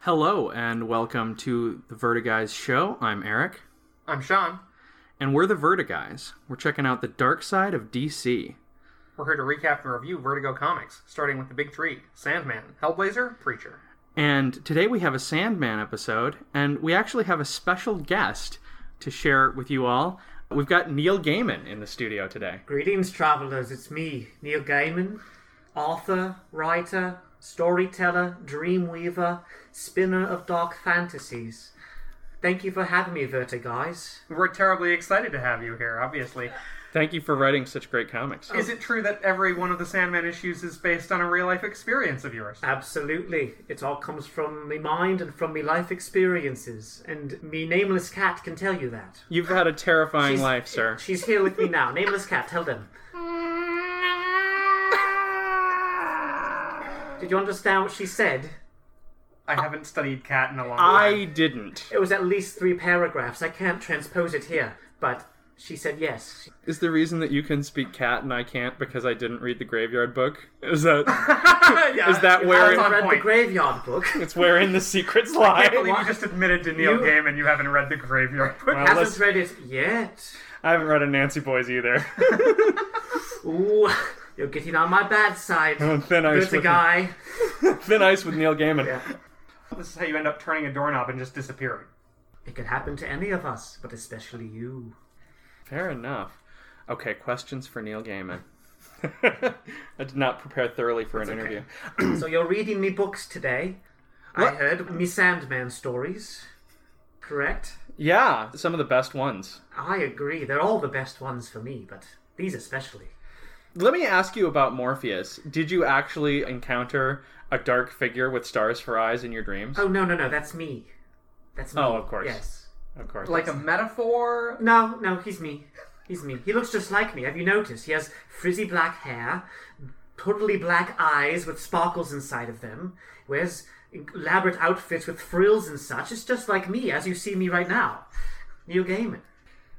Hello and welcome to the Vertiguys show. I'm Eric, I'm Sean. and we're the Vertiguys. We're checking out the dark side of DC. We're here to recap and review Vertigo comics, starting with the big three Sandman, Hellblazer, Preacher. And today we have a Sandman episode, and we actually have a special guest to share with you all. We've got Neil Gaiman in the studio today. Greetings, travelers. It's me, Neil Gaiman, author, writer, storyteller, dreamweaver, spinner of dark fantasies. Thank you for having me, Vertiguys. We're terribly excited to have you here, obviously. Thank you for writing such great comics. Is it true that every one of the Sandman issues is based on a real life experience of yours? Absolutely. It all comes from me mind and from me life experiences, and me nameless cat can tell you that. You've had a terrifying She's- life, sir. She's here with me now. Nameless cat, tell them. Did you understand what she said? I haven't studied cat in a long time. I didn't. It was at least three paragraphs. I can't transpose it here, but she said yes. Is the reason that you can speak cat and I can't because I didn't read the Graveyard Book? Is that yeah, Is that yeah, where- that's I on read point. the graveyard book. it's wherein the secrets lie? I believe you just admitted to Neil You- Gaiman you haven't read the Graveyard Book. Well, Hasn't let's- read it yet. I haven't read a Nancy Boys either. Ooh, you're getting on my bad side. thin ice. There's a With, guy. Thin ice with Neil Gaiman. Yeah. This is how you end up turning a doorknob and just disappearing. It could happen to any of us, but especially you. Fair enough. Okay, questions for Neil Gaiman. I did not prepare thoroughly for an interview. so you're reading me books today. I What? heard me Sandman stories. Correct? Yeah, some of the best ones. I agree. They're all the best ones for me, but these especially. Let me ask you about Morpheus. Did you actually encounter a dark figure with stars for eyes in your dreams? Oh no no no, that's me. That's me. Oh, of course. Yes. Of course. Like a metaphor? No, no, he's me. He's me. He looks just like me. Have you noticed? He has frizzy black hair, totally black eyes with sparkles inside of them. Wears elaborate outfits with frills and such. It's just like me, as you see me right now. Neil Gaiman.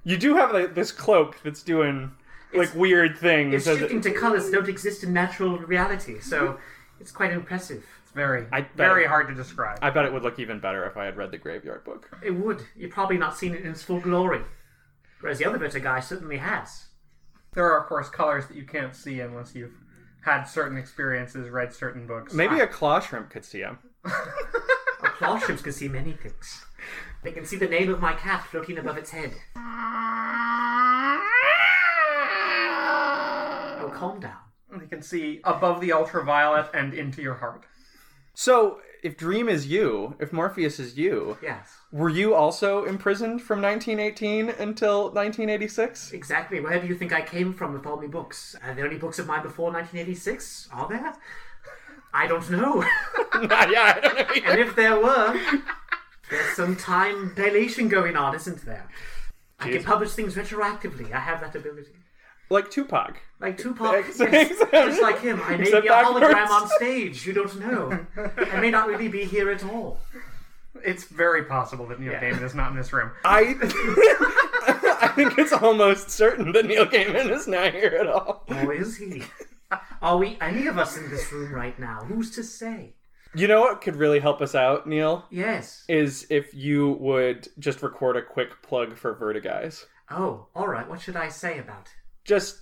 you do have like, this cloak that's doing like It's- weird things. It's as it- shifting to colors that don't exist in natural reality, so it's quite impressive. It's very, I- very hard to describe. I bet it would look even better if I had read the Graveyard Book. It would. You've probably not seen it in its full glory, whereas the other bit of guy certainly has. There are, of course, colors that you can't see unless you've had certain experiences, read certain books. Maybe a claw shrimp could see him. Our classrooms can see many things. They can see the name of my cat floating above its head. Oh, calm down. You can see above the ultraviolet and into your heart. So, if Dream is you, if Morpheus is you, Yes, Were you also imprisoned from 1918 until 1986? exactly. Where do you think I came from with all my books? Are there any books of mine before 1986? Are there? I don't know. yeah, I don't know. either. and if there were, there's some time dilation going on, isn't there? I can Jeez. publish things retroactively. I have that ability. Like Tupac. Like Tupac, Ex- yes, exactly. just like him, I may Except be a hologram backwards. on stage. You don't know. I may not really be here at all. It's very possible that Neil Gaiman is not in this room. I I think it's almost certain that Neil Gaiman is not here at all. Or is he? Are we any of us in this room right now? Who's to say? You know what could really help us out, Neil? Yes. Is if you would just record a quick plug for Vertiguys. Oh, all right. What should I say about it? Just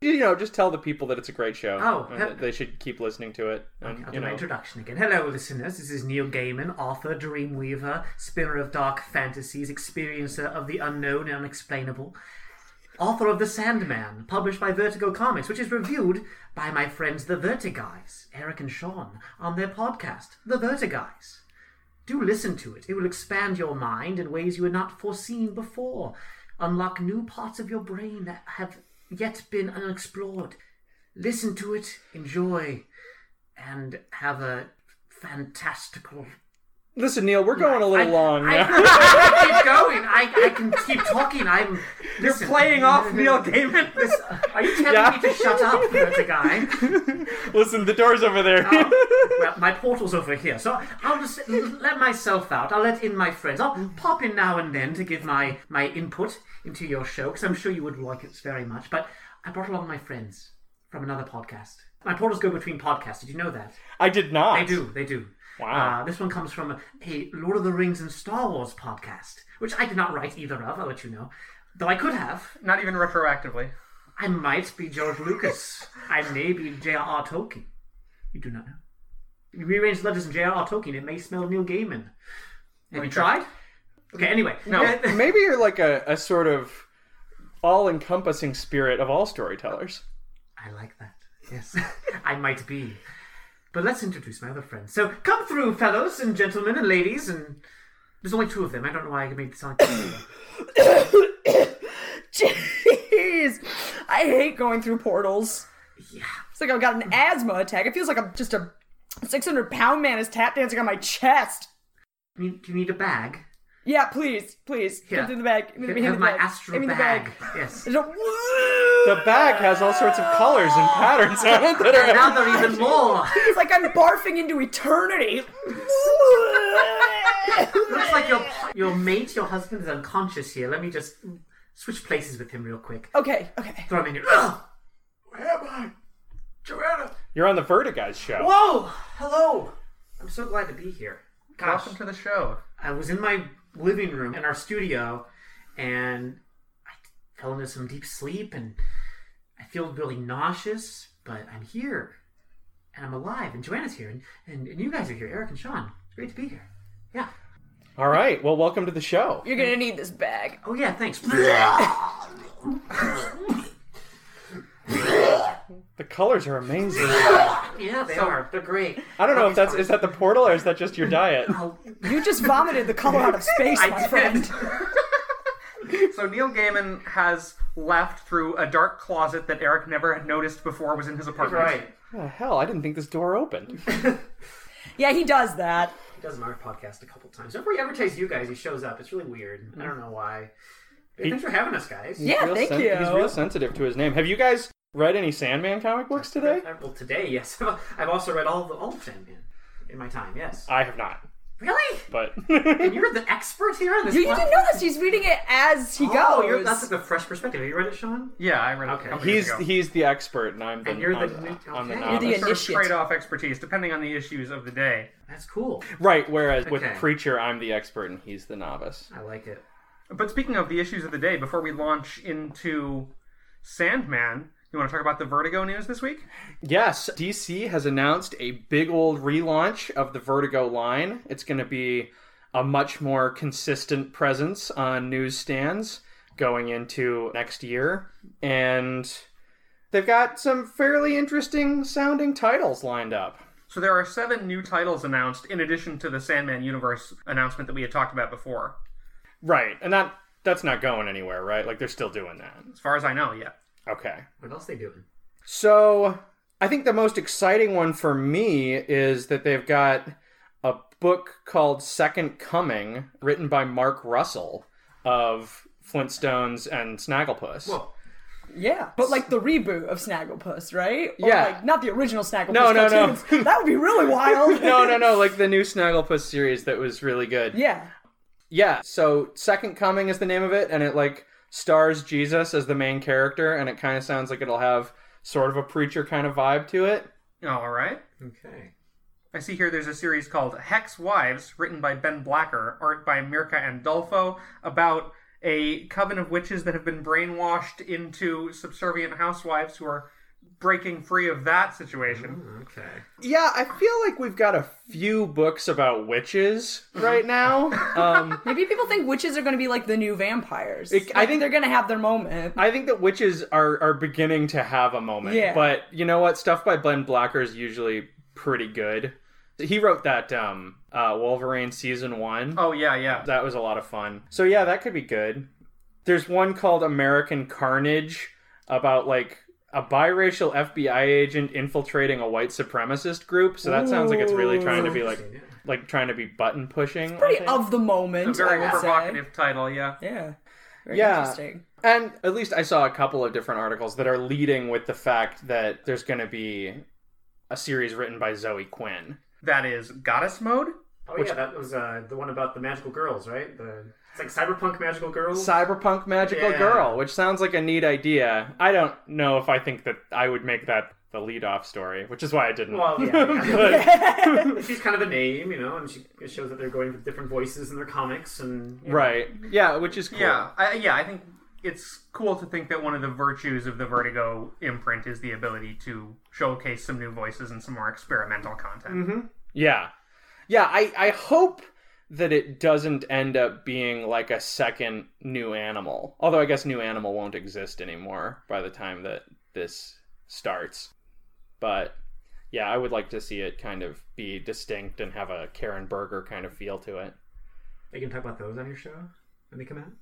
you know, just tell the people that it's a great show. Oh, and yep. that they should keep listening to it. And, I'll you do my know, introduction again. Hello, listeners. This is Neil Gaiman, author, dreamweaver, spinner of dark fantasies, experiencer of the unknown and unexplainable, author of The Sandman, published by Vertigo Comics, which is reviewed by my friends the Vertiguys, Eric and Sean, on their podcast, The Vertiguys. Do listen to it. It will expand your mind in ways you had not foreseen before, unlock new parts of your brain that have yet been unexplored. Listen to it, enjoy, and have a fantastical. listen, Neil, we're going a little long I, now. I keep going. I, I can keep talking. I'm. You're listen. playing off Neil Gaiman. This- are you telling Yeah. me to shut up, the guy? listen, the door's over there. Well, my portal's over here, so I'll just l- let myself out. I'll let in my friends. I'll pop in now and then to give my, my input into your show, because I'm sure you would like it very much. But I brought along my friends from another podcast. My portals go between podcasts. Did you know that? I did not. They do, they do. Wow. Uh, this one comes from a Lord of the Rings and Star Wars podcast, which I did not write either of, I'll let you know. Though I could have. Not even retroactively. I might be George Lucas. I may be J.R.R. Tolkien. You do not know. You rearrange the letters in J.R.R. Tolkien, it may smell Neil Gaiman. Have you tried? Okay, anyway. No. Yeah, Maybe you're like a, a sort of all encompassing spirit of all storytellers. I like that. Yes, I might be. But let's introduce my other friends. So come through, fellows and gentlemen and ladies, and there's only two of them. I don't know why I made this sound. like that. Jeez, I hate going through portals. yeah, It's like I've got an asthma attack. It feels like I'm just a 600 pound man is tap dancing on my chest. you need, you need a bag. Yeah, please, please, give Here. me the bag. Give me Have the my bag. astral Give me the bag. bag. Yes. There's a- The bag has all sorts of colors and patterns on it that are. Now they're even more. It's like I'm barfing into eternity. Looks like your your mate, your husband, is unconscious here. Let me just switch places with him real quick. okay, okay. Throw him in here. Ugh! Where am I? Joanna! You're on the Vertiguys show. Whoa! Hello! I'm so glad to be here. Gosh, Welcome to the show. I was in my living room in our studio, and I fell into some deep sleep, and I feel really nauseous, but I'm here, and I'm alive, and Joanna's here, and, and, and you guys are here, Eric and Sean. It's great to be here. Yeah. All right. Well, welcome to the show. You're gonna need this bag. Oh yeah. Thanks. The colors are amazing. yeah, they are. They're great. I don't know if that's is that the portal or is that just your diet. Oh, You just vomited the color out of space, I my did. friend. So Neil Gaiman has laughed through a dark closet that Eric never had noticed before was in his apartment. Right. Oh, hell, I didn't think this door opened. Yeah, he does that. He does an art podcast a couple times. Every ever tastes you guys, he shows up. It's really weird. I don't know why. Hey, Thanks for having us, guys. Yeah, Real thank sen- you. He's real sensitive to his name. Have you guys read any Sandman comic books today? Uh, Well, today, yes. I've also read all the all of Sandman in my time. Yes. I have not, really? but And you're the expert here on this. You, you one? didn't know this. He's reading it as he Oh, goes. you're, that's like the fresh perspective. Have you read it, Sean? Yeah, I read it a couple years he's ago. he's the expert, and I'm the And you're the I'm the, new- I'm the okay. You're the novice. sort of initiate. trade off expertise, depending on the issues of the day. That's cool. right. Whereas with Okay. preacher, I'm the expert, and he's the novice. I like it. But speaking of the issues of the day, before we launch into Sandman, you want to talk about the Vertigo news this week? Yes, DC has announced a big old relaunch of the Vertigo line. It's going to be a much more consistent presence on newsstands going into next year. And they've got some fairly interesting sounding titles lined up. So there are seven new titles announced in addition to the Sandman universe announcement that we had talked about before. Right. And that that's not going anywhere, right? Like they're still doing that. As far as I know, yeah. Okay. What else they doing? So I think the most exciting one for me is that they've got a book called Second Coming, written by Mark Russell of Flintstones and Snagglepuss. Whoa. Yeah, but like the reboot of Snagglepuss, right? Or Yeah. like, not the original Snagglepuss. No, no, no. cartoons. That would be really wild. No, no, no, like the new Snagglepuss series that was really good. Yeah. Yeah, so Second Coming is the name of it, and it like stars Jesus as the main character, and it kind of sounds like it'll have sort of a preacher kind of vibe to it. All right. Okay. I see here there's a series called Hex Wives, written by Ben Blacker, art by Mirka Andolfo, about a coven of witches that have been brainwashed into subservient housewives who are breaking free of that situation. Mm. Okay. Yeah, I feel like we've got a few books about witches right now. Um, Maybe people think witches are going to be like the new vampires. It- I Like, think- they're going to have their moment. I think that witches are are beginning to have a moment. Yeah. But you know what? Stuff by Ben Blacker is usually pretty good. He wrote that um uh, Wolverine season one. Oh, yeah, yeah. That was a lot of fun. So yeah, that could be good. There's one called American Carnage about like a biracial FBI agent infiltrating a white supremacist group. So that sounds like it's really trying to be like Interesting, yeah. like trying to be button pushing. I Pretty think. of the moment. A very I would provocative title, yeah. Say. Yeah. Very Yeah. interesting. And at least I saw a couple of different articles that are leading with the fact that there's going to be a series written by Zoe Quinn. That is Goddess Mode? Oh yeah, that was uh, the one about the magical girls, right? The it's like cyberpunk magical girls. Cyberpunk Magical Yeah. Girl, which sounds like a neat idea. I don't know if I think that I would make that the leadoff story, which is why I didn't. Well, yeah. But- She's kind of a name, you know, and she, it shows that they're going for different voices in their comics and you know, right. Yeah, which is cool. Yeah, I, yeah, I think it's cool to think that one of the virtues of the Vertigo imprint is the ability to showcase some new voices and some more experimental content. Yeah. Yeah, I, I hope that it doesn't end up being like a second new animal. Although I guess new animal won't exist anymore by the time that this starts. But yeah, I would like to see it kind of be distinct and have a Karen Berger kind of feel to it. They can talk about those on your show when they come out.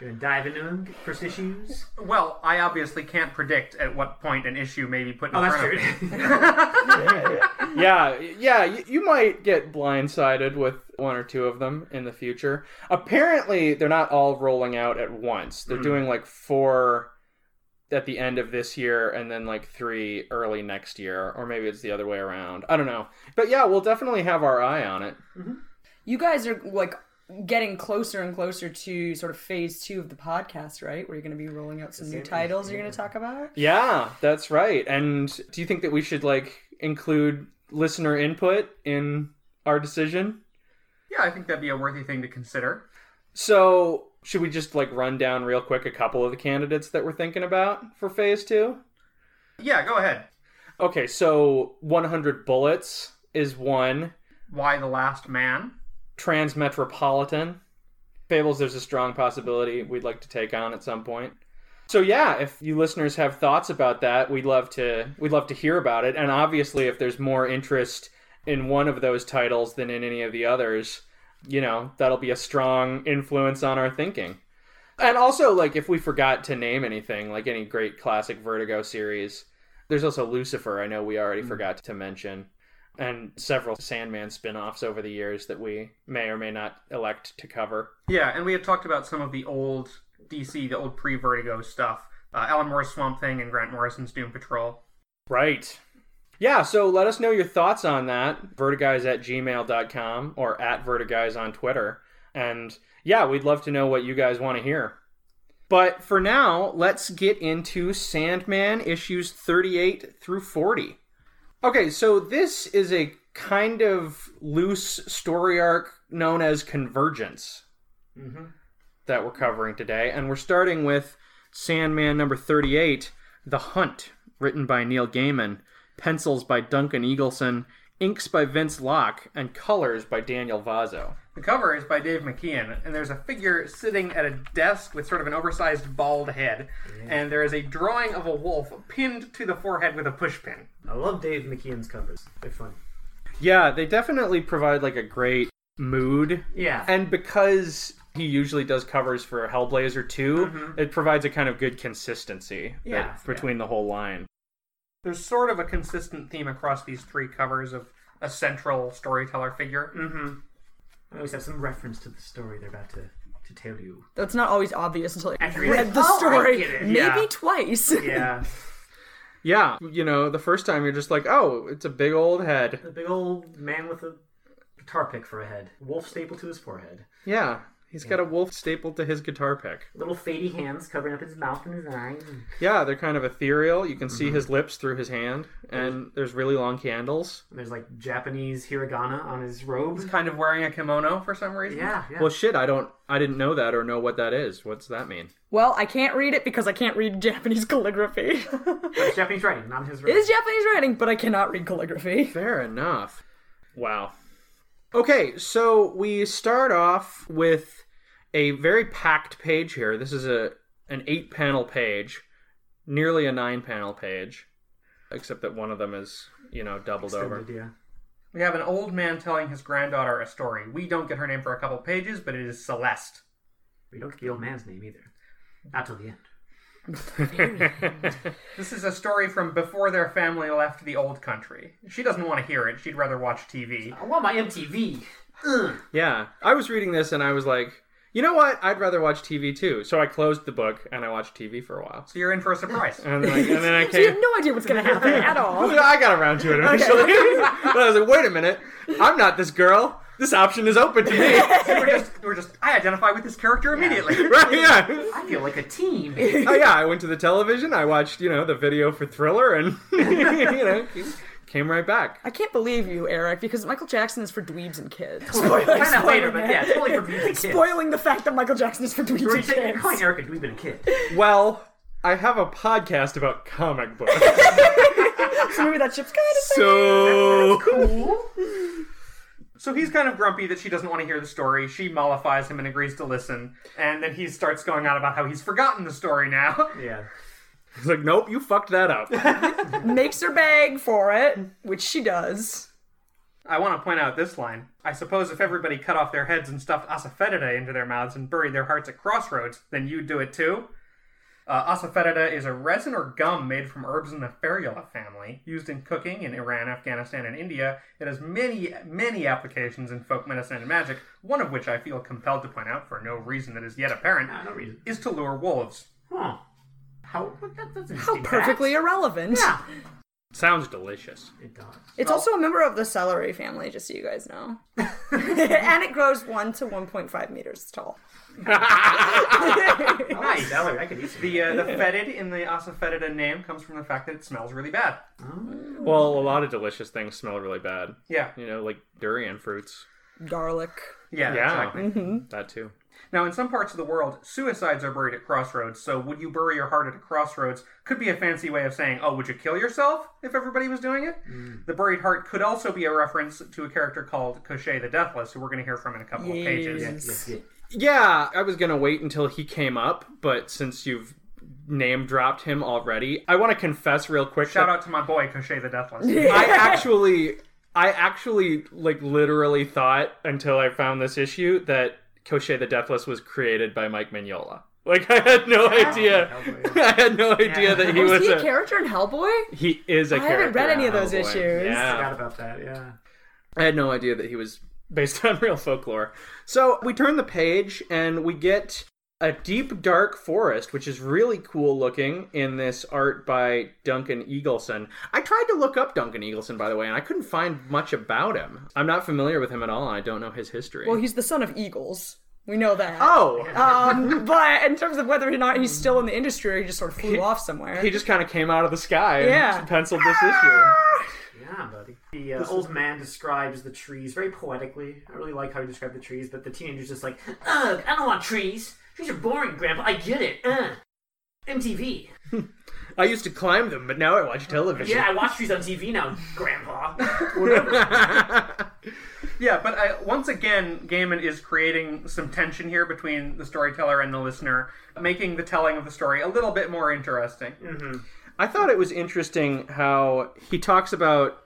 Gonna dive into them, first issues. Well, I obviously can't predict at what point an issue may be put in Oh, that's front true. of me. Yeah, yeah, you, you might get blindsided with one or two of them in the future. Apparently, they're not all rolling out at once. They're doing like four at the end of this year and then like three early next year, or maybe it's the other way around. I don't know. But yeah, we'll definitely have our eye on it. You guys are like getting closer and closer to sort of phase two of the podcast, right? Where you're going to be rolling out some new titles you're going to talk about. Yeah, that's right. And do you think that we should like include listener input in our decision? yeah, I think that'd be a worthy thing to consider. So, should we just like run down real quick a couple of the candidates that we're thinking about for phase two? Yeah, go ahead. Okay, so 100 Bullets is one, Why the Last Man? Transmetropolitan. Fables, there's a strong possibility we'd like to take on at some point. So yeah, if you listeners have thoughts about that, we'd love to we'd love to hear about it. And obviously, if there's more interest in one of those titles than in any of the others, you know, that'll be a strong influence on our thinking. And also, like if we forgot to name anything, like any great classic Vertigo series, there's also Lucifer. I know we already forgot to mention, and several Sandman spin-offs over the years that we may or may not elect to cover. Yeah, and we had talked about some of the old DC, the old pre Vertigo stuff uh, Alan Moore's Swamp Thing and Grant Morrison's Doom Patrol. Right. Yeah, so let us know your thoughts on that. Vertiguys at gmail.com or at Vertiguys on Twitter. And yeah, we'd love to know what you guys want to hear. But for now, let's get into Sandman issues 38 through 40. Okay, so this is a kind of loose story arc known as Convergence that we're covering today. And we're starting with Sandman number 38, The Hunt, written by Neil Gaiman, pencils by Duncan Eagleson, inks by Vince Locke, and colors by Daniel Vazo. The cover is by Dave McKeon, and there's a figure sitting at a desk with sort of an oversized bald head, and there is a drawing of a wolf pinned to the forehead with a pushpin. I love Dave McKeon's covers. They're fun. Yeah, they definitely provide like a great mood. Yeah. And because he usually does covers for Hellblazer 2, it provides a kind of good consistency Mm-hmm. Yeah, uh, between the whole line. There's sort of a consistent theme across these three covers of a central storyteller figure. I always Mm-hmm. have some reference to the story they're about to, to tell you. That's not always obvious until I you're read like, the "Oh, I story get it." maybe Yeah. twice. Yeah. Yeah, you know, the first time you're just like, oh, it's a big old head. the big old man with a guitar pick for a head. Wolf staple to his forehead. Yeah, he's got a wolf stapled to his guitar pick. Little fady hands covering up his mouth and his eyes. Yeah, they're kind of ethereal. You can see his lips through his hand, and there's Mm-hmm. really long candles. And there's like Japanese hiragana on his robe. Kind of wearing a kimono for some reason. Yeah, yeah. Well, shit, I don't, I didn't know that or know what that is. What's that mean? Well, I can't read it because I can't read Japanese calligraphy. it It's Japanese writing, not his robe. is Japanese writing, but I cannot read calligraphy. Fair enough. Wow. Okay, so we start off with a very packed page here. This is a an eight panel page, nearly a nine panel page, except that one of them is you know doubled over. Yeah. We have an old man telling his granddaughter a story. We don't get her name for a couple pages, but it is Celeste. We don't get the old man's name either. Not till the end. This is a story from before their family left the old country. She doesn't want to hear it, she'd rather watch TV. I want my MTV. Ugh. Yeah, I was reading this and I was like, you know what? I'd rather watch TV too. So I closed the book and I watched TV for a while. So you're in for a surprise. And then, I- and then I So you have came. no idea what's going to happen at all. I got around to it eventually. but I was like, wait a minute, I'm not this girl. this option is open to me. we're just, we're just, I identify with this character immediately. right? Yeah. I feel like a teen. Oh yeah, I went to the television. I watched, you know, the video for Thriller, and you know, came right back. I can't believe you, Eric, because Michael Jackson is for dweebs and kids. Spoiler, Find out later, spoiler, but yeah, totally for being a kid. Spoiling the fact that Michael Jackson is for dweebs You're and saying- you're calling kids. Erica Dweeb a kid. Well, I have a podcast about comic books, So maybe that ship's kind of so So he's kind of grumpy that she doesn't want to hear the story. She mollifies him and agrees to listen. And then he starts going on about how he's forgotten the story now. Yeah. it's like, nope, you fucked that up. makes her beg for it, which she does. I want to point out this line. I suppose if everybody cut off their heads and stuffed asafetida into their mouths and buried their hearts at crossroads, then you'd do it too? Uh, asafetida is a resin or gum made from herbs in the ferula family, used in cooking in Iran, Afghanistan, and India. It has many, many applications in folk medicine and magic, one of which I feel compelled to point out for no reason that is yet apparent, No, no reason. is to lure wolves. Huh. How? What, that, that's How interesting. perfectly irrelevant. Yeah. Sounds delicious. It does. It's also a member of the celery family, just so you guys know. and it grows 1 to 1.5 meters tall. Nice. Celery. I could eat some. The, uh, the fetid in the asafetida name comes from the fact that it smells really bad. Well, a lot of delicious things smell really bad. Yeah, You know, like durian fruits. Garlic. yeah, Yeah. exactly. That too. Now, in some parts of the world, suicides are buried at crossroads, so would you bury your heart at a crossroads could be a fancy way of saying, oh, would you kill yourself if everybody was doing it? The buried heart could also be a reference to a character called Cochet the Deathless, who we're going to hear from in a couple of pages. Yes. Yeah, I was gonna wait until he came up, but since you've name dropped him already, I want to confess real quick. Shout that out to my boy, Cochet the Deathless. I actually, I actually like literally thought until I found this issue that Cochet the Deathless was created by Mike Mignola. Like I had no idea. I had no idea that he Was was Oh, he a. a character in Hellboy? he is a I character. haven't read any of Oh, those boy. issues. Yeah. Forgot about that. Yeah. I had no idea that he was based on real folklore. So we turn the page and we get a deep dark forest, which is really cool looking in this art by Duncan Eagleson. I tried to look up Duncan Eagleson, by the way, and I couldn't find much about him. I'm not familiar with him at all, and I don't know his history. Well, he's the son of eagles. We know that. oh, Um, but in terms of whether or not he's still in the industry or he just sort of flew off somewhere. he just kind of came out of the sky and Yeah. Ah! just penciled this issue. Yeah, buddy. The uh, old man describes the trees very poetically. I really like how he described the trees, but the teenager's just like, ugh, I don't want trees. Trees are boring, Grandpa. I get it. Uh." Ugh. MTV. I used to climb them, but now I watch television. Yeah, I watch trees on TV now, Grandpa. Yeah, but I, once again, Gaiman is creating some tension here between the storyteller and the listener, making the telling of the story a little bit more interesting. I thought it was interesting how he talks about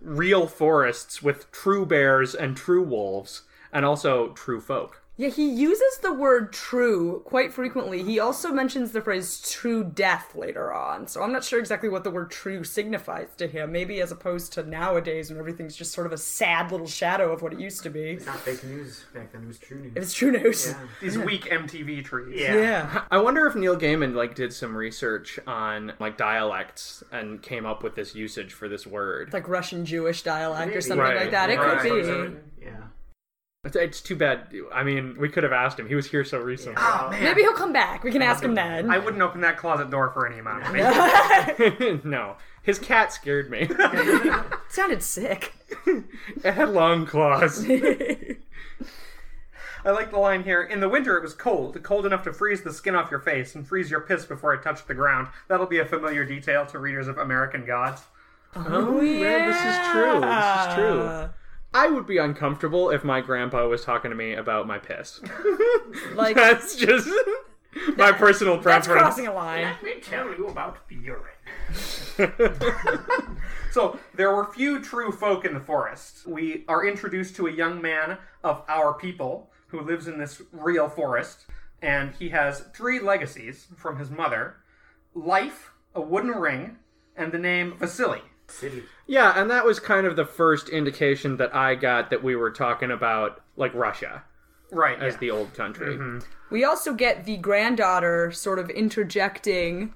real forests with true bears and true wolves and also true folk. Yeah, he uses the word true quite frequently. He also mentions the phrase true death later on. So I'm not sure exactly what the word true signifies to him. Maybe as opposed to nowadays when everything's just sort of a sad little shadow of what it used to be. If Not fake news back then. It was true news. it's true news. These weak MTV trees. Yeah. Yeah. I wonder if Neil Gaiman like did some research on like dialects and came up with this usage for this word. Like Russian Jewish dialect or Maybe. something Right. like that. It Right. could be. Yeah. It's, it's too bad. I mean, we could have asked him. He was here so recently. Oh, man. Maybe he'll come back. We can ask him then. I wouldn't open that closet door for any amount of money. no. His cat scared me. sounded sick. it had long claws. I like the line here. In the winter, it was cold, cold enough to freeze the skin off your face and freeze your piss before it touched the ground. That'll be a familiar detail to readers of American Gods. Oh, yeah. This is true. This is true. I would be uncomfortable if my grandpa was talking to me about my piss. Like That's just my personal that's preference. crossing a line. Let me tell you about the urine. So, there were few true folk in the forest. We are introduced to a young man of our people who lives in this real forest, and he has three legacies from his mother life, a wooden ring, and the name Vasily. City. yeah, and that was kind of the first indication that I got that we were talking about like Russia Right. as yeah. the old country. We also get the granddaughter sort of interjecting,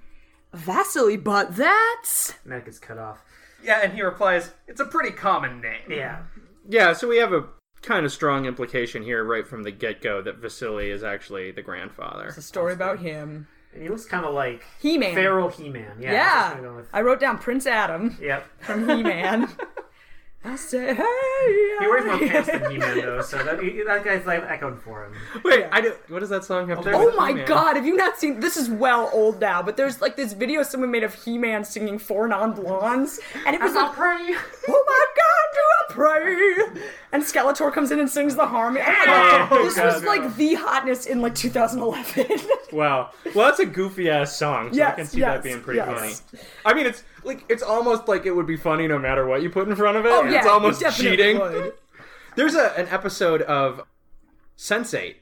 Vasily, but that's. Neck is cut off. yeah, and he replies, It's a pretty common name. Yeah. Yeah, so we have a kind of strong implication here right from the get go that Vasily is actually the grandfather. It's a story about him. And he looks kind of like He Man. feral He-Man. Yeah. that's what I'm going Yeah. with. I wrote down Prince Adam Yep. from He Man. I said, hey. He wears more pants than He-Man though, so that, he- that guy's like echoing for him. Wait, I do, what does that song have to do Oh with my He-Man? god, have you not seen this is well old now, but there's like this video someone made of He-Man singing Four Non-Blondes and it was like, pray. "Oh my god, do I pray?" And Skeletor comes in and sings the harmony. Oh my god. Oh, this God. was like the hotness in like 2011. Wow. Well, that's a goofy ass song, so I Yes, can see yes, that being pretty yes. funny. I mean, it's like it's almost like it would be funny no matter what you put in front of it. oh yeah, it's almost it definitely cheating. would. There's a, an episode of Sense8.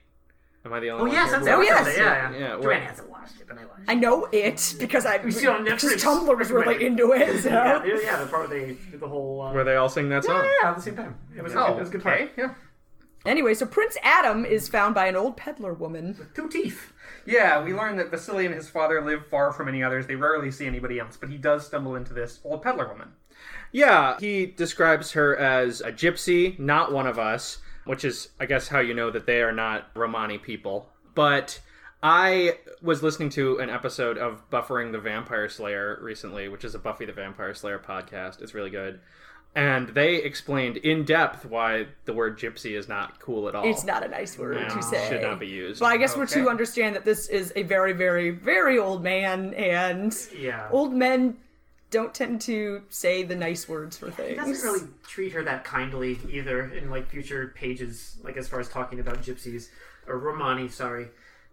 Am I the only Oh one? yes, here? that's Oh, it. yes. Yeah, yeah. Yeah, Joanne well, hasn't watched it, but I watched. I know it because I see it on because Netflix. Tumblr was really Right. into it. So. Yeah, yeah, yeah, the part where they did the whole. Uh, where they all sing that song. yeah, at the same time. It was, Oh, it was a good part. okay. Yeah. Anyway, so Prince Adam is found by an old peddler woman. Two teeth. Yeah, we learn that Vasily and his father live far from any others. They rarely see anybody else, but he does stumble into this old peddler woman. Yeah, he describes her as a gypsy, not one of us, which is, I guess, how you know that they are not Romani people. But I was listening to an episode of Buffering the Vampire Slayer recently, which is a Buffy the Vampire Slayer podcast. It's really good. And they explained in depth why the word gypsy is not cool at all. It's not a nice word No, to say. should not be used. Oh, But I guess we're Okay. to understand that this is a very, very, very old man, and Yeah. old men don't tend to say the nice words for He things. doesn't really treat her that kindly either in like future pages, like as far as talking about gypsies or Romani. Sorry.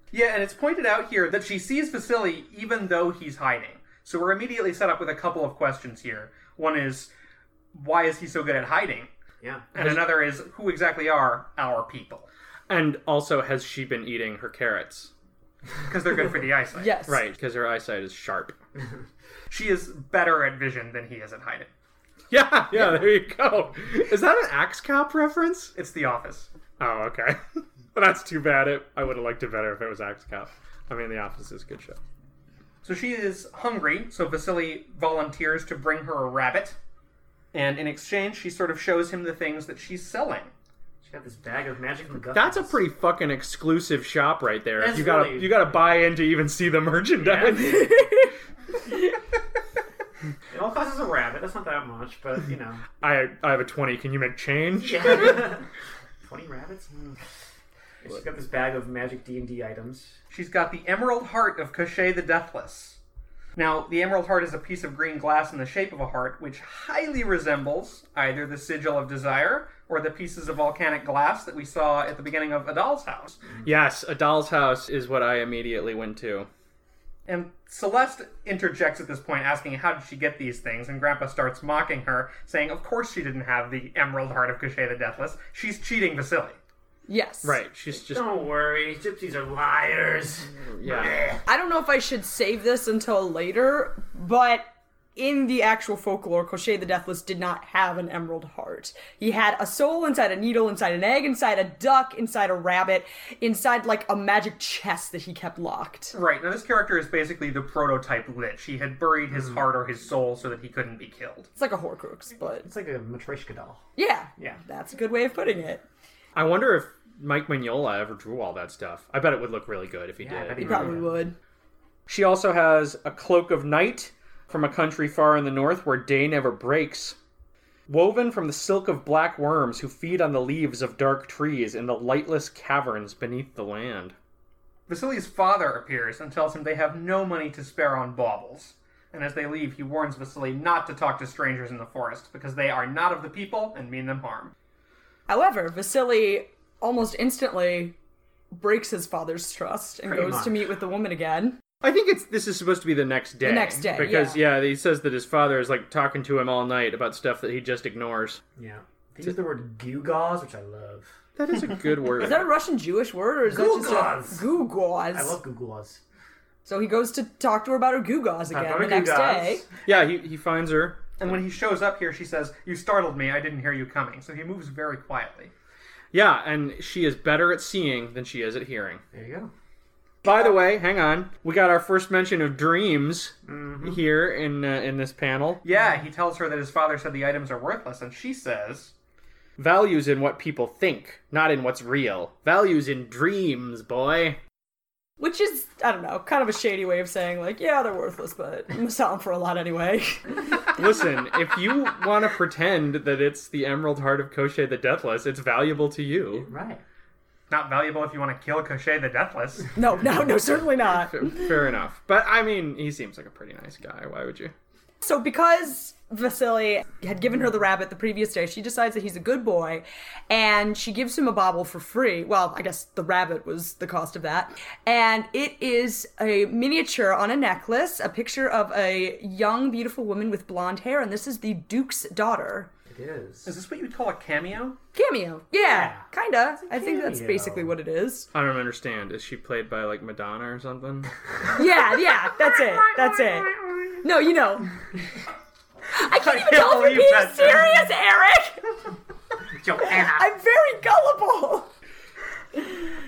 Yeah, and it's pointed out here that she sees Vasily even though he's hiding. So we're immediately set up with a couple of questions here. One is, why is he so good at hiding? Yeah. And another is, who exactly are our people? And also, has she been eating her carrots? Because they're good for the eyesight. Yes. Right, because her eyesight is sharp. She is better at vision than he is at hiding. Yeah, yeah, there you go. Is that an axe cop reference? It's the office. Oh, okay. well, that's too bad. It, I would have liked it better if it was Axe Cop. I mean, The Office is a good show. So she is hungry, so Vasily volunteers to bring her a rabbit. And in exchange, she sort of shows him the things that she's selling. She got this bag of magic MacGuffins. That's a pretty fucking exclusive shop right there. That's you gotta really- you gotta buy in to even see the merchandise. It all costs us a rabbit. That's not that much, but you know. I I have a twenty. Can you make change? Yeah. Twenty rabbits. Hmm. She's got this bag of magic D and D items. She's got the Emerald Heart of Cachet the Deathless. Now, the Emerald Heart is a piece of green glass in the shape of a heart, which highly resembles either the Sigil of Desire or the pieces of volcanic glass that we saw at the beginning of A Doll's House. Yes, a doll's house is what I immediately went to. And Celeste interjects at this point, asking how did she get these things, and Grandpa starts mocking her, saying, Of course she didn't have the Emerald Heart of Cachet the Deathless. She's cheating Vasily. Yes. Right. She's just Don't worry, gypsies are liars. yeah. I don't know if I should save this until later, but in the actual folklore, Cochet the Deathless did not have an emerald heart. He had a soul inside a needle, inside an egg, inside a duck, inside a rabbit, inside like a magic chest that he kept locked. Right, now this character is basically the prototype Lich. He had buried his heart or his soul so that he couldn't be killed. It's like a Horcrux, but It's like a matryoshka doll. yeah, Yeah. that's a good way of putting it. I wonder if Mike Mignola ever drew all that stuff. I bet it would look really good if he Yeah, I did. bet You probably would. She also has a cloak of night from a country far in the north where day never breaks, woven from the silk of black worms who feed on the leaves of dark trees in the lightless caverns beneath the land. Vasily's father appears and tells him they have no money to spare on baubles. And as they leave, he warns Vasily not to talk to strangers in the forest because they are not of the people and mean them harm. However, Vasily almost instantly breaks his father's trust and Pretty goes to much. meet with the woman again. I think it's this is supposed to be the next day. next day, because yeah. he says that his father is like talking to him all night about stuff that he just ignores. Yeah. They use the word gewgaws, which I love. That is a good word. Is that a Russian Jewish word or is that just a Gugaz? I love gewgaws. So he goes to talk to her about her gewgaws again the next day. yeah, he he finds her. And when he shows up here, she says, You startled me, I didn't hear you coming. So he moves very quietly. Yeah, and she is better at seeing than she is at hearing. There you go. By the way, hang on. We got our first mention of dreams here in uh, in this panel. Yeah, he tells her that his father said the items are worthless, and she says, Values in what people think, not in what's real. Values in dreams, boy. Which is, I don't know, kind of a shady way of saying, like, yeah, they're worthless, but I'm gonna sell them for a lot anyway. Listen, if you want to pretend that it's the Emerald Heart of Koshe the Deathless, it's valuable to you. Right. Not valuable if you want to kill Cochet the Deathless. no, no, no, certainly not. Fair enough. But I mean, he seems like a pretty nice guy. Why would you? So because Vasily had given her the rabbit the previous day, she decides that he's a good boy and she gives him a bobble for free. Well, I guess the rabbit was the cost of that. And it is a miniature on a necklace, a picture of a young, beautiful woman with blonde hair, and this is the Duke's daughter. It is. Is this what you'd call a cameo? Cameo. Yeah, kinda. I think that's cameo. basically what it is. I don't understand. Is she played by like Madonna or something? Yeah, yeah, that's it. That's it. No, you know. I can't even tell if believe you're being that's- serious, Eric! Joanna. I'm very gullible!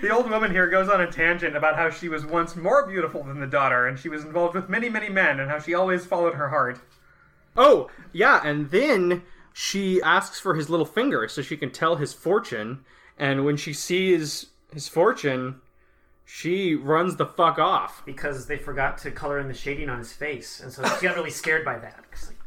The old woman here goes on a tangent about how she was once more beautiful than the daughter, and she was involved with many, many men, and how she always followed her heart. Oh, yeah, and then she asks for his little finger so she can tell his fortune. And when she sees his fortune, she runs the fuck off. because they forgot to color in the shading on his face, and so she got really scared by that. It's like,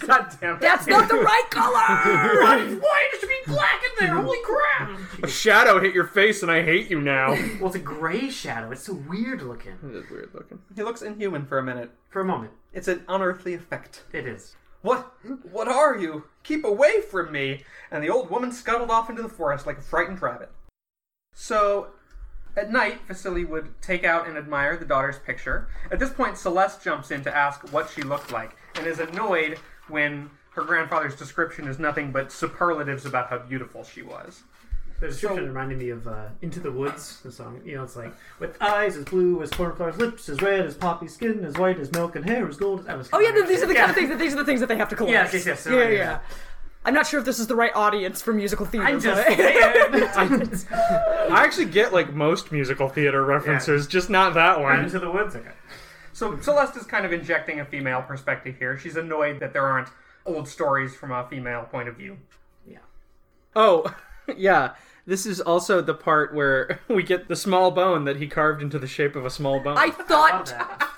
God damn it. That's not the right color! Why it should be black in there? Holy crap! A shadow hit your face, and I hate you now. Well, it's a gray shadow. It's so weird looking. This is weird looking. He looks inhuman for a minute. For a moment, It's an unearthly effect. it is. What? What are you? Keep away from me! And the old woman scuttled off into the forest like a frightened rabbit. So, at night, Vasily would take out and admire the daughter's picture. At this point, Celeste jumps in to ask what she looked like and is annoyed when her grandfather's description is nothing but superlatives about how beautiful she was. The description reminded me of uh, Into the Woods, the song. You know, it's like, with eyes as blue as cornflowers, lips as red as poppy skin, as white as milk, and hair as gold. That was Oh yeah, no, these are the kind of things that these are the things that they have to collect. Yes, yes, yes, Yeah, yeah. sorry, yeah. I'm not sure if this is the right audience for musical theater. I'm just but- saying. I actually get like most musical theater references, just not that one. Into the Woods? Okay. So Celeste is kind of injecting a female perspective here. She's annoyed that there aren't old stories from a female point of view. Oh, yeah. This is also the part where we get the small bone that he carved into the shape of a small bone. I thought,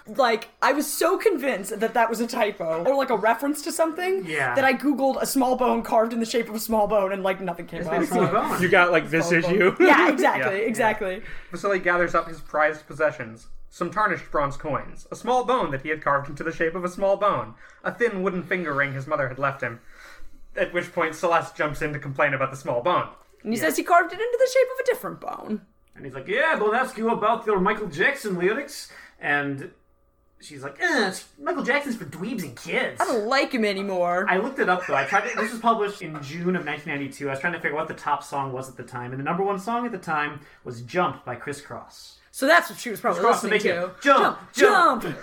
like, I was so convinced that that was a typo or like a reference to something Yeah. that I googled a small bone carved in the shape of a small bone and like nothing came up. It's like, oh, you got like this issue. yeah, exactly, Yeah. exactly. Vasily gathers up his prized possessions some tarnished bronze coins, a small bone that he had carved into the shape of a small bone, a thin wooden finger ring his mother had left him. At which point, Celeste jumps in to complain about the small bone. And he says he carved it into the shape of a different bone. And he's like, Yeah, don't ask you about your Michael Jackson lyrics. And she's like, "Eh, Michael Jackson's for dweebs and kids. I don't like him anymore. I looked it up though. I tried. To, this was published in June of 1992. I was trying to figure out what the top song was at the time, and the number one song at the time was "Jump" by Criss Cross. so that's what she was probably Cross to listening make it. to. Jump, jump. jump.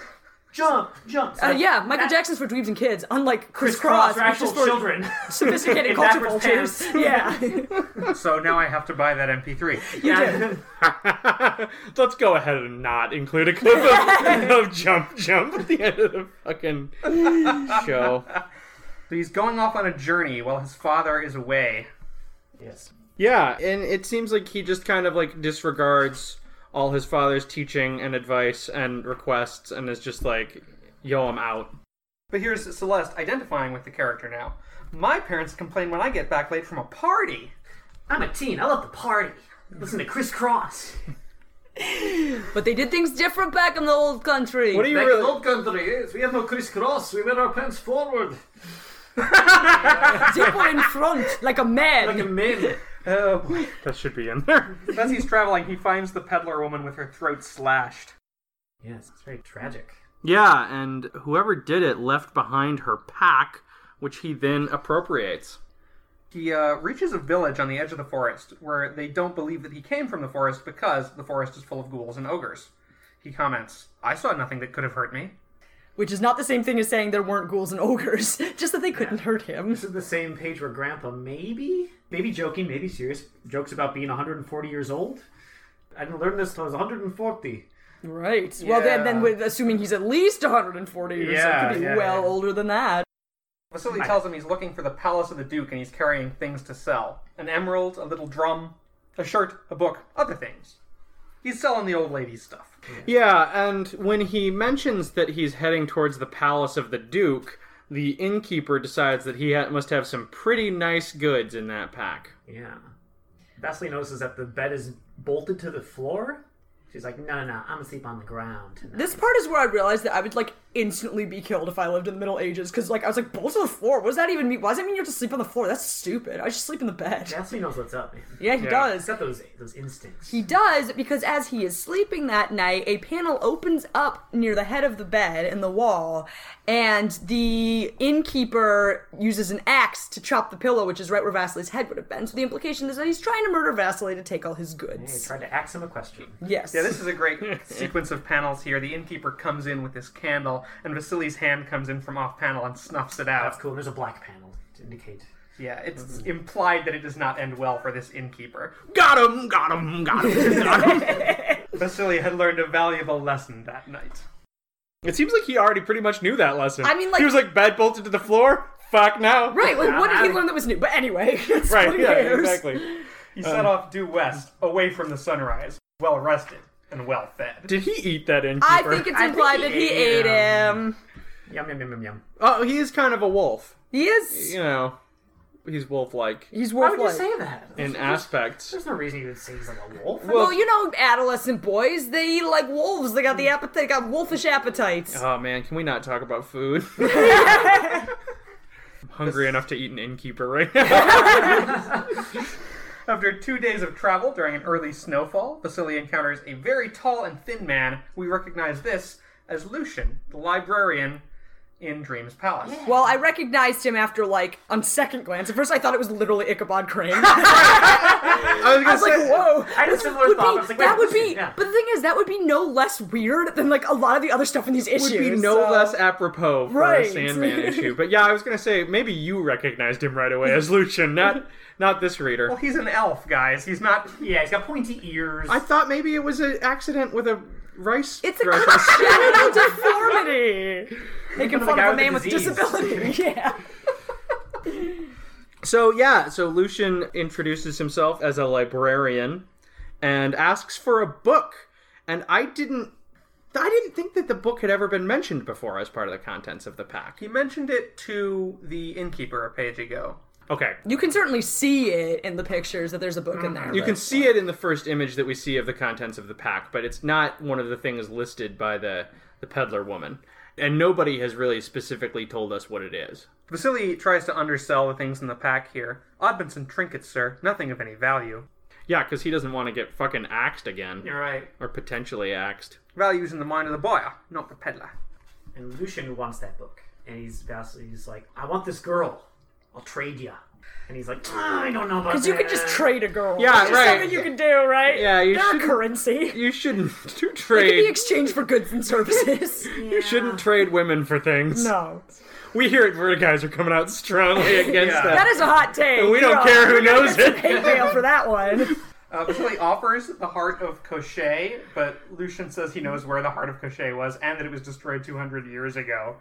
Jump, jump. So Uh, yeah, Michael Jackson's for dweebs and kids, unlike Chris, Criss Cross Cross, for which actual is for children. sophisticated In culture backwards vultures. pants. Yeah, So now I have to buy that MP3. you do. Let's go ahead and not include a clip of, of jump jump at the end of the fucking show. So he's going off on a journey while his father is away. yes. Yeah, and it seems like he just kind of like disregards all his father's teaching and advice and requests and is just like, yo, I'm out. But here's Celeste identifying with the character now. My parents complain when I get back late from a party. I'm a teen. I love the party. Listen to Criss Cross. But they did things different back in the old country. What do you Back in really old country, yes, we have no Criss Cross. We wear our pants forward Zipper in front, like a man. like a man. Oh boy. That should be in there. As he's traveling, he finds the peddler woman with her throat slashed. yes, it's very tragic. Yeah, and whoever did it left behind her pack, which he then appropriates. He uh, reaches a village on the edge of the forest where they don't believe that he came from the forest because the forest is full of ghouls and ogres. He comments, I saw nothing that could have hurt me. Which is not the same thing as saying there weren't ghouls and ogres, just that they couldn't hurt him. This is the same page where Grandpa maybe, maybe joking, maybe serious, jokes about being 140 years old. I didn't learn this till I was 140. Right. Well, then, then Yeah. with, assuming he's at least 140 years old, Yeah, could be yeah, well yeah. older than that. Vasily tells him he's looking for the palace of the Duke and he's carrying things to sell an emerald, a little drum, a shirt, a book, other things. He's selling the old lady's stuff. Yeah, and when he mentions that he's heading towards the palace of the Duke, the innkeeper decides that he ha- must have some pretty nice goods in that pack. Yeah. Vasily notices that the bed is bolted to the floor. She's like, no, no, no, I'm gonna sleep on the ground tonight. This part is where I realized that I would like instantly be killed if I lived in the Middle Ages because like I was like bolt to the floor. What does that even mean? Why does that mean you have to sleep on the floor? That's stupid. I just sleep in the bed. Vasily knows what's up, man. Yeah, he He's does. got those those instincts. He does because as he is sleeping that night, a panel opens up near the head of the bed in the wall, and the innkeeper uses an axe to chop the pillow, which is right where Vasily's head would have been. So the implication is that he's trying to murder Vasily to take all his He goods. tried to ask him a question. Yes. Yeah, this is a great sequence of panels here. The innkeeper comes in with this candle, and Vasily's hand comes in from off panel and snuffs it out. That's cool. And there's a black panel to indicate. Yeah, it's implied that it does not end well for this innkeeper. Got him, got him, got him, got him. Vasily had learned a valuable lesson that night. It seems like he already pretty much knew that lesson. I mean, like- he was like bed bolted to the floor. Fuck no. Right, like what did he learn that was new? But anyway, it's Right. who Yeah. cares? Exactly. He set off due west, away from the sunrise, well rested and well fed. Did he eat that innkeeper? I think it's I think implied he that he ate ate him. Yum yum yum yum yum. oh, he is kind of a wolf. He is. You know, he's wolf-like He's Why worth would you say that? in aspects. There's no reason you would say he's like a wolf. Well, you know, adolescent boys, they eat like wolves. They got the appetite, they got wolfish appetites. Oh man, can we not talk about food? I'm hungry enough to eat an innkeeper right now. After two days of travel during an early snowfall, Vasily encounters a very tall and thin man. We recognize this as Lucian, the librarian in Dream's Palace. Well, I recognized him after like on second glance. At first, I thought it was literally Ichabod Crane. I was gonna I was like, whoa. I had a similar Would be- thought. I was like, wait, that would listen, be, yeah. but the thing is, that would be no less weird than like a lot of the other stuff in these issues. would be no so- less apropos for Right. a Sandman issue. But yeah, I was gonna say maybe you recognized him right away as Lucian, not not this reader. Well, he's an elf, guys. He's not. Yeah, he's got pointy ears. I thought maybe it was an accident with a rice. It's a dress. congenital deformity. Making the fun guy of a with the man with a disease. disability. Yeah. so yeah, so Lucian introduces himself as a librarian and asks for a book, and I didn't. I didn't think that the book had ever been mentioned before as part of the contents of the pack. He mentioned it to the innkeeper a page ago. Okay, You can certainly see it in the pictures that there's a Mm. book in there. You but- can see it in the first image that we see of the contents of the pack, but it's not one of the things listed by the, the peddler woman. And nobody has really specifically told us what it is. Vasily tries to undersell the things in the pack here. Oddments and trinkets, sir. Nothing of any value. Yeah, because he doesn't want to get fucking axed again, You're right. or potentially axed. Values in the mind of the buyer, not the peddler. And Lucian wants that book. And he's vastly he's like, I want this girl. I'll trade ya. And he's like, "Ah, I don't know about that. Because you could just trade a girl. Yeah, It's just right. Something you can do, right? Yeah, you They're a shouldn't- currency. You shouldn't do It can be trade. exchanged for goods and services. You shouldn't trade women for things. no, We here at Vertiguys are coming out strongly against that. that is a hot take. we don't You're care all- who knows it. Hate mail for that one. Uh, Vasily offers the heart of Cochet, but Lucian says he knows where the heart of Cochet was and that it was destroyed 200 years ago.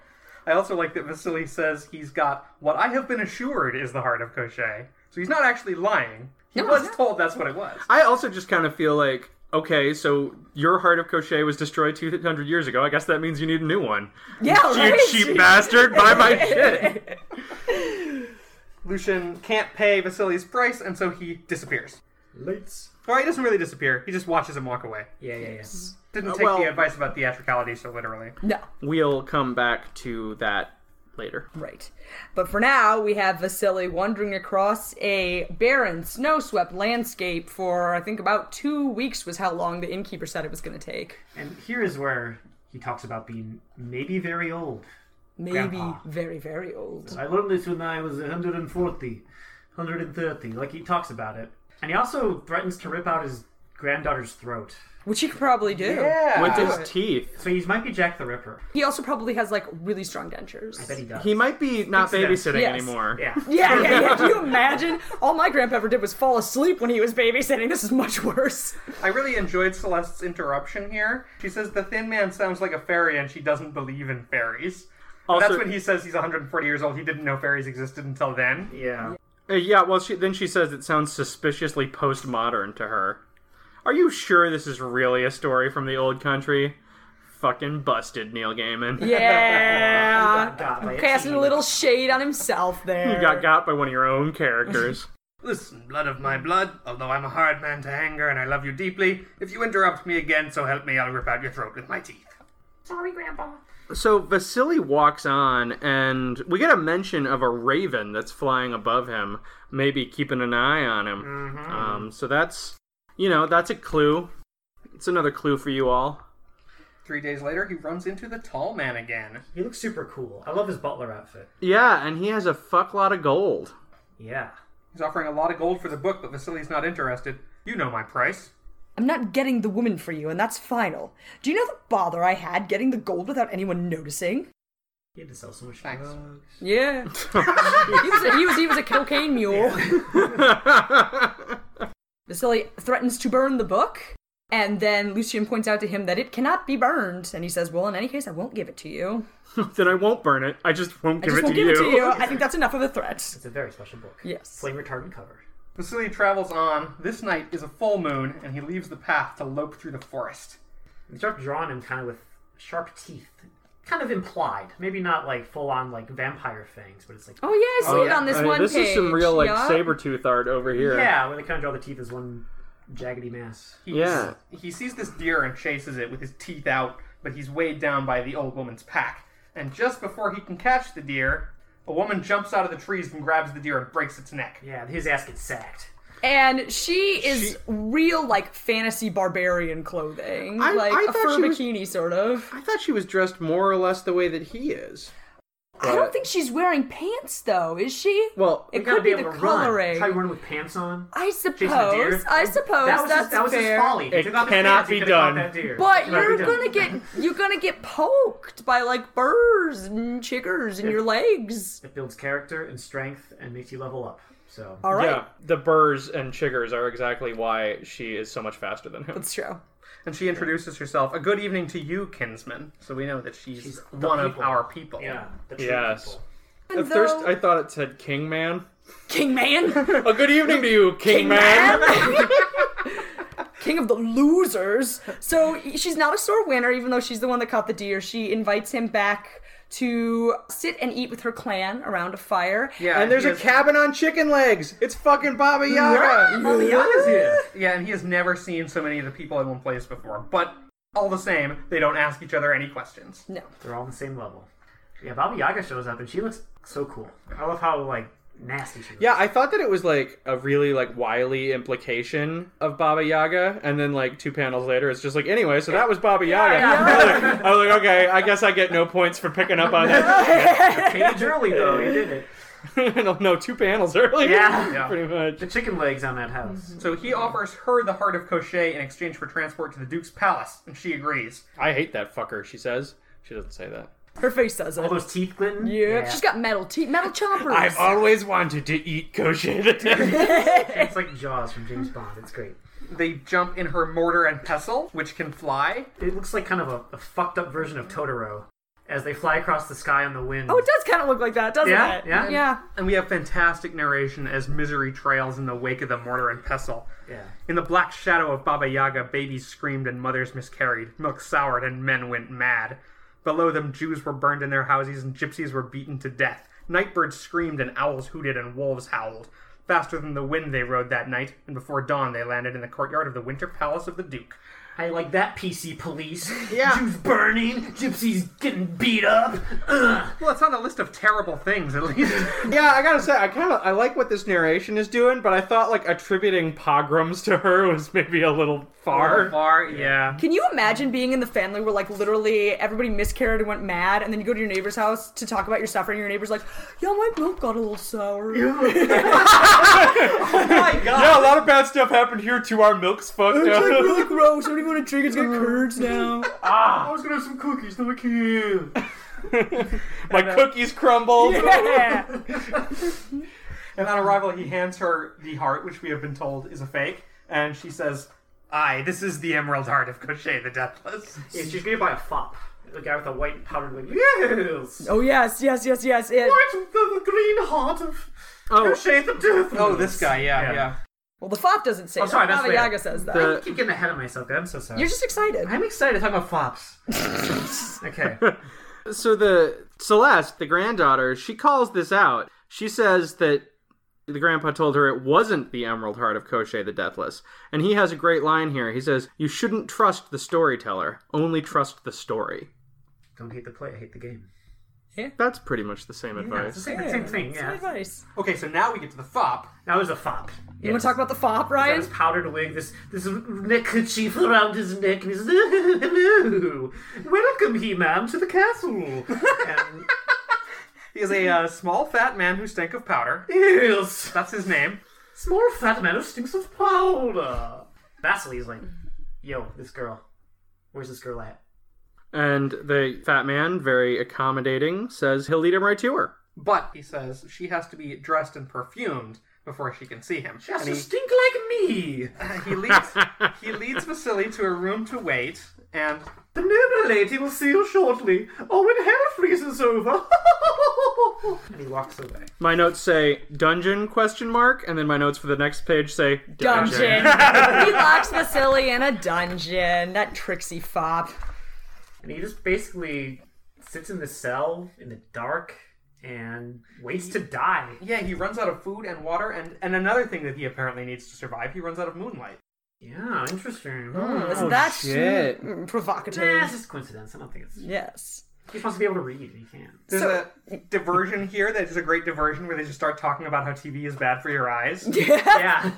I also like that Vasily says he's got what I have been assured is the heart of Cochet. So he's not actually lying. He No, was he's not. told that's what it was. I also just kind of feel like, okay, so your heart of Cochet was destroyed 200 years ago. I guess that means you need a new one. Yeah, right. You cheap bastard, buy my shit. Lucian can't pay Vasily's price, and so he disappears. Lates. Well, he doesn't really disappear. He just watches him walk away. Yeah, yeah, yeah. Didn't Uh, take well- the advice about theatricality so literally. No, We'll come back to that later. right. But for now, we have Vasily wandering across a barren, snow-swept landscape for I think about two weeks was how long the innkeeper said it was going to take. And here is where he talks about being maybe very old. Maybe Grandpa. very, very old. I learned this when I was 140, 130. Like he talks about it. And he also threatens to rip out his granddaughter's throat. Which he could probably do. With Uh, his teeth. So he might be Jack the Ripper. He also probably has like really strong dentures. I bet he does. He might be not babysitting Yes. anymore. yeah. Yeah, yeah, yeah. Can you imagine? All my grandpa ever did was fall asleep when he was babysitting. This is much worse. I really enjoyed Celeste's interruption here. She says the thin man sounds like a fairy and she doesn't believe in fairies. That's Also, when he says he's 140 years old. He didn't know fairies existed until then. Yeah. uh, yeah. Well, she, then she says it sounds suspiciously postmodern to her. Are you sure this is really a story from the old country? Fucking busted, Neil Gaiman. Yeah. God, by Casting a teen. little shade on himself there. You got got by one of your own characters. Listen, blood of my blood, although I'm a hard man to anger and I love you deeply, if you interrupt me again, so help me, I'll rip out your throat with my teeth. Sorry, Grandpa. so Vasily walks on, and we get a mention of a raven that's flying above him, maybe keeping an eye on him. Mm-hmm. Um, so that's, you know, that's a clue. It's another clue for you all. Three days later, he runs into the tall man again. He looks super cool. I love his butler outfit. Yeah, and he has a fuckload of gold. Yeah. He's offering a lot of gold for the book, but Vasily's not interested. You know my price. I'm not getting the woman for you, and that's final. Do you know the bother I had getting the gold without anyone noticing? He had to sell so much Thanks. drugs. Yeah. he, was a, he was he was a cocaine mule. Vasily threatens to burn the book, and then Lucian points out to him that it cannot be burned, and he says, "Well, in any case, I won't give it to you. then I won't burn it. I just won't I give, just it, won't to give you. it to you. I think that's enough of a threat." It's a very special book. Yes. Flame retardant cover. Vasily travels on. This night is a full moon, and he leaves the path to lope through the forest. They start drawing him kind of with sharp teeth. Kind of implied. Maybe not like full on like vampire fangs, but it's like Oh yeah, I see it on this I mean, one this page. is some real like yeah. saber tooth art over here. Yeah, where they kind of draw the teeth as one jaggedy mass. He's, Yeah. He sees this deer and chases it with his teeth out, but he's weighed down by the old woman's pack. And just before he can catch the deer, a woman jumps out of the trees and grabs the deer and breaks its neck. Yeah, his ass gets sacked. And she is real like fantasy barbarian clothing, I- like I a thought fur she was- bikini sort of. I thought she was dressed more or less the way that he is. I don't think she's wearing pants though, is she? Well, it gotta could be, able the to coloring. Run. Try to run with pants on. I Chasing the deer. suppose. I suppose that was that's his, that was fair. his folly. If he It took off his cannot pants, he be could've caught done. That deer. But It cannot you're be done. gonna get you're gonna get poked by like burrs and chiggers in your legs. It builds character and strength and makes you level up. So All right, Yeah, the burrs and chiggers are exactly why she is so much faster than him. that's true. And she introduces herself. A good evening to you, kinsman. So we know that she's, She's the one of people. our people. yeah, the true Yes. people. And At first, though- I thought it said King Man. King man, Oh, good evening to you, King, King Man. man. King of the losers. So she's not a sore winner, even though she's the one that caught the deer. She invites him back to sit and eat with her clan around a fire. Yeah, And there's he a has- cabin on chicken legs. It's fucking Baba Yaga. Well, the Yaga's here. Yeah, and he has never seen so many of the people in one place before. But all the same, they don't ask each other any questions. No. They're all on the same level. Yeah, Baba Yaga shows up and she looks so cool. I love how like nasty she looks. Yeah, I thought that it was like a really like wily implication of Baba Yaga, and then like two panels later, it's just like anyway. So that was Baba Yaga. I was like, okay, I guess I get no points for picking up on that. Page early though, you did it. no, no, two panels early. Yeah. pretty much. The chicken legs on that house. Mm-hmm. So he offers her the heart of Cochet in exchange for transport to the Duke's palace, and she agrees. I hate that fucker. She says. She doesn't say that. Her face says All it. those teeth glitting. Yeah. She's got metal teeth, metal chompers. I've always wanted to eat kosher. it's like Jaws from James Bond. It's great. They jump in her mortar and pestle, which can fly. It looks like kind of a, a fucked up version of Totoro as they fly across the sky on the wind. Oh, it does kind of look like that, doesn't Yeah, it? yeah. yeah. And we have fantastic narration as misery trails in the wake of the mortar and pestle. Yeah. In the black shadow of Baba Yaga, babies screamed and mothers miscarried, milk soured and men went mad. Below them, Jews were burned in their houses and gypsies were beaten to death. Nightbirds screamed and owls hooted and wolves howled. Faster than the wind they rode that night, and before dawn they landed in the courtyard of the Winter Palace of the Duke. I like that PC police. Yeah. Jews burning, gypsies getting beat up. Ugh. Well, it's on the list of terrible things, at least. yeah, I gotta say, I kind of I like what this narration is doing, but I thought like attributing pogroms to her was maybe a little far. Far, yeah. Can you imagine being in the family where like literally everybody miscarried and went mad, and then you go to your neighbor's house to talk about your suffering, and your neighbor's like, "Yeah, my milk got a little Oh sour." Yeah, a lot of bad stuff happened here too. Our milk's fucked It's like up. really gross. What do you want to drink? It's got curds now. I was gonna have some cookies, no I can't. My cookies crumbled. Yeah. And on arrival, he hands her the heart, which we have been told is a fake, and she says, Aye, this is the Emerald Heart of Cochet the Deathless. Yeah, she's gonna buy a fop. The guy with the white powdered wig. Yes! Oh yes, yes, yes, yes. It. Right, the, the green heart of oh. Shade the Death. Oh, this guy. Yeah, yeah. Well, the fop doesn't say. Oh, sorry, that. that's Baba later. Yaga says that. I keep getting ahead of myself, I'm so sorry. You're just excited. I'm excited talking about flops. okay. So the Celeste, the granddaughter, she calls this out. She says that the grandpa told her it wasn't the Emerald Heart of Koshé the Deathless. And he has a great line here. He says, "You shouldn't trust the storyteller, only trust the story." Don't hate the play, hate the game. That's pretty much the same Yeah, it's the advice. same, same thing, Some yeah. advice. Okay, so now we get to the fop. That was a fop. You want to talk about the fop, Ryan? This powdered wig, this this neckerchief around his neck, and he's hello, welcome he ma'am to the castle. and He is a uh, small, fat man who stank of powder. yes, That's his name. small fat man who stinks of powder. Vasily's like, yo, this girl, where's this girl at? And the fat man, very accommodating, says he'll lead him right to her. But he says she has to be dressed and perfumed before she can see him. She has And to he- stink like me. he leads he leads Vasily to a room to wait, and The noble lady will see you shortly. Oh, when hell freezes over. and he walks away. My notes say dungeon question mark, and then my notes for the next page say Dungeon. he locks Vasily in a dungeon. That tricksy fop. And he just basically sits in the cell in the dark and waits to die. yeah, he runs out of food and water, and and another thing that he apparently needs to survive, he runs out of moonlight. Yeah, interesting. Isn't Hmm. that shit. mm, Nah, it's provocative? just coincidence. I don't think it's. Yes. He's supposed to be able to read, and he can't. There's So- a diversion here that is a great diversion where they just start talking about how TV is bad for your eyes. yeah.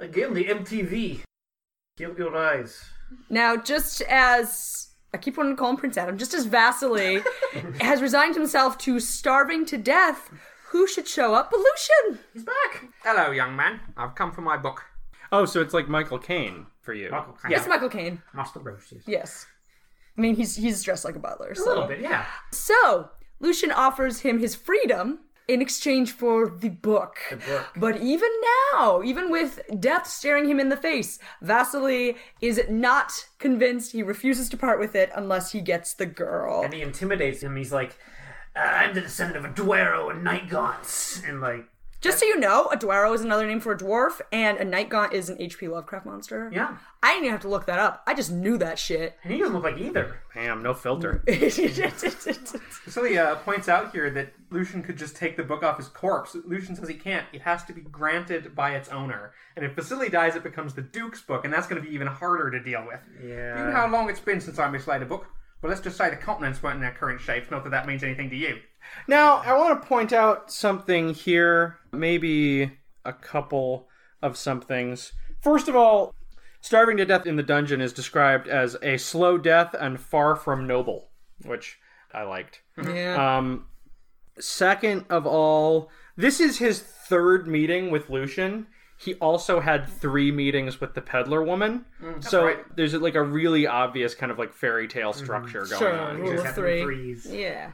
Again, the MTV. Guilt your eyes. Now, just as I keep wanting to call him Prince Adam, just as Vasily has resigned himself to starving to death, who should show up? But Lucian. He's back. Hello, young man. I've come for my book. Oh, so it's like Michael Caine for you. Michael Caine. It's Michael Caine. Master Brosius. Yes. I mean, he's he's dressed like a butler. A So. little bit, yeah. So, Lucian offers him his freedom in exchange for the book. The book. But even now, even with death staring him in the face, Vasily is not convinced. He refuses to part with it unless he gets the girl. And he intimidates him. He's like, "Uh, I'm the descendant of a Duero and Night Gaunts. And like, Just so you know, a Duero is another name for a dwarf, and a Night Gaunt is an H.P. Lovecraft monster. yeah. I didn't even have to look that up. I just knew that shit. And he doesn't look like either. Damn, no filter. Vasily uh, points out here that Lucian could just take the book off his corpse. Lucian says he can't. It has to be granted by its owner. And if Vasily dies, it becomes the Duke's book, and that's going to be even harder to deal with. You know Yeah. how long it's been since I mislaid a book? Well, let's just say the continents weren't in their current shapes, not that that means anything to you. Now, I want to point out something here, maybe a couple of some things. First of all, starving to death in the dungeon is described as a slow death and far from noble, which I liked. yeah. Um, second of all, this is his third meeting with Lucian. He also had three meetings with the peddler woman. so there's like a really obvious kind of like fairy tale structure going Sure. on. Rule Just of happened to three. freeze. Yeah.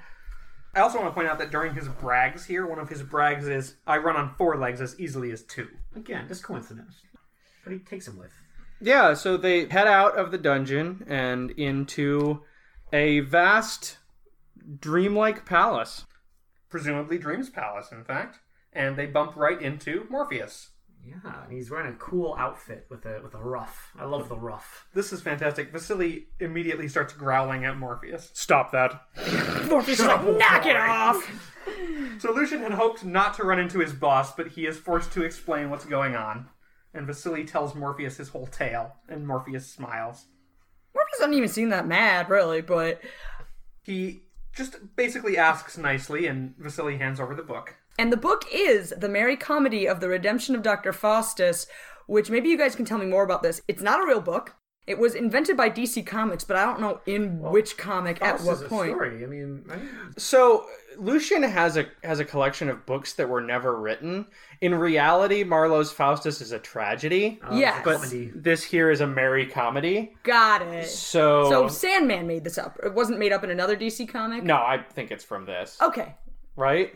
I also want to point out that during his brags here, one of his brags is, I run on four legs as easily as two. Again, just coincidence. But he takes him with. Yeah, so they head out of the dungeon and into a vast dreamlike palace. Presumably Dream's Palace, in fact. And they bump right into Morpheus. Yeah, and he's wearing a cool outfit with a with a ruff. I love the ruff. This is fantastic. Vasily immediately starts growling at Morpheus. Stop that. Morpheus is like, knock it off! So Lucian had hoped not to run into his boss, but he is forced to explain what's going on. And Vasily tells Morpheus his whole tale, and Morpheus smiles. Morpheus doesn't even seem that mad, really, but He just basically asks nicely, and Vasily hands over the book. And the book is The Merry Comedy of the Redemption of Dr. Faustus, which maybe you guys can tell me more about this. It's not a real book. It was invented by DC Comics, but I don't know in which comic at This is what a point. Story. I mean, right? So Lucian has a has a collection of books that were never written. In reality, Marlowe's Faustus is a tragedy. Uh, Yes. it's a But- comedy. This here is a merry comedy. Got it. So, So Sandman made this up. It wasn't made up in another DC comic? no, I think it's from this, Okay. right?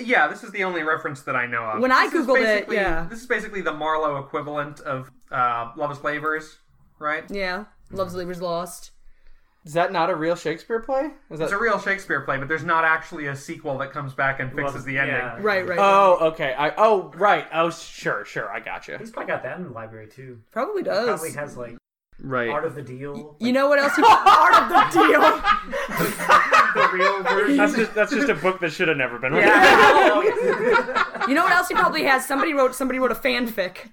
Yeah, this is the only reference that I know of. When I This is Googled it, basically- yeah. This is basically the Marlowe equivalent of uh, Love is Flavors, right? Yeah. Love's Labor's Lost. Is that not a real Shakespeare play? Is that? It's a real Shakespeare play, but there's not actually a sequel that comes back and fixes the ending. Yeah. Right, right. Oh, okay. I oh right. Oh sure, sure. I gotcha. He's probably got that in the library too. Probably does. Probably has like Art Right. of the Deal, you know what else? He, part of the deal. the real version. That's just that's just a book that should have never been written. You know what else he probably has? Somebody wrote. Somebody wrote a fanfic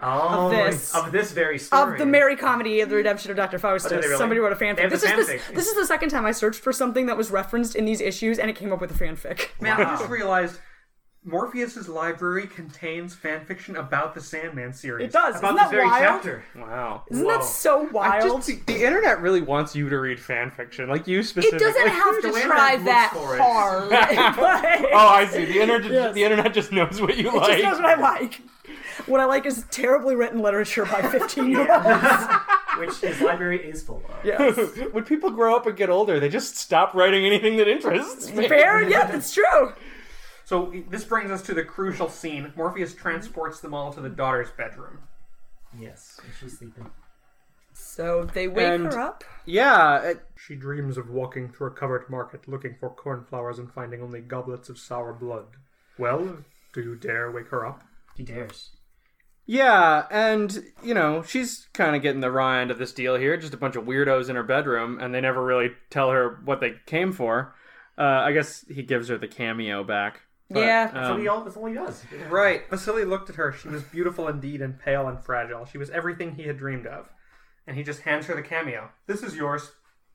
oh, Of this. of this very story. of the merry comedy of the redemption of Dr. then they were Faustus. like- Somebody wrote a they fanfic. have This the is the, fanfic. this is the second time I searched for something that was referenced in these issues, and it came up with a fanfic. Man, I just realized Morpheus's library contains fanfiction about the Sandman series. It does. about Isn't this that very wild? chapter. Wow. Isn't Whoa. that so I wild? just, the, the internet really wants you to read fan fiction, like you It specifically. doesn't have to The way try that looks that for it. hard. Like, oh, I see. The internet, the internet just knows what you It Oh, like. just knows what I like. What I like is terribly written literature by 15 year olds. which his library is full of. Yes. when people grow up and get older, they just stop writing anything that interests me. Fair? Yeah, that's true. So this brings us to the crucial scene. Morpheus transports them all to the daughter's bedroom. Yes, and she's sleeping. So they wake And- her up. Yeah, it- She dreams of walking through a covered market looking for cornflowers and finding only goblets of sour blood. Well, do you dare wake her up? He dares. yeah, and you know she's kind of getting the raw end of this deal here. Just a bunch of weirdos in her bedroom, and they never really tell her what they came for. Uh, I guess he gives her the cameo back. but, Yeah. um, That's, all he, all- that's all he does. Right. Vasily looked at her. She was beautiful indeed and pale and fragile. She was everything he had dreamed of. And he just hands her the cameo. This is yours.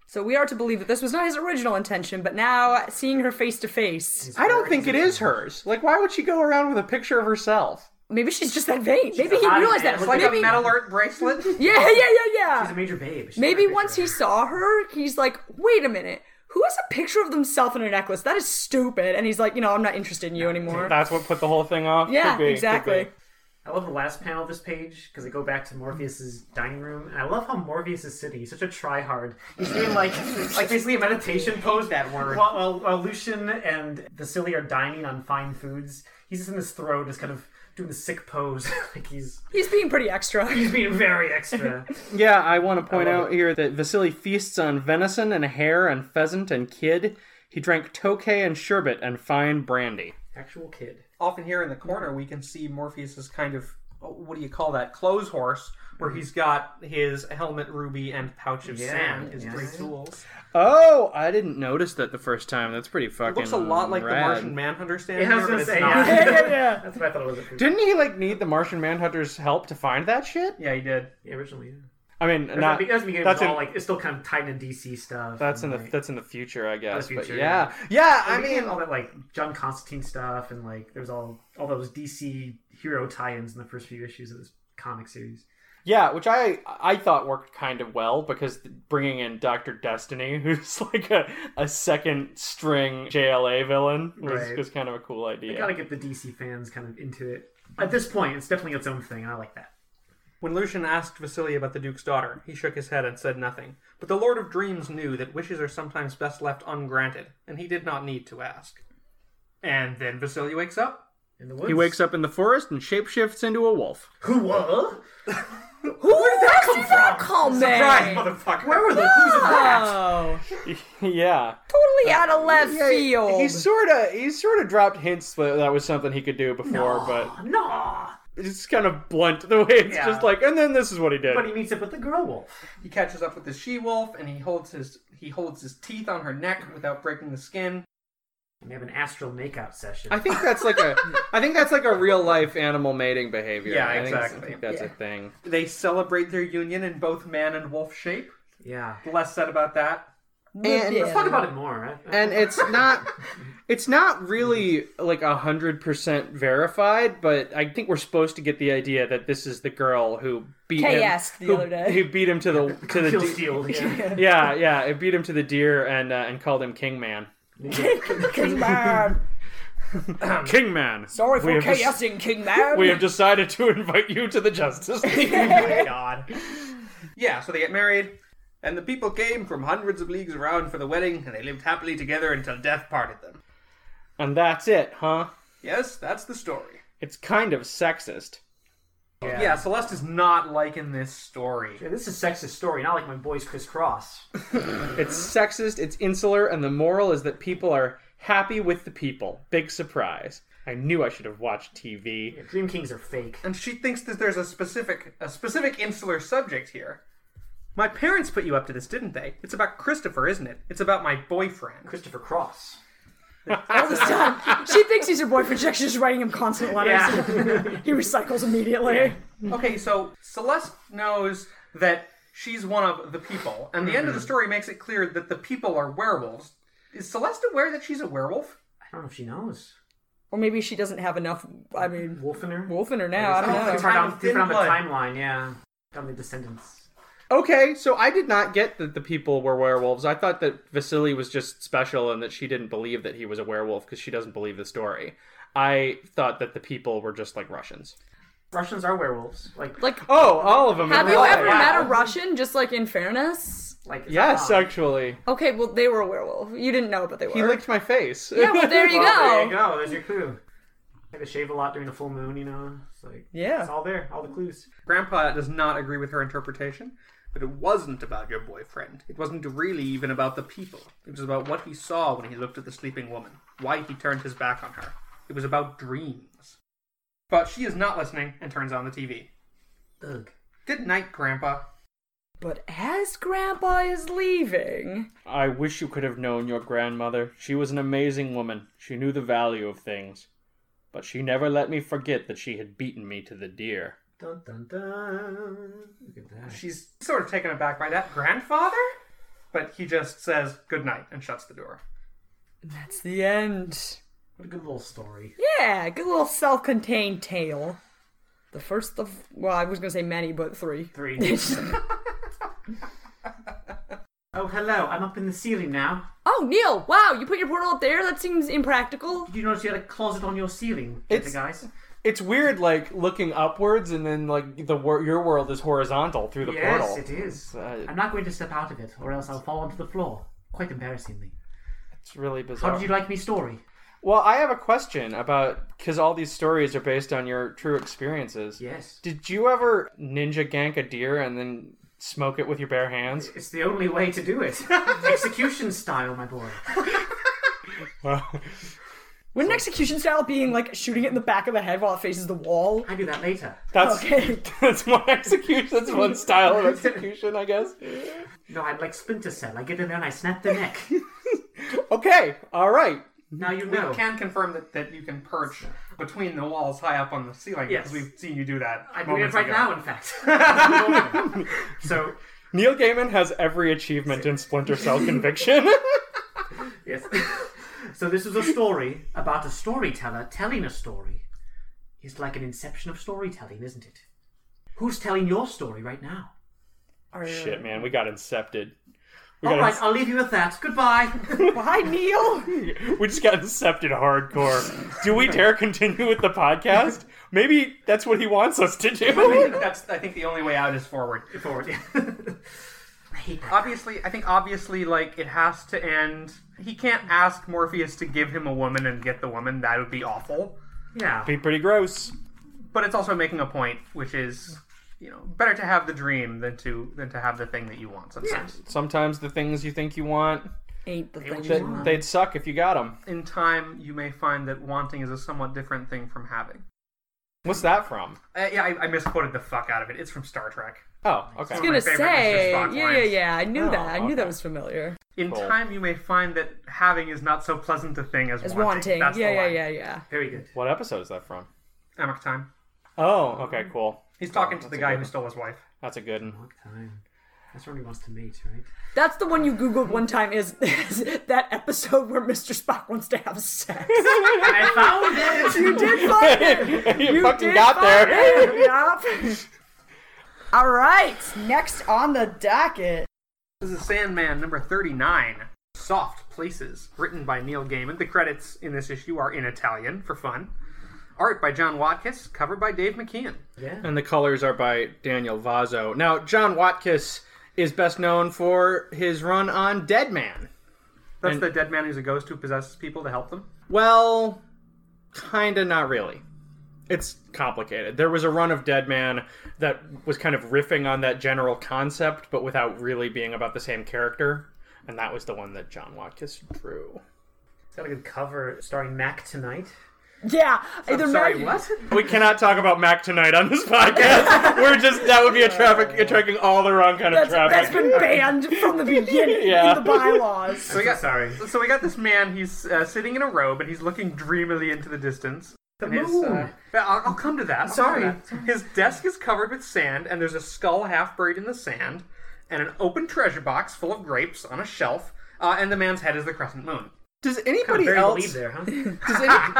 So we are to believe that this was not his original intention, but now seeing her face to face, I don't think it is hers. Like, why would she go around with a picture of herself? maybe she's just that vain. Maybe he hot realized man. that. It's Like maybe, a metal art bracelet. yeah, yeah, yeah, yeah. He's a major babe. She's Maybe not a once he saw her, he's like, wait a minute, who has a picture of themselves in a necklace? That is stupid. And he's like, you know, I'm not interested in you anymore. That's what put the whole thing off. yeah, Could be, could exactly. be. I love the last panel of this page because I go back to Morpheus's dining room, and I love how Morpheus is sitting. He's such a tryhard. He's doing like, like basically a meditation pose. That word. While, while, while Lucian and Vasily are dining on fine foods, he's just in his throw, just kind of doing the sick pose, like he's He's being pretty extra. he's being very extra. Yeah, I want to point out here that Vasily feasts on venison and hare and pheasant and kid. He drank tokay and sherbet and fine brandy. Actual kid. Often here in the corner, we can see Morpheus's kind of oh, what do you call that? Clothes horse, Mm. where he's got his helmet ruby and pouch of Yeah, sand, his yeah. three tools. Oh, I didn't notice that the first time. That's pretty fucking. Looks a lot like the rad. Martian Manhunter stand Yeah, I here, was but gonna it's say, not. yeah. yeah, yeah. That's what I thought it was. At first. Didn't he like need the Martian Manhunter's help to find that shit? Yeah, he did. Yeah, originally, yeah. I mean, Not, not, that was the beginning. It that's was all in- like it's still kind of tied to DC stuff. that's in and, the like, that's in the future, I guess. future, but yeah, yeah. I I mean, mean, all that like John Constantine stuff, and like there's all all those DC hero tie-ins in the first few issues of this comic series. Yeah, which I I thought worked kind of well because bringing in Doctor Destiny, who's like a, a second string JLA villain, was, Right. was kind of a cool idea. You gotta get the DC fans kind of into it. At this point, it's definitely its own thing, and I like that. When Lucian asked Vasily about the Duke's daughter, he shook his head and said nothing. But the Lord of Dreams knew that wishes are sometimes best left ungranted, and he did not need to ask. And then Vasily wakes up. In the woods, He wakes up in the forest and shapeshifts into a wolf. Who were? Where did that come from? Call me. Surprise, motherfucker! Where were the? Who's that? Oh, yeah. totally out of left field. He sort of he sort of dropped hints that that was something he could do before, but No. it's kind of blunt the way it's Yeah. just like and then this is what he did. But he meets up with the girl wolf. He catches up with the she-wolf, and he holds his he holds his teeth on her neck without breaking the skin. And they have an astral makeout session. I think that's like a I think that's like a real life animal mating behavior. Yeah, I think it's- exactly. I think that's Yeah. a thing. They celebrate their union in both man and wolf shape. yeah. The less said about that. And- Yeah. Let's talk about it more. Right? and it's not it's not really like a hundred percent verified but i think we're supposed to get the idea that this is the girl who beat him Kayased the who, other day. who beat him to the to the Kill de- Steel. Yeah. yeah yeah it beat him to the deer and uh, and called him king man King Man. king man Sorry We for have just- chaosing, King Man. we have decided to invite you to the justice league God. Yeah, so they get married, and the people came from hundreds of leagues around for the wedding, and they lived happily together until death parted them. and that's it huh Yes, that's the story. it's kind of sexist Yeah. Celeste is not liking this story. Yeah, this is a sexist story, not like my boys crisscross. It's sexist, it's insular, and the moral is that people are happy with the people. Big surprise. I knew I should have watched TV. Yeah, Dream Kings are fake. And she thinks that there's a specific a specific insular subject here. My parents put you up to this, didn't they? It's about Christopher, isn't it? It's about my boyfriend. Christopher Cross. All this time, she thinks he's her boyfriend. She's actually just writing him constant letters. he recycles immediately. Okay, so Celeste knows that she's one of the people, and the end of the story makes it clear that the people are werewolves. Is Celeste aware that she's a werewolf? I don't know if she knows. Or maybe she doesn't have enough. I mean, Wolf in her? wolf in her now. I Oh, don't it's hard know. Time on, Thin different on the Blood. timeline, yeah. On the descendants. Okay, so I did not get that the people were werewolves. I thought that Vasily was just special and that she didn't believe that he was a werewolf because she doesn't believe the story. I thought that the people were just like Russians. Russians are werewolves. Like, Like, Oh, all of them. have you real ever life. met a Russian? Just like in fairness. like it's Yes, not- actually. Okay, well they were a werewolf. You didn't know, but they were. He licked my face. yeah, well there you Well, there you go. go. There's your clue. I had to shave a lot during the full moon, you know. It's like Yeah. it's all there, all the clues. Grandpa does not agree with her interpretation, but it wasn't about your boyfriend. It wasn't really even about the people. It was about what he saw when he looked at the sleeping woman, why he turned his back on her. It was about dreams. But she is not listening and turns on the TV. Ugh. Good night, Grandpa. But as Grandpa is leaving, I wish you could have known your grandmother. She was an amazing woman. She knew the value of things. But she never let me forget that she had beaten me to the deer. Dun dun dun. Look at that. She's sort of taken aback by that. Grandfather? But he just says good night and shuts the door. that's the end. What a good little story. Yeah, good little self-contained tale. The first of well, I was gonna say many, but three. Three. oh, hello. I'm up in the ceiling now. oh, Neil! Wow, you put your portal up there. That seems impractical. Did you notice you had a closet on your ceiling, did It's- you guys? It's weird, like looking upwards, and then like the wor- your world is horizontal through the Yes, portal. it is. uh, I'm not going to step out of it, or else I'll fall onto the floor. Quite embarrassingly. It's really How bizarre. did you like me story? well, I have a question about because all these stories are based on your true experiences. Yes. Did you ever ninja gank a deer and then smoke it with your bare hands? It's the only way to do it. Execution style, my boy. Wouldn't execution style being like shooting it in the back of the head while it faces the wall? I do that later. That's Okay. that's one execution. That's one style of execution, I guess. No, I'd like Splinter Cell. I get in there and I snap the neck. Okay, all right. now you We know. can confirm that, that you can perch between the walls high up on the ceiling Yes. because we've seen you do that. I'm doing it moments right ago. now, in fact. so, Neil Gaiman has every achievement in Splinter Cell Conviction. yes. So this is a story about a storyteller telling a story. It's like an inception of storytelling, isn't it? Who's telling your story right now? Shit, man, we got incepted. We All got right, I'll leave you with that. Goodbye. Why, Neil? We just got incepted hardcore. Do we dare continue with the podcast? Maybe that's what he wants us to I do. think that's I think the only way out is forward. Forward. I hate that. Obviously, I think obviously like it has to end. He can't ask Morpheus to give him a woman and get the woman. That would be awful. Yeah. Be pretty gross. But it's also making a point, which is you know better to have the dream than to than to have the thing that you want. Sometimes Sometimes the things you think you want, Ain't the thing. that they'd suck if you got them. in time, you may find that wanting is a somewhat different thing from having. What's that from? Uh, yeah, I, I misquoted the fuck out of it. It's from Star Trek. Oh, I okay. was gonna favorite say, Mr. yeah, Spock yeah, lines. yeah. I knew Oh, that. I knew okay. that was familiar. In Cool. time, you may find that having is not so pleasant a thing as, As wanting, That's yeah, the yeah, line. yeah, yeah. Very good. What episode is that from? Amok time. Oh, okay, cool. He's talking to the that's a guy good who one. stole his wife. That's a good one. Fuck time. That's what he wants to meet, right? That's the one you googled one time. Is, is that episode where Mr. Spock wants to have sex? I found it! you did find it. you, You fucking did got find there. it. Yup. All right. Next on the docket. This is Sandman number 39, Soft Places, written by Neil Gaiman. The credits in this issue are in Italian for fun. Art by John Watkiss, cover by Dave McKeon. Yeah. And the colors are by Daniel Vazo. Now, John Watkiss is best known for his run on Dead Man. That's And- the dead man who's a ghost who possesses people to help them. Well, kinda not really. it's complicated. There was a run of Dead Man that was kind of riffing on that general concept, but without really being about the same character, and that was the one that John Watkiss drew. It's got a good cover starring Mac tonight. Yeah, either Sorry, Maggie- what? We cannot talk about Mac tonight on this podcast. We're just that would be a traffic attracting all the wrong kind of That's, traffic. that's been banned from the beginning Yeah. in the bylaws. So we got Sorry. so we got this man. He's uh, sitting in a robe and he's looking dreamily into the distance. The His, uh, I'll, I'll come to that. Sorry. His desk is covered with sand, and there's a skull half buried in the sand, and an open treasure box full of grapes on a shelf. Uh, and the man's head is the crescent moon. Does anybody Very else believe there, huh? Does, any-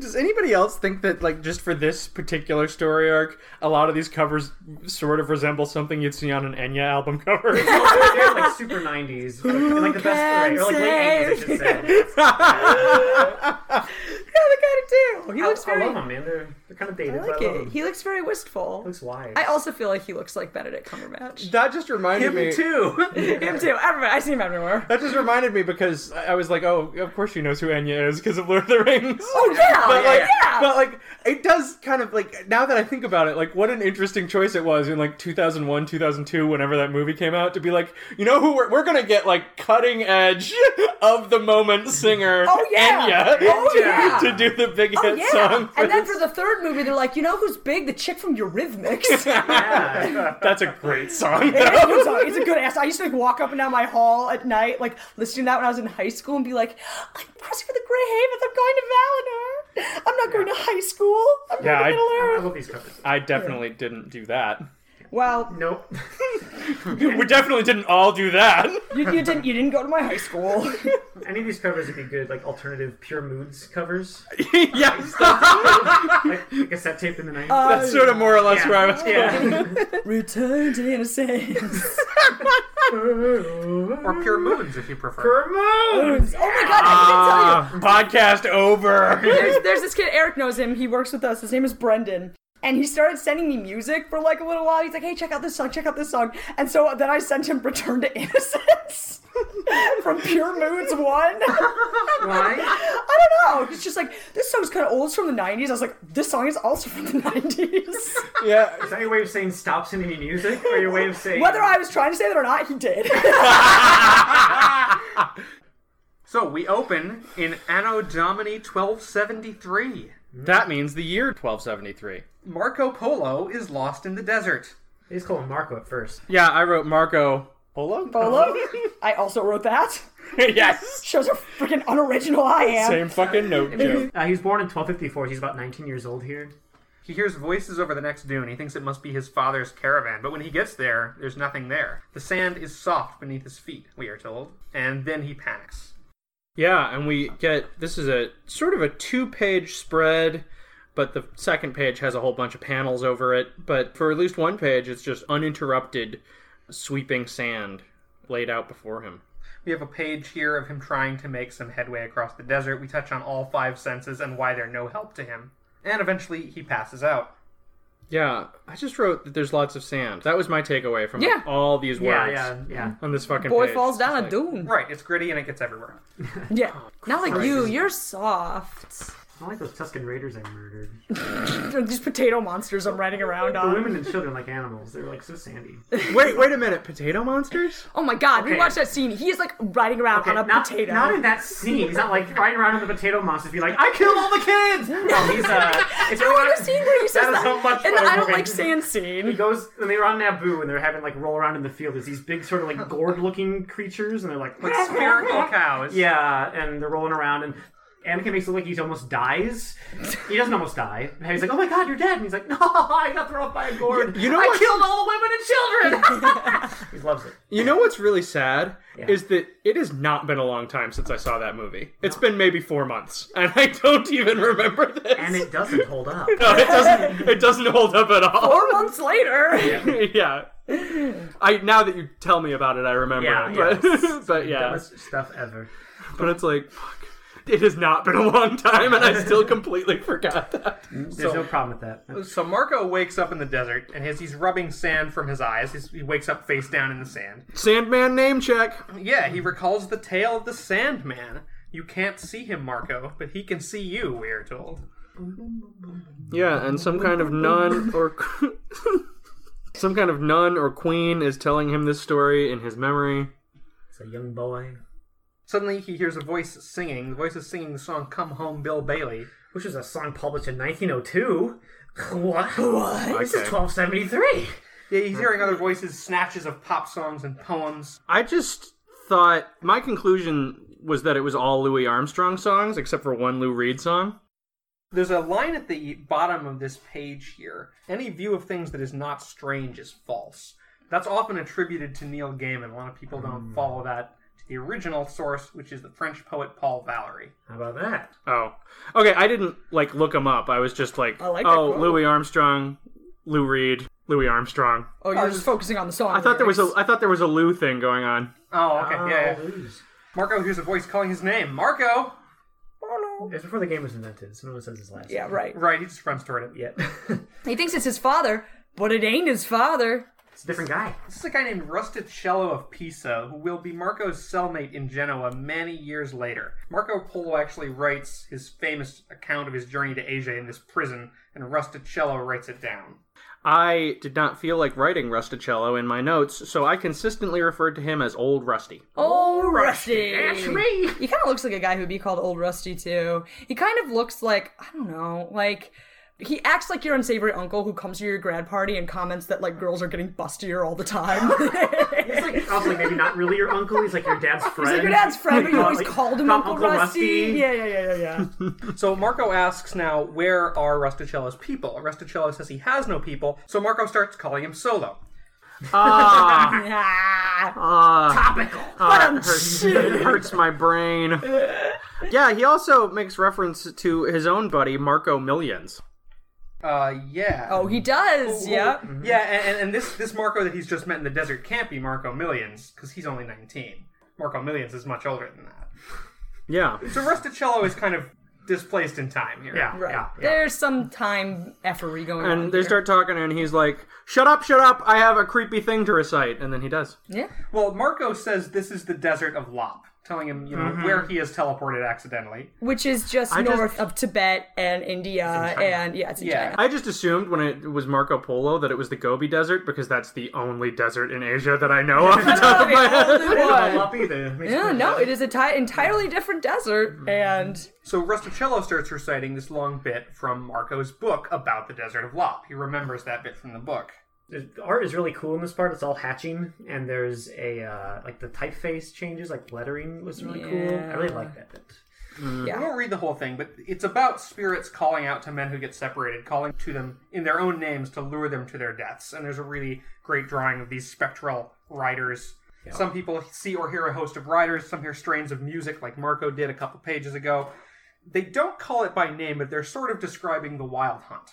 does anybody else think that, like, just for this particular story arc, a lot of these covers sort of resemble something you'd see on an Enya album cover? They're like super 90s. Like, in, like the best way. Or like late 80s, I should say. Yeah, they kind of do. He I, looks I very. love them, man. They're, they're kind of dated. I like but I love it. 'em. He looks very wistful. looks wise. I also feel like he looks like Benedict Cumberbatch. that just reminded me. too. Him too. Everybody, I see him everywhere. That just reminded me because I I was like, oh, of course she knows who Enya is because of Lord of the Rings. Oh yeah, But like, yeah. but like, it does kind of like. Now that I think about it, like, what an interesting choice it was in like 2001, 2002, whenever that movie came out, to be like, you know who we're, we're gonna get like cutting edge of the moment singer Oh, yeah. Enya Oh, to, yeah. to do the big hit Oh, yeah. song. and then for the third movie, they're like, you know who's big? The chick from Eurythmics. That's a great song. It though. is a good song. It's a good ass. I used to like walk up and down my hall at night, like listening to that when I was in high school, and be like, "I'm crossing for the Grey Havens. I'm going to Valinor. I'm not going to high school. I'm Yeah, I- going to Middle I Earth." love these covers. I definitely didn't do that. Well, Nope. We definitely didn't all do that. you, you didn't. You didn't go to my high school. Any of these covers would be good, like alternative pure moods covers, yes, like a cassette tape in the 90s. that's sort of more or less Yeah. where I was going. Return to innocence. Or pure moons, if you prefer. oh Pure moods. my god! I didn't tell you. Ah. podcast over. there's, there's this kid Eric knows him. He works with us. His name is Brendan. And he started sending me music for like a little while. He's like, "Hey, check out this song. Check out this song." And so then I sent him "Return to Innocence" from Pure Moods One. Why? I don't know. He's just like, "This song's kind of old. It's from the '90s." I was like, "This song is also from the '90s." Yeah. Is that your way of saying stop sending me music, or your way of saying Whether I was trying to say that or not, he did. So we open in Anno Domini 1273. That means the year 1273. Marco Polo is lost in the desert. They just call him Marco at first? Yeah, I wrote Marco Polo. Bolo. I also wrote that. yes. Shows how freaking unoriginal I am. Same fucking note joke. Uh, he was born in 1254. He's about 19 years old here. He hears voices over the next dune. He thinks it must be his father's caravan, but when he gets there, there's nothing there. The sand is soft beneath his feet, we are told, and then he panics. Yeah, and we get this is a sort of a two-page spread, but the second page has a whole bunch of panels over it. But for at least one page, it's just uninterrupted, sweeping sand laid out before him. We have a page here of him trying to make some headway across the desert. We touch on all five senses and why they're no help to him. And eventually he passes out. Yeah, I just wrote that there's lots of sand. That was my takeaway from Yeah. all these Yeah, words yeah, yeah. on this fucking Boy page. falls down a dune. Right, it's gritty and it gets everywhere. Yeah. Not like you. You're soft. I like those Tuscan Raiders I murdered. They're These potato monsters I'm riding around The on. women and children like animals. They're like so sandy. Wait, wait a minute. Potato monsters? Oh my god, we Okay. watched that scene. He is like riding around on a not, potato. Not in that scene. He's not like riding around on the potato monster. Be like, I killed all the kids. No, he's uh, it's I really want not- the scene where he says that that. is so much and the better I don't movie. like sand He scene. goes when they were on Naboo and they're having like roll around in the field. There's these big sort of like gourd-looking creatures, and they're like, Like spherical cows. yeah, and they're rolling around, and Anakin makes it look like he almost dies. He doesn't almost die. And he's like, "Oh my God, you're dead!" And he's like, "No, I got thrown off by a gourd. You know I what- killed all the women and children." he loves it. You know what's really sad Yeah. is that it has not been a long time since I saw that movie. It's been maybe four months, and I don't even remember this. And it doesn't hold up. no, it doesn't. It doesn't hold up at all. Four months later. yeah. I now that you tell me about it, I remember. Yeah, it, yeah. but, but yeah, Dumbest stuff ever. but it's like. Fuck. It has not been a long time, and I still completely forgot that. There's no problem with that. So Marco wakes up in the desert and as he's rubbing sand from his eyes, he's, he wakes up face down in the sand. Sandman name check. Yeah, he recalls the tale of the Sandman. You can't see him, Marco, but he can see you, we are told. Yeah, and some kind of nun or some kind of nun or queen is telling him this story in his memory. It's a young boy. Suddenly, he hears a voice singing. The voice is singing the song "Come Home, Bill Bailey." Which was a song published in 1902. What? What? This Okay. is 1273. Yeah, he's hearing other voices, snatches of pop songs and poems. I just thought my conclusion was that it was all Louis Armstrong songs except for one Lou Reed song. There's a line at the bottom of this page here. Any view of things that is not strange is false. That's often attributed to Neil Gaiman. A lot of people don't follow that to the original source, which is the French poet Paul Valery. How about that? Oh, okay. I didn't like look him up. I was just like, I like that oh, quote. Louis Armstrong, Lou Reed, Louis Armstrong. Oh, you're just focusing on the song. I thought there was a lyrics. I thought there was a Lou thing going on. Oh, okay, yeah, yeah. Lose. Marco hears a voice calling his name. Marco! It's before the game was invented, so no one says his last Yeah, right. Right, he just runs toward it. name yet. He thinks it's his father, but it ain't his father. it's a different guy. This is a guy named Rusticello of Pisa, who will be Marco's cellmate in Genoa many years later. Marco Polo actually writes his famous account of his journey to Asia in this prison, and Rusticello writes it down. I did not feel like writing Rusticello in my notes, so I consistently referred to him as Old Rusty. Old Rusty. That's me. He kind of looks like a guy who'd be called Old Rusty too. He kind of looks like I don't know, like he acts like your unsavory uncle who comes to your grad party and comments that like girls are getting bustier all the time. It's like also like maybe not really your uncle. He's like your dad's friend. He's like your dad's friend, but you always Like, called him "Not Uncle, Uncle Rusty. Rusty. Yeah, yeah, yeah, yeah, yeah. So Marco asks now, where are Rusticello's people? Rusticello says he has no people, so Marco starts calling him Solo. Ah, Ah, ah, topical. ah, it hurts, it hurts my brain. Yeah, he also makes reference to his own buddy Marco Millions. Uh, yeah. oh, he does. Yeah. Yeah, and, and- and this this Marco that he's just met in the desert can't be Marco Millions, because he's only 19. Marco Millions is much older than that. Yeah, So Rusticello is kind of displaced in time here. Yeah, Right. yeah, yeah. There's some time effery going on. and they here. start talking, and he's like, "Shut up, shut up! I have a creepy thing to recite," and then he does. Yeah. Well, Marco says this is the desert of Lop, telling him, you know, where he is teleported accidentally. Which is just I just- north of Tibet and India and yeah, it's in Yeah. China. I just assumed when it was Marco Polo that it was the Gobi Desert because that's the only desert in Asia that I know off the Oh, top of my head. I didn't level up either. Makes Yeah, sense. no, it is a ti entirely different desert, and So Rusticello starts reciting this long bit from Marco's book about the desert of Lop. He remembers that bit from the book. The art is really cool in this part. It's all hatching, and there's a uh, like the typeface changes, like lettering was really cool. I really like that bit. I won't read the whole thing, but it's about spirits calling out to men who get separated, calling to them in their own names to lure them to their deaths. And there's a really great drawing of these spectral riders. Some people see or hear a host of riders, some hear strains of music like Marco did a couple pages ago. They don't call it by name, but they're sort of describing the wild hunt.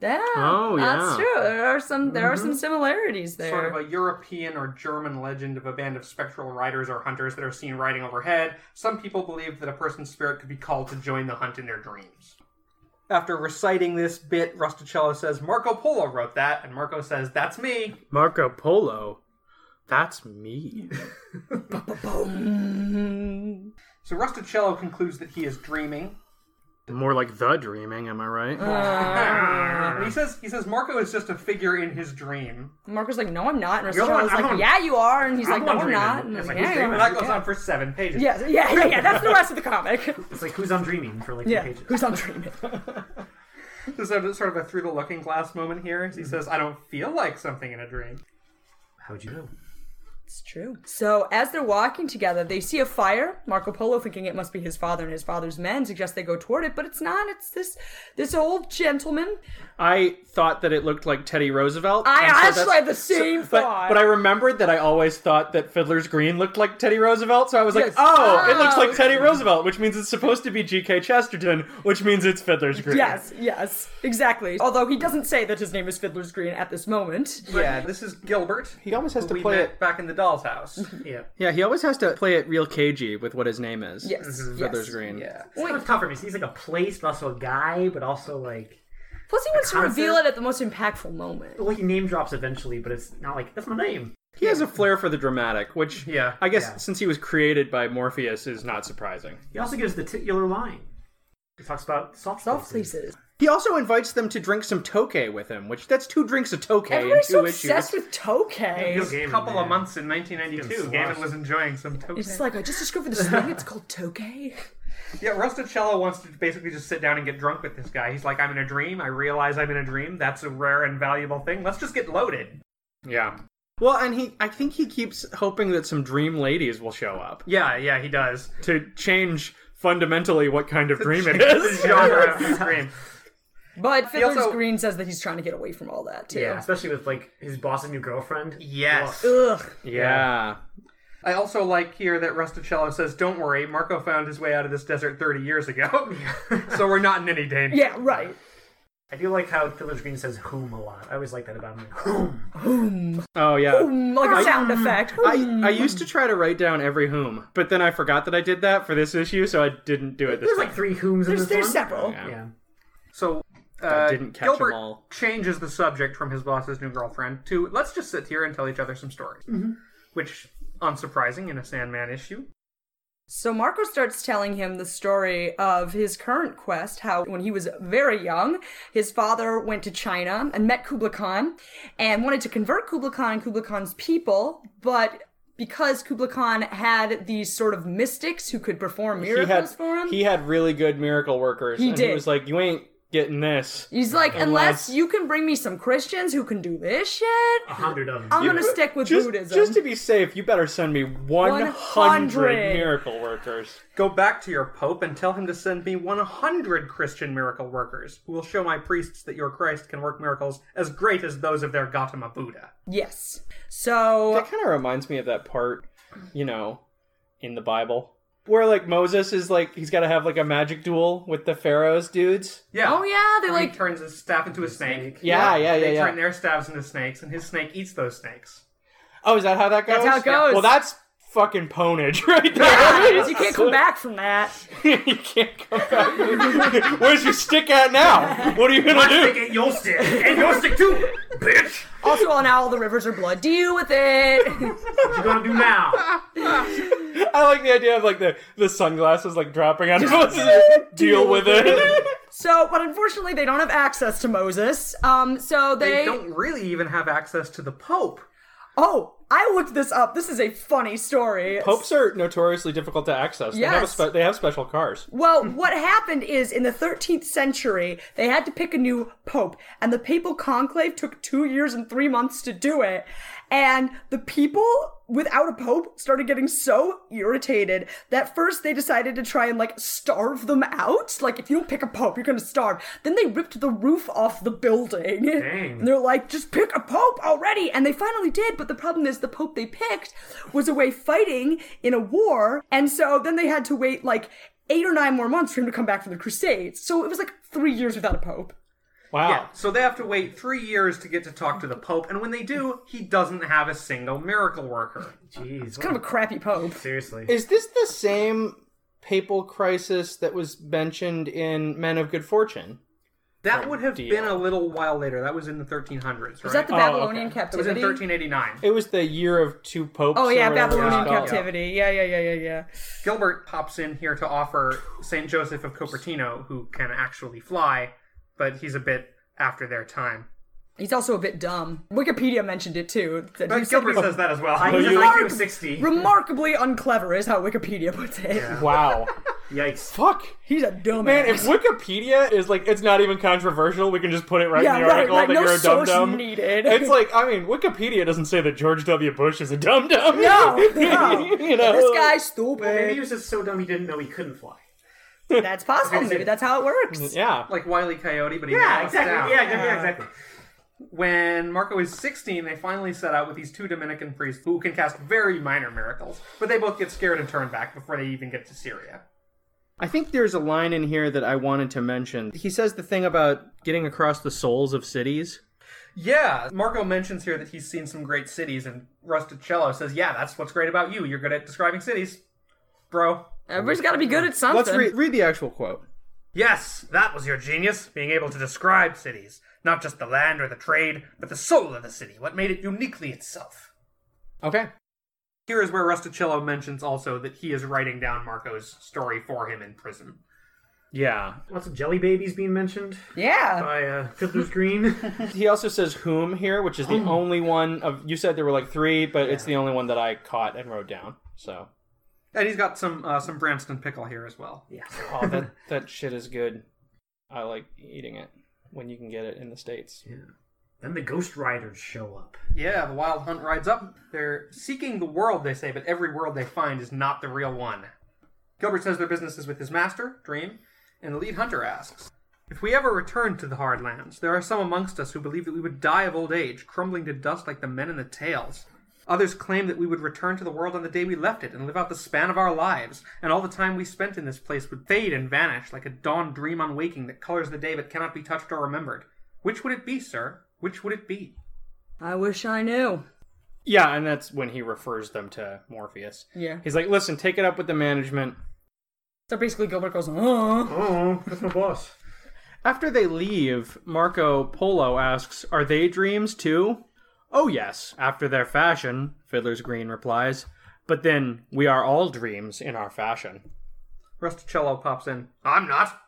yeah, Oh, that's yeah. true. There are some there are some similarities there. Sort of a European or German legend of a band of spectral riders or hunters that are seen riding overhead. Some people believe that a person's spirit could be called to join the hunt in their dreams. After reciting this bit, Rusticello says, Marco Polo wrote that, and Marco says, That's me. Marco Polo, that's me. Mm-hmm. So Rusticello concludes that he is dreaming. More like the dreaming, am I right? Uh. And he says he says Marco is just a figure in his dream. Marco's like, no, I'm not, and You're the one- Rostello's I'm like, the one- yeah, you are, and he's I'm like, the no, one I'm dreaming. not. And It's he's like, like, who's Oh, yeah, you And are. that goes on for seven pages. Yeah, yeah, yeah, yeah. That's the rest of the comic. It's like who's on dreaming for like Yeah, the pages. who's on treatment? There's sort of sort of a through the looking glass moment here. Mm-hmm. He says, I don't feel like something in a dream. How'd you know? It's true. So as they're walking together, they see a fire. Marco Polo, thinking it must be his father and his father's men, suggests they go toward it, but it's not. It's this this old gentleman. I thought that it looked like Teddy Roosevelt. I and so actually that's- had the same But, thought. but I remembered that I always thought that Fiddler's Green looked like Teddy Roosevelt, so I was like, Yes. oh, it looks Oh. like Teddy Roosevelt, which means it's supposed to be G.K. Chesterton, which means it's Fiddler's Green. Yes, yes, exactly. Although he doesn't say that his name is Fiddler's Green at this moment. Yeah, this is Gilbert. He almost has we met back in the doll's house. Yeah, Yeah, he always has to play it real cagey with what his name is. Yes, Feathers yes. Green. yeah. it's kind of tough for me. 'cause He's like a place, but also a guy, but also like Plus, he wants to concept. reveal it at the most impactful moment. well, he name drops eventually, but it's not like that's my name. He has a flair for the dramatic, which Yeah, I guess yeah. since he was created by Morpheus is not surprising. He also gives the titular line. He talks about soft, Soft places. He also invites them to drink some tokay with him, which that's two drinks of tokay Everybody's in two so obsessed issues. with Tokay. Just a Gaiman, couple man. of months in 1992, Getting Gaiman sloshed. was enjoying some It's toast. just like I just discovered this thing. It's called Tokay. Yeah, Rusticello wants to basically just sit down and get drunk with this guy. He's like, I'm in a dream. I realize I'm in a dream. That's a rare and valuable thing. Let's just get loaded. yeah. Well, and he, I think he keeps hoping that some dream ladies will show up Yeah, yeah, he does. to change fundamentally what kind of dream it is. Genre of his dream. But Fiddler's also- Green says that he's trying to get away from all that too. Yeah, especially with like his boss's new girlfriend. Yes. Ugh. yeah. I also like here that Rusticello says, Don't worry, Marco found his way out of this desert 30 years ago. so we're not in any danger. Yeah. Right. I do like how Fiddler's Green says "whom" a lot. I always like that about him. Whom. Oh yeah. Mm, Like a sound effect. Mm. I, I used to try to write down every whom, but then I forgot that I did that for this issue, so I didn't do it this There's time. like three "whoms" in There's this there's one. several. Yeah. Yeah. So uh, didn't catch 'em Gilbert all. changes the subject from his boss's new girlfriend to let's just sit here and tell each other some stories, Mm-hmm. which unsurprising in a Sandman issue. So Marco starts telling him the story of his current quest, how when he was very young, his father went to China and met Kublai Khan and wanted to convert Kublai Khan and Kublai Khan's people, but because Kublai Khan had these sort of mystics who could perform miracles He had for him, he had really good miracle workers. He and did. He was like, you ain't getting this. he's like, unless, Unless- you can bring me some Christians who can do this shit, A Uh-huh. hundred of them. Um, I'm gonna stick with Just, Buddhism. just to be safe, you better send me 100, 100. miracle workers. Go back to your Pope and tell him to send me 100 Christian miracle workers who will show my priests that your Christ can work miracles as great as those of their Gautama Buddha. yes. So That kind of reminds me of that part, you know, in the Bible where like Moses is like he's got to have like a magic duel with the Pharaoh's dudes. Yeah. Oh yeah, they Where he like turns his staff into a snake. Yeah, yeah, yeah, They yeah. turn their staves into snakes, and his snake eats those snakes. Oh, is that how that goes? That's how it goes. Well, that's fucking ponage right there. you can't come back from that. you can't come back. Where's your stick at now? What are you gonna do? Get your stick and your stick too, bitch. Also on Owl, the rivers are blood. Deal with it. What you gonna do now? I like the idea of like the, the sunglasses like dropping on us. Deal with it. so, but unfortunately, they don't have access to Moses. Um, so they, They, don't really even have access to the Pope. Oh, I looked this up. This is a funny story. Popes are notoriously difficult to access. They have a Yes. spe- they have special cars. Well, what happened is in the 13th century, they had to pick a new pope, and the papal conclave took two years and three months to do it. And the people without a pope started getting so irritated that first they decided to try and like starve them out. Like, if you don't pick a pope, you're gonna starve. Then they ripped the roof off the building. Dang. And they're like, just pick a pope already. And they finally did, but the problem is the pope they picked was away fighting in a war. And so then they had to wait like eight or nine more months for him to come back from the Crusades. So it was like three years without a pope. Oh. Wow. Yeah, so they have to wait three years to get to talk to the Pope, and when they do, he doesn't have a single miracle worker. Jeez. Kind of a crappy pope. Seriously. Is this the same papal crisis that was mentioned in Men of Good Fortune? Oh, That would have deal. been a little while later. That was was in the 1300s, right? Was that the Oh, Babylonian okay. That was in captivity? 1389. It was the year of two popes. Oh or yeah, whatever it was Babylonian called. captivity. Yeah, yeah, yeah, yeah, yeah. Gilbert pops in here to offer St. Joseph of Cupertino, who can actually fly, but he's a bit after their time. He's also a bit dumb. Wikipedia mentioned it too. That he But said he Gilbert was says that as well. I Well, need you- an IQ of sixty. remarkably unclever, is how Wikipedia puts it. Wow. Yikes. Fuck. He's a dumb Man, if Wikipedia is like, it's not even controversial, we can just put it right yeah, in the right, article right. that No you're a dum source dum. needed. It's like, I mean, Wikipedia doesn't say that George W. Bush is a dum dum. No, no. you know, this guy's Maybe he stupid. was just so dumb he didn't know he couldn't fly. That's possible. Maybe that's how it works. Yeah. Like Wiley Coyote, but he Yeah, knocks down. exactly. Yeah, yeah, yeah, exactly. When Marco is 16, they finally set out with these two Dominican priests who can cast very minor miracles, but they both get scared and turn back before they even get to Syria. I think there's a line in here that I wanted to mention. He says the thing about getting across the souls of cities. Yeah, Marco mentions here that he's seen some great cities, and Rusticello says, Yeah, that's what's great about you. You're good at describing cities, bro. Everybody's got to be good at something. Let's re- read the actual quote. Yes, that was your genius, being able to describe cities. Not just the land or the trade, but the soul of the city, what made it uniquely itself. Okay. Here is where Rusticello mentions also that he is writing down Marco's story for him in prison. Yeah. Lots of jelly babies being mentioned Yeah. by uh, Fiddler's Green. He also says whom here, which is the only one of you said there were like three, but it's the only one that I caught and wrote down. So And he's got some uh, some Branston pickle here as well. yes. oh, that that shit is good. I like eating it when you can get it in the states. Then the Ghost Riders show up. Yeah, the wild hunt rides up. They're seeking the world, they say, but every world they find is not the real one. Gilbert says their business is with his master, Dream, and the lead hunter asks If we ever return to the Hardlands, there are some amongst us who believe that we would die of old age, crumbling to dust like the men in the tales. Others claim that we would return to the world on the day we left it and live out the span of our lives, and all the time we spent in this place would fade and vanish like a dawn dream on waking that colors the day but cannot be touched or remembered. Which would it be, sir? Which would it be? I wish I knew. Yeah, and that's when he refers them to Morpheus. Yeah. He's like, listen, take it up with the management. So basically, Gilbert goes, oh. Oh, that's my boss. After they leave, Marco Polo asks, Are they dreams too? Oh, yes, after their fashion, Fiddler's Green replies. But then we are all dreams in our fashion. Rusticello pops in. I'm not.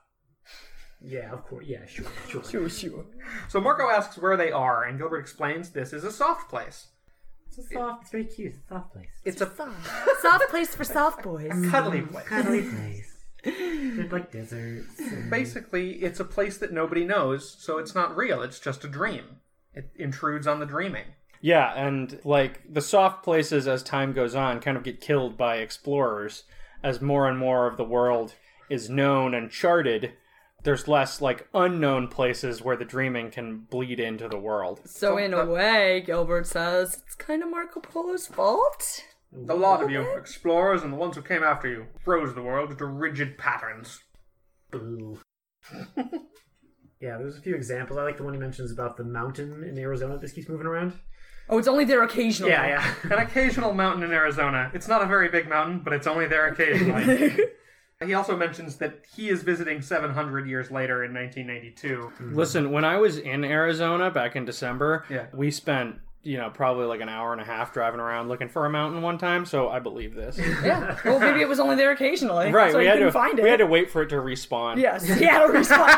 Yeah, of course. Yeah, sure, sure. Sure, sure. So Marco asks where they are, and Gilbert explains this is a soft place. It's a soft. It's very cute. It's a soft place. It's a Soft place for soft boys. cuddly place. Cuddly place. There's like deserts. and- Basically, it's a place that nobody knows, so it's not real. It's just a dream. It intrudes on the dreaming. Yeah, and like the soft places as time goes on kind of get killed by explorers as more and more of the world is known and charted. There's less like unknown places where the dreaming can bleed into the world. So, in a way, Gilbert says, it's kind of Marco Polo's fault. The lot of you, explorers and the ones who came after you, froze the world into rigid patterns. Boo. yeah, there's a few examples. I like the one he mentions about the mountain in Arizona that just keeps moving around. Oh, it's only there occasionally. Yeah, yeah. An occasional mountain in Arizona. It's not a very big mountain, but it's only there occasionally. he also mentions that he is visiting 700 years later in 1992. Mm-hmm. Listen, when I was in Arizona back in December, Yeah. we spent, you know, probably like an hour and a half driving around looking for a mountain one time, so I believe this. Yeah. Well, maybe it was only there occasionally. right, So we you had couldn't to find it. we had to wait for it to respawn. Yeah, Seattle response.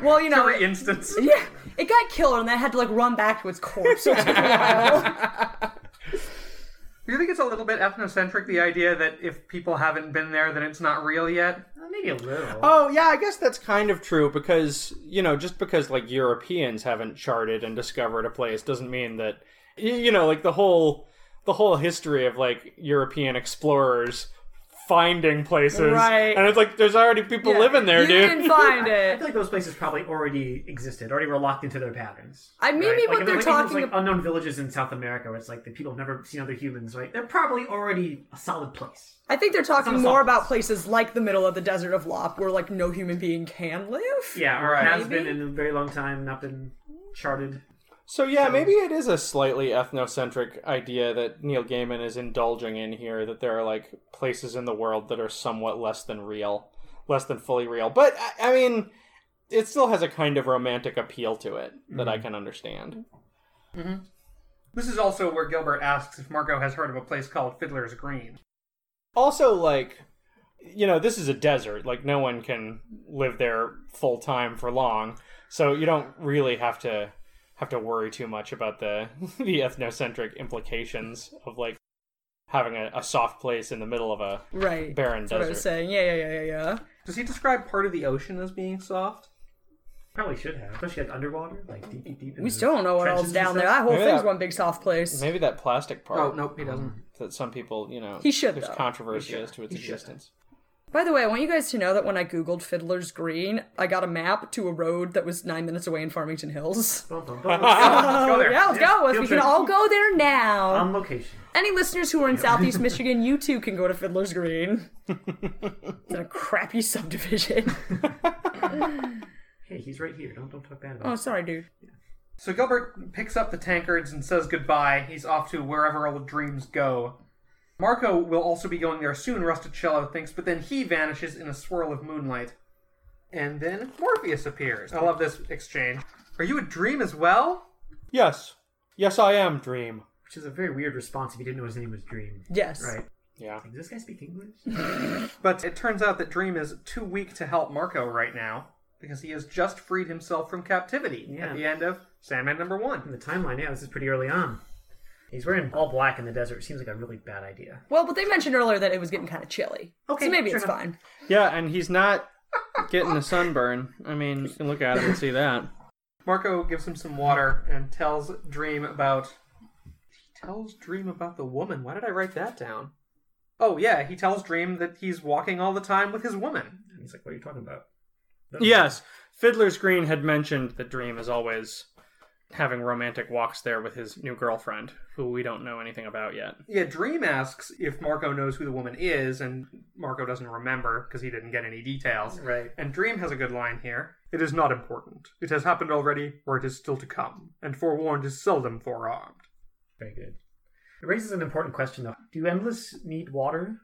well, you know. Every instance. yeah. It got killed and then had to like run back to its corpse. So it took a while. Do you think it's a little bit ethnocentric, the idea that if people haven't been there, then it's not real yet? Uh, Maybe a little. Oh, yeah, I guess that's kind of true because, you know, just because like Europeans haven't charted and discovered a place doesn't mean that y- you know, like the whole the whole history of like European explorers finding places Right. and it's like there's already people living there, you dude. didn't find I it. feel like those places probably already existed, already were locked into their patterns. I maybe Right? Like, what if they're like talking those, like, about. unknown villages in South America where it's like the people have never seen other humans, right? They're probably already a solid place. I think they're talking Some more songs. about places like the middle of the desert of Lop, where like no human being can live. Yeah, or Right. has Maybe. been in a very long time, not been charted. So yeah, maybe it is a slightly ethnocentric idea that Neil Gaiman is indulging in here that there are like places in the world that are somewhat less than real, less than fully real. But I, I mean, it still has a kind of romantic appeal to it that I can understand. This is also where Gilbert asks if Marco has heard of a place called Fiddler's Green. Also like you know, this is a desert. Like no one can live there full time for long. So you don't really have to have to worry too much about the the ethnocentric implications of like having a, a soft place in the middle of a Right. barren That's what I was desert. saying. Yeah, yeah, yeah, yeah, yeah. Does he describe part of the ocean as being soft? Probably should have, especially like underwater, like deep, deep, deep. in We the still don't know what trenches all's and down stuff. there. That whole Maybe thing's that- one big soft place. Maybe that plastic part Oh, nope, he doesn't. that some people, you know, He should, there's though. controversy He should. as to its He should. existence. By the way, I want you guys to know that when I googled Fiddler's Green, I got a map to a road that was nine minutes away in Farmington Hills. Bum, bum, bum, bum. Let's Oh, go there. Yeah, let's go. Let's- We can trip. all go there now. Um, On location. Any listeners who are in Southeast Michigan, you too can go to Fiddler's Green. it's in a crappy subdivision. Hey, he's right here. Don't don't talk bad about. Oh, him. sorry, dude. So Gilbert picks up the tankards and says goodbye. He's off to wherever old dreams go. Marco will also be going there soon, Rusticello thinks, but then he vanishes in a swirl of moonlight. And then Morpheus appears. I love this exchange. Are you a dream as well? Yes. Yes I am dream. Which is a very weird response if you didn't know his name was Dream. Yes. Right. Yeah. Does this guy speak English? But it turns out that Dream is too weak to help Marco right now because he has just freed himself from captivity Yeah. at the end of Sandman number In one. the timeline, yeah, this is pretty early on. He's wearing all black in the desert. Seems like a really bad idea. Well, but they mentioned earlier that it was getting kind of chilly. Okay, so maybe sure it's enough. fine. Yeah, and he's not getting a sunburn. I mean, you can look at him and see that. Marco gives him some water and tells Dream about. He tells Dream about the woman. Why did I write that down? Oh, yeah, he tells Dream that he's walking all the time with his woman. And he's like, "What are you talking about?" Yes, Fiddler's Green had mentioned that Dream is always having romantic walks there with his new girlfriend, who we don't know anything about yet. Yeah, Dream asks if Marco knows who the woman is, and Marco doesn't remember because he didn't get any details. Right. And Dream has a good line here. It is not important. It has happened already, or it is still to come, and forewarned is seldom forearmed. Very good. It raises an important question though. Do endless need water?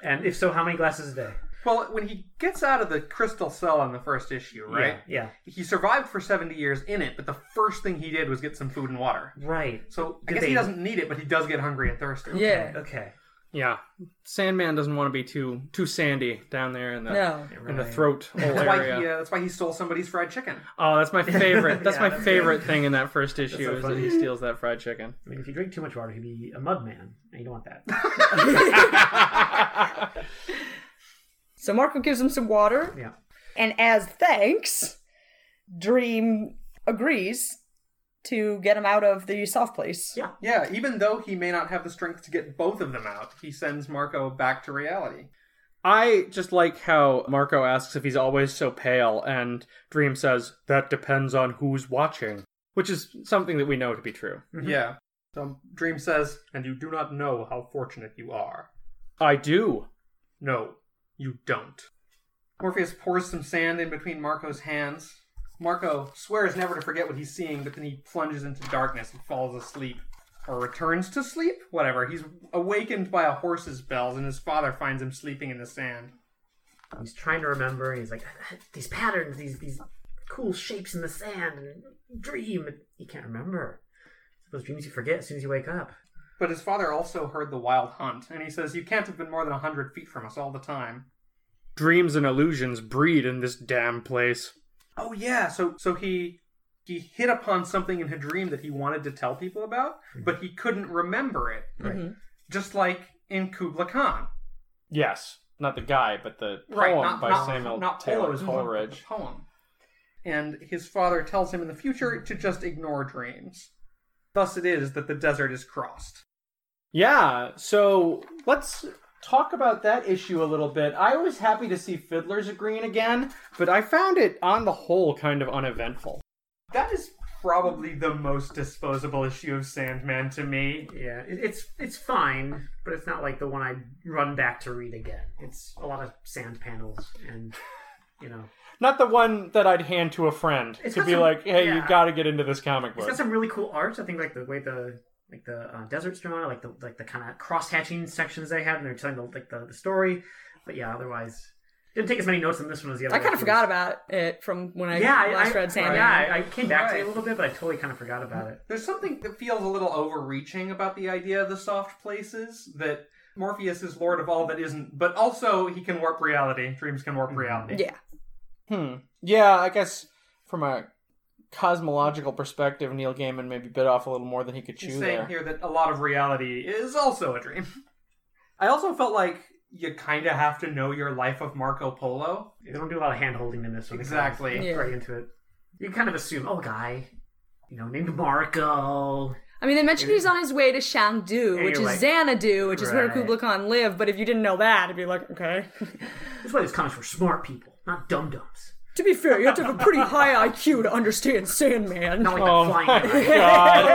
And if so, how many glasses a day? Well, when he gets out of the crystal cell in the first issue, right? Yeah. He survived for 70 years in it, but the first thing he did was get some food and water. yeah. Right. So I Did guess they- he doesn't need it, but he does get hungry and thirsty. Yeah. Okay. Yeah, Sandman doesn't want to be too too sandy down there in the No. in the Right. throat whole That's why, he, area. uh, that's why he stole somebody's fried chicken. Oh, that's my favorite. That's Yeah, my that's favorite thing in that first issue so is that funny. he steals that fried chicken. I mean, if you drink too much water, you'd be a mud man, and you don't want that. So Marco gives him some water. Yeah. And as thanks, Dream agrees to get him out of the soft place. Yeah. Yeah, even though he may not have the strength to get both of them out, he sends Marco back to reality. I just like how Marco asks if he's always so pale, and Dream says, That depends on who's watching, which is something that we know to be true. Yeah. So Dream says, Mm-hmm. and you do not know how fortunate you are. I do. No, you don't. Morpheus pours some sand in between Marco's hands. Marco swears never to forget what he's seeing, but then he plunges into darkness and falls asleep. Or returns to sleep? Whatever. He's awakened by a horse's bells, and his father finds him sleeping in the sand. He's trying to remember, and he's like, these patterns, these these cool shapes in the sand, and dream. And he can't remember. It's those dreams you forget as soon as you wake up. But his father also heard the wild hunt, and he says, You can't have been more than a hundred feet from us all the time. Dreams and illusions breed in this damn place. Oh yeah, so so he he hit upon something in a dream that he wanted to tell people about, but he couldn't remember it. Right. Mm-hmm. Just like in Kubla Khan. Yes. Not the guy, but the poem by Samuel Taylor Polo's book, but Coleridge. the poem. And his father tells him in the future to just ignore dreams. Thus it is that the desert is crossed. Yeah, so let's talk about that issue a little bit. I was happy to see Fiddler's Green again, but I found it, on the whole, kind of uneventful. That is probably the most disposable issue of Sandman to me. Yeah, it, it's it's fine, but it's not like the one I run back to read again. It's a lot of sand panels, and you know, Not the one that I'd hand to a friend It's to got be some- like, "Hey, yeah. you've got to get into this comic it's book." got some really cool art. I think like the way the like the uh, desert's drawn, like the like the kind of cross hatching sections they had, and they're telling the like the, the story. But yeah, otherwise, didn't take as many notes on this one as the other. I kind of issues. forgot about it from when I yeah, I, last I- read Sandman. Yeah, I, I came back to it Right. a little bit, but I totally kind of forgot about it. There's something that feels a little overreaching about the idea of the soft places that Morpheus is lord of all that isn't, but also he can warp reality. Dreams can warp reality. Yeah. Hmm. Yeah, I guess from a cosmological perspective, Neil Gaiman maybe bit off a little more than he could He's chew saying there. here that a lot of reality is also a dream. I also felt like you kind of have to know your life of Marco Polo. They don't do a lot of hand holding in this one. They kind of Exactly. Yeah. Right into it. You kind of assume, oh, guy, you know, named Marco. I mean, they mentioned he's on his way to Shandu, Yeah, which you're like- is Xanadu, which is where Right. Kublai Khan lived. But if you didn't know that, it'd be like, okay. That's why these comics were smart people, not dum dums. to be fair, you have to have a pretty high IQ to understand Sandman. Not like Oh that my flying guy.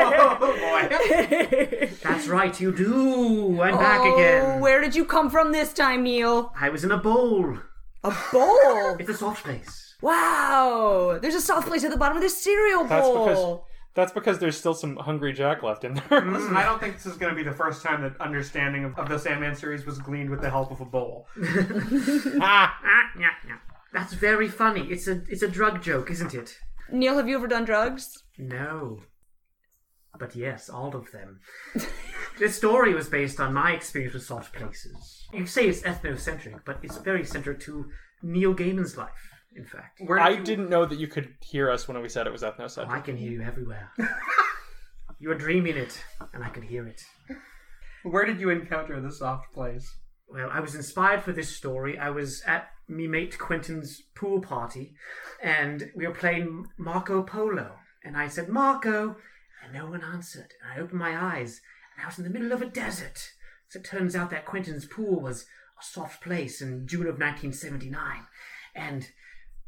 God. oh boy. That's right, you do. I'm back Oh, again. Where did you come from this time, Neil? I was in a bowl. A bowl. It's a soft place. wow. There's a soft place at the bottom of this cereal That's bowl. because that's because there's still some hungry Jack left in there. Listen, I don't think this is going to be the first time that understanding of, of the Sandman series was gleaned with the help of a bowl. Ah, yeah, yeah. That's very funny. It's a it's a drug joke, isn't it? Neil, have you ever done drugs? No. But yes, all of them. This story was based on my experience with soft places. You say it's ethnocentric, but it's very centric to Neil Gaiman's life, in fact. Where I you- didn't know that you could hear us when we said it was ethnocentric. I can hear you everywhere. You're dreaming it, and I can hear it. Where did you encounter the soft place? Well, I was inspired for this story. I was at me mate Quentin's pool party, and we were playing Marco Polo. And I said, Marco, and no one answered. And I opened my eyes, and I was in the middle of a desert. So it turns out that Quentin's pool was a soft place in June of 1979. And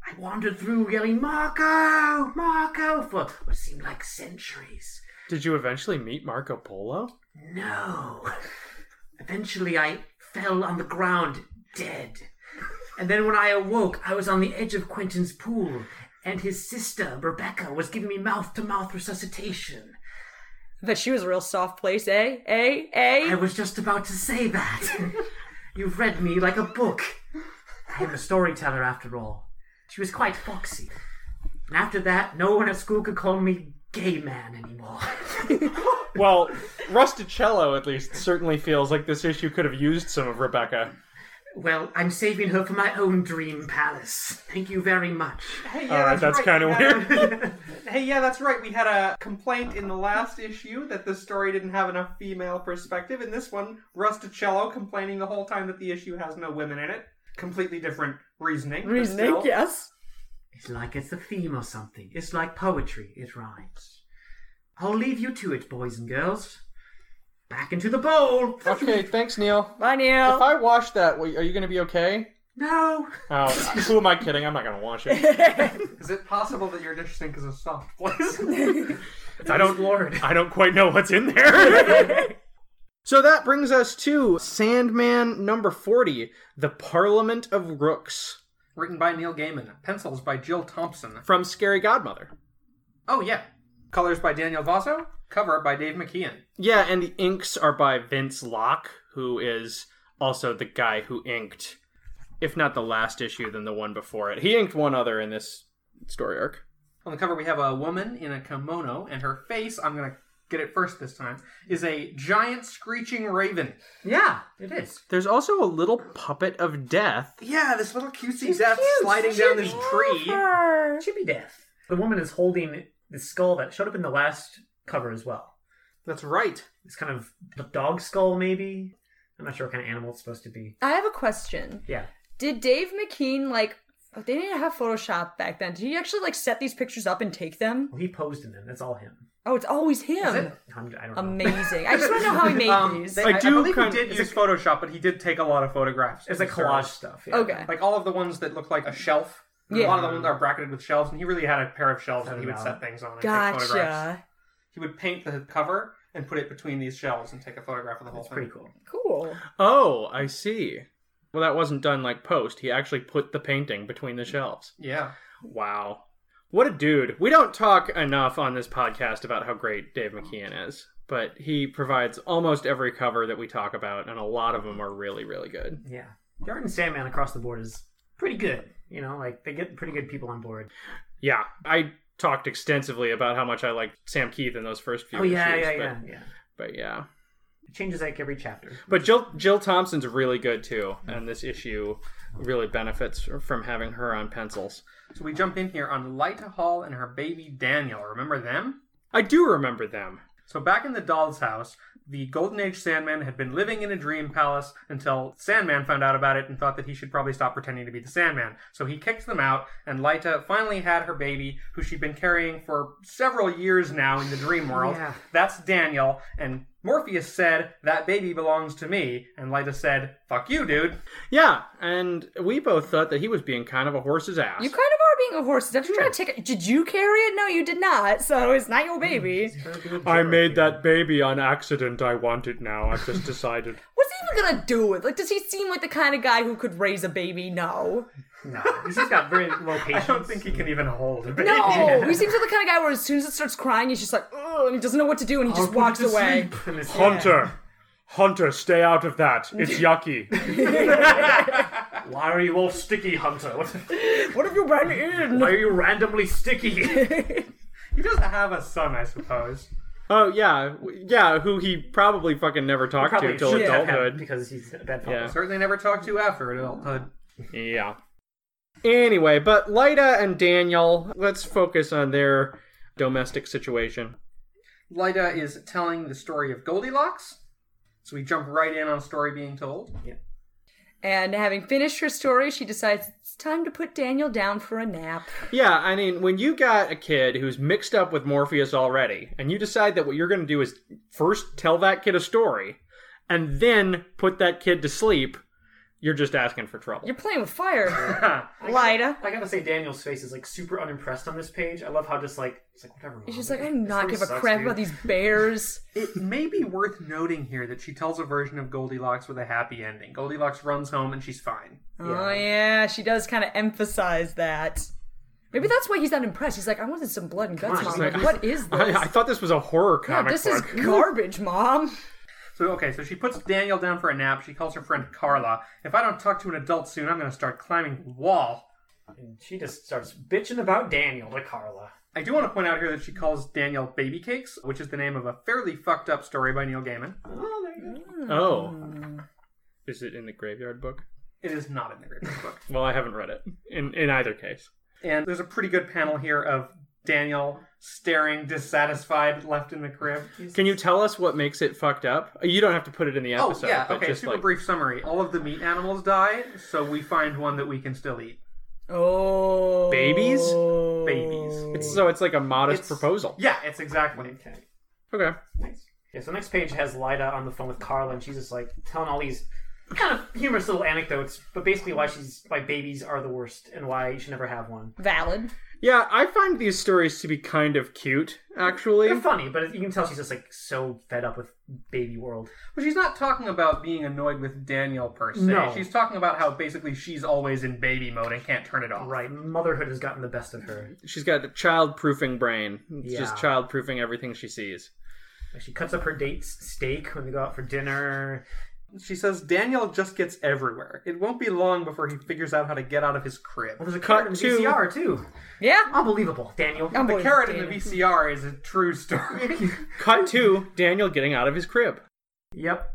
I wandered through yelling, Marco, Marco, for what seemed like centuries. Did you eventually meet Marco Polo? No. Eventually, I fell on the ground dead. And then when I awoke, I was on the edge of Quentin's pool, and his sister, Rebecca, was giving me mouth to mouth resuscitation. But she was a real soft place, eh? Eh? Eh? I was just about to say that. You've read me like a book. I am a storyteller, after all. She was quite foxy. And after that, no one at school could call me gay man anymore. Well, Rusticello at least certainly feels like this issue could have used some of Rebecca. well, I'm saving her for my own dream palace. Thank you very much. Hey, yeah, All right, that's kind of weird. Hey, yeah, that's right. We had a complaint in the last issue that the story didn't have enough female perspective. In this one, Rusticello complaining the whole time that the issue has no women in it. Completely different reasoning. but Reasoning, still. yes. It's like it's a theme or something. It's like poetry. It rhymes. I'll leave you to it, boys and girls. Back into the bowl. Okay, thanks, Neil. Bye, If Neil. I wash that, are you going to be okay? No. Oh, who am I kidding? I'm not going to wash it. Is it possible that your dish sink is a soft place? I don't I don't quite know what's in there. so that brings us to Sandman number 40, The Parliament of Rooks Written by Neil Gaiman. Pencils by Jill Thompson. from Scary Godmother. Oh, yeah. Colors by Daniel Vasso. Cover by Dave McKeon. Yeah, and the inks are by Vince Locke, who is also the guy who inked if not the last issue then the one before it. He inked one other in this story arc. On the cover, we have a woman in a kimono, and her face, I'm going to get it first this time, is a giant screeching raven. Yeah, it is. There's also a little puppet of death. Yeah, this little cutesy death sliding down this tree. Chippy death. The woman is holding the skull that showed up in the last cover as well. That's right. It's kind of a dog skull, maybe. I'm not sure what kind of animal it's supposed to be. I have a question. Yeah. Did Dave McKean, like, oh, they didn't have Photoshop back then. Did he actually, like, set these pictures up and take them? Well, he posed in them. That's all him. Oh, it's always him. I'm, I do not know. Amazing. I just want to know how he made Um, these. they- I I, do do believe kind- he did it's use Photoshop, but he did take a lot of photographs. It's like collage stuff. yeah. okay. Like all of the ones that look like a shelf. A Yeah. lot of the ones are bracketed with shelves, and he really had a pair of shelves that he would Wow. set things on and take photographs. Gotcha. He would paint the cover and put it between these shelves and take a photograph of the whole It's thing. pretty cool. Cool. Oh, I see. Well, that wasn't done like post. He actually put the painting between the shelves. Yeah. Wow. What a dude. We don't talk enough on this podcast about how great Dave McKeon is, but he provides almost every cover that we talk about, and a lot of them are really, really good. Yeah. The art in Sandman across the board is pretty good. You know, like they get pretty good people on board. Yeah, I talked extensively about how much I liked Sam Keith in those first few Oh yeah, issues, yeah, but, yeah, yeah. But yeah. It changes like every chapter. But Jill Jill Thompson's really good too, and this issue really benefits from having her on pencils. So we jump in here on Lyta Hall and her baby Daniel. Remember them? I do remember them. So back in the doll's house, the Golden Age Sandman had been living in a dream palace until Sandman found out about it and thought that he should probably stop pretending to be the Sandman. So he kicked them out, and Lyta finally had her baby, who she'd been carrying for several years now in the dream world. Yeah. That's Daniel, and Morpheus said, That baby belongs to me, and Lyta said, Fuck you, dude. Yeah, and we both thought that he was being kind of a horse's ass. You kind of are being a horse. Don't you try to take it? Did you carry it? No, you did not. So it's not your baby. I made that baby on accident. I want it now. I've just decided. What's he even gonna do with? Like, does he seem like the kind of guy who could raise a baby? No. No, he's just got very low I patience. don't think he can even hold a baby. No. He seems like the kind of guy where as soon as it starts crying, he's just like, oh, and he doesn't know what to do, and he just walks away. And it's- Hunter, stay out of that. It's yucky. Why are you all sticky, Hunter? What, What have you been in? why are you randomly sticky? He does have a son, I suppose. Oh yeah, w- yeah. Who he probably fucking never talked to till should have him adulthood. because he's a bad Yeah. father. Certainly never talked to after adulthood. Yeah. Anyway, but Lyda and Daniel, let's focus on their domestic situation. Lyda is telling the story of Goldilocks. So we jump right in on a story being told. And having finished her story, she decides it's time to put Daniel down for a nap. Yeah, I mean, when you got a kid who's mixed up with Morpheus already, and you decide that what you're going to do is first tell that kid a story, and then put that kid to sleep, you're just asking for trouble. You're playing with fire, Lyda. I gotta say, Daniel's face is like super unimpressed on this page. I love how just like it's like whatever. Mom. She's like, I This do not really give a sucks, crap dude." about these bears. It may be worth noting here that she tells a version of Goldilocks with a happy ending. Goldilocks runs home and she's fine. Oh yeah, she does kind of emphasize that. Maybe that's why he's not impressed. He's like, I wanted some blood and guts, mom. Like, what is this? I, I thought this was a horror Yeah, comic this is book. garbage, mom. So okay, so she puts Daniel down for a nap. She calls her friend Carla. If I don't talk to an adult soon, I'm going to start climbing the wall. And she just starts bitching about Daniel to Carla. I do want to point out here that she calls Daniel Baby Cakes, which is the name of a fairly fucked up story by Neil Gaiman. Oh, there you go. Hmm. Oh. Is it in the graveyard book? It is not in the Great Book. Well, I haven't read it in, in either case. And there's a pretty good panel here of Daniel staring dissatisfied left in the crib. Can you tell us what makes it fucked up? You don't have to put it in the Oh, episode, yeah, but okay, just super like brief summary. All of the meat animals die, so we find one that we can still eat. Oh, babies? Babies. It's so it's like a modest It's- proposal. Yeah, it's exactly. Okay. Okay. Nice. Yeah, so the next page has Lyda on the phone with Carla, and she's just like telling all these kind of humorous little anecdotes, but basically why she's why babies are the worst and why you should never have one. Valid. Yeah, I find these stories to be kind of cute, actually. They're funny, but you can tell she's just like so fed up with baby world. But she's not talking about being annoyed with Daniel per se. No. She's talking about how basically she's always in baby mode and can't turn it off. Right, motherhood has gotten the best of her. She's got a child-proofing brain. It's just Yeah. child-proofing everything she sees. Like, She cuts up her date's steak when they go out for dinner. She says Daniel just gets everywhere. It won't be long before he figures out how to get out of his crib. Well, there's a Cut carrot in the to- VCR E too. Yeah. Unbelievable, Daniel. The Unbelievable, carrot in the Daniel. VCR is a true story. Cut to Daniel getting out of his crib. Yep.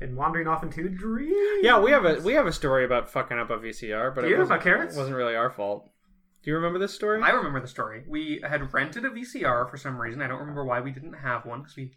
And wandering off into dreams. Yeah, we have a we have a story about fucking up a VCR, but Do it you have wasn't, about carrots? wasn't really our fault. Do you remember this story? I remember the story. We had rented a VCR for some reason. I don't remember why we didn't have one because we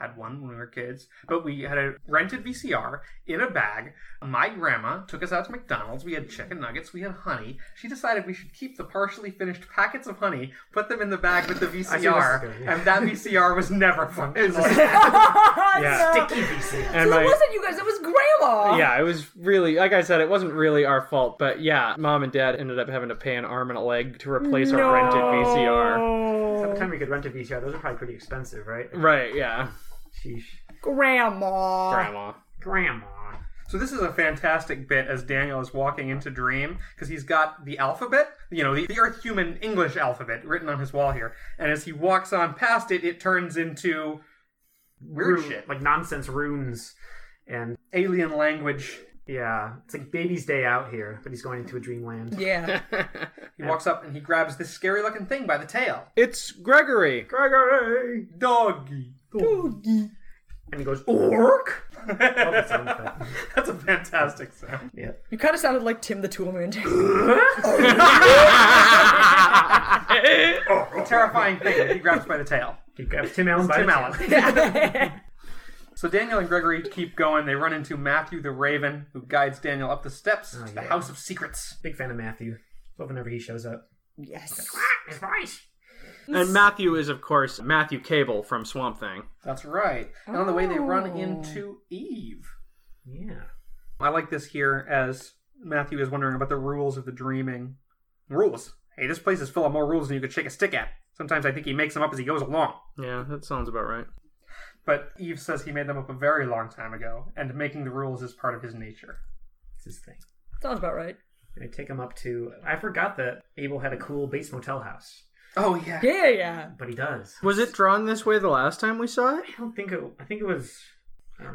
had one when we were kids. But we had a rented VCR in a bag. My grandma took us out to McDonald's. We had chicken nuggets. We had honey. She decided we should keep the partially finished packets of honey, put them in the bag with the is VCR, good, yeah. and that VCR was never functional. Yeah. No. Sticky VCR. and That my wasn't you guys. That was Grandma. yeah, it was really like I said, it wasn't really our fault, but yeah, mom and dad ended up having to pay an arm and a leg to replace our rented VCR. At the time we could rent a VCR, those are probably pretty expensive, right? Right? Yeah, Sheesh. Grandma. grandma. Grandma. So this is a fantastic bit as Daniel is walking into Dream because he's got the alphabet, you know, the, the Earth Human English alphabet written on his wall here. And as he walks on past it, it turns into weird Rune- shit, like Like nonsense runes. And alien language. yeah, it's like baby's day out here, but he's going into a dreamland. Yeah. He walks up and he grabs this scary looking thing by the tail. It's Gregory. Gregory! Doggy. And he goes, Orc! Oh, Love that sound effect. That's a fantastic sound. You kind of sounded like Tim the Toolman. A terrifying thing that he grabs by the tail. He grabs Tim Allen by Tim the Allen. tail. So Daniel and Gregory keep going. They run into Matthew the Raven, who guides Daniel up the steps to the yeah. House of Secrets. Big fan of Matthew. Love whenever he shows up. yes. His voice! And Matthew is, of course, Matthew Cable from Swamp Thing. That's right. And on the way, they run Oh. into Eve. Yeah. I like this here as Matthew is wondering about the rules of the dreaming. Rules. Hey, this place is full of more rules than you could shake a stick at. Sometimes I think he makes them up as he goes along. Yeah, that sounds about right. But Eve says he made them up a very long time ago, and making the rules is part of his nature. It's his thing. Sounds about right. And they take him up to. I forgot that Abel had a cool Bates Motel house, Oh, yeah. Yeah, yeah. but he does. Was it drawn this way the last time we saw it? I don't think it. I think it was.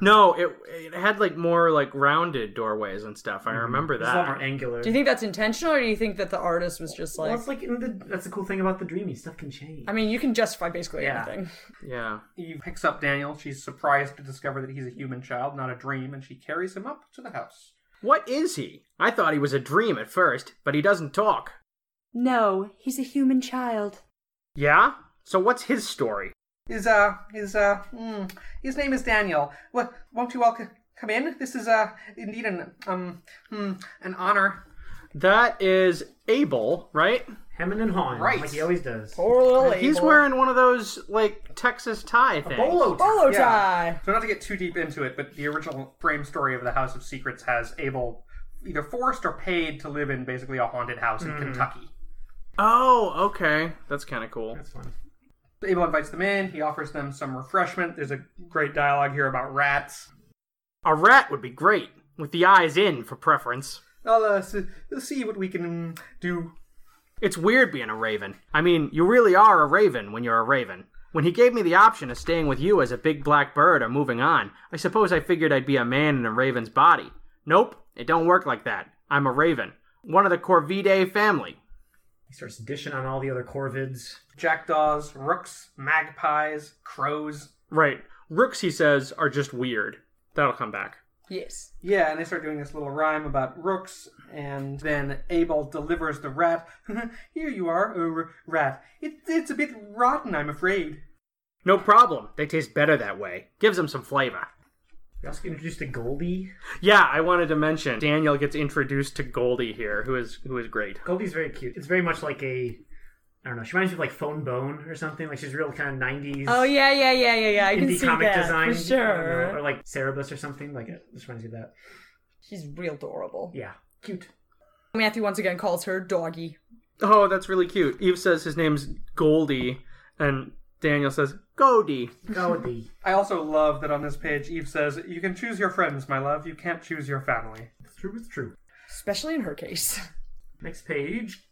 No, it it had like more like rounded doorways and stuff. I remember Mm-hmm. It's a lot that. more angular. Do you think that's intentional, or do you think that the artist was just well, like? it's like in the, that's the cool thing about the dreamy stuff can change. I mean, you can justify basically Yeah. anything. Yeah. Eve picks up Daniel. She's surprised to discover that he's a human child, not a dream, and she carries him up to the house. What is he? I thought he was a dream at first, but he doesn't talk. No, he's a human child. Yeah? So what's his story? His, uh, his, uh, mm, his name is Daniel. Well, won't you all c- come in? This is, uh, indeed an, um, mm, an honor. That is Abel, right? Hemming and hawing, Right. like he always does. Poor little He's Abel. wearing one of those like Texas tie things. Bolo tie. Bolo Yeah. tie. So not to get too deep into it, but the original frame story of the House of Secrets has Abel either forced or paid to live in basically a haunted house in Kentucky. Oh, okay. That's kind of cool. That's fun. Abel invites them in. He offers them some refreshment. There's a great dialogue here about rats. A rat would be great, with the eyes in for preference. I'll uh, s- see what we can do. It's weird being a raven. I mean, you really are a raven when you're a raven. When he gave me the option of staying with you as a big black bird or moving on, I suppose I figured I'd be a man in a raven's body. Nope, it don't work like that. I'm a raven. One of the Corvidae family. He starts dishing on all the other Corvids. Jackdaws, rooks, magpies, crows. Right. Rooks, he says, are just weird. That'll come back. Yes. Yeah, and they start doing this little rhyme about rooks, and then Abel delivers the rat. Here you are, oh, r- rat. It, it's a bit rotten, I'm afraid. No problem. They taste better that way. Gives them some flavor. We also get introduced to Goldie. Yeah, I wanted to mention Daniel gets introduced to Goldie here, who is who is great. Goldie's very cute. It's very much like a, I don't know. She reminds me of like Phone Bone or something. Like she's real kind of '90s. Oh yeah, yeah, yeah, yeah, yeah. I can indie see comic that design for I don't know, or sure. like Cerebus or something. Like it just reminds me of that. She's real adorable. Yeah, cute. Matthew once again calls her doggy. Oh, that's really cute. Eve says his name's Goldie, and Daniel says Goldie. Goldie. I also love that on this page, Eve says, You can choose your friends, my love. You can't choose your family. it's true. It's true. Especially in her case. Next page.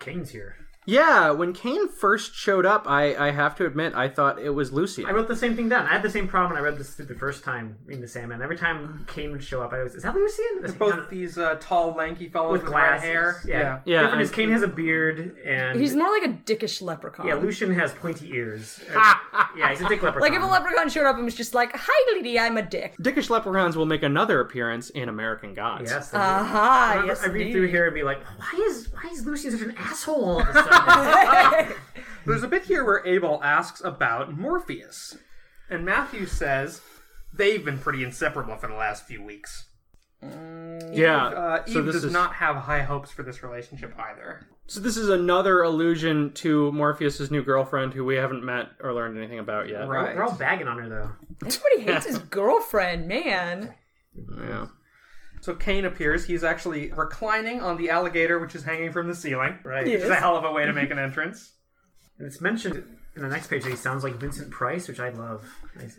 Kane's here. Yeah, when Kane first showed up, I, I have to admit I thought it was Lucy. I wrote the same thing down. I had the same problem when I read this through the first time reading the Sandman. Every time Kane would show up, I was, is that what you're seeing? It's both these uh, tall, lanky fellows with, with red glasses. hair. Yeah. Yeah, Different I- is Kane has a beard and He's more like a dickish leprechaun. yeah, Lucian has pointy ears. yeah, he's a dick leprechaun. like if a leprechaun showed up and was just like, "Hi, lady, I'm a dick." Dickish Leprechauns will make another appearance in American Gods. Yes. they do. I Aha! remember- Ah, Yes, I read indeed. through here and be like, why is why is Lucian such an asshole all of a sudden? There's a bit here where Abel asks about Morpheus, and Matthew says they've been pretty inseparable for the last few weeks. Yeah. Uh, Eve so this does is not have high hopes for this relationship either. so this is another allusion to Morpheus's new girlfriend, who we haven't met or learned anything about yet. Right. They're all bagging on her though. Everybody hates his girlfriend, man. Yeah. So Kane appears. He's actually reclining on the alligator, which is hanging from the ceiling. Right. Which is a Yes. hell of a way to make an entrance. And it's mentioned in the next page that he sounds like Vincent Price, which I love. Nice-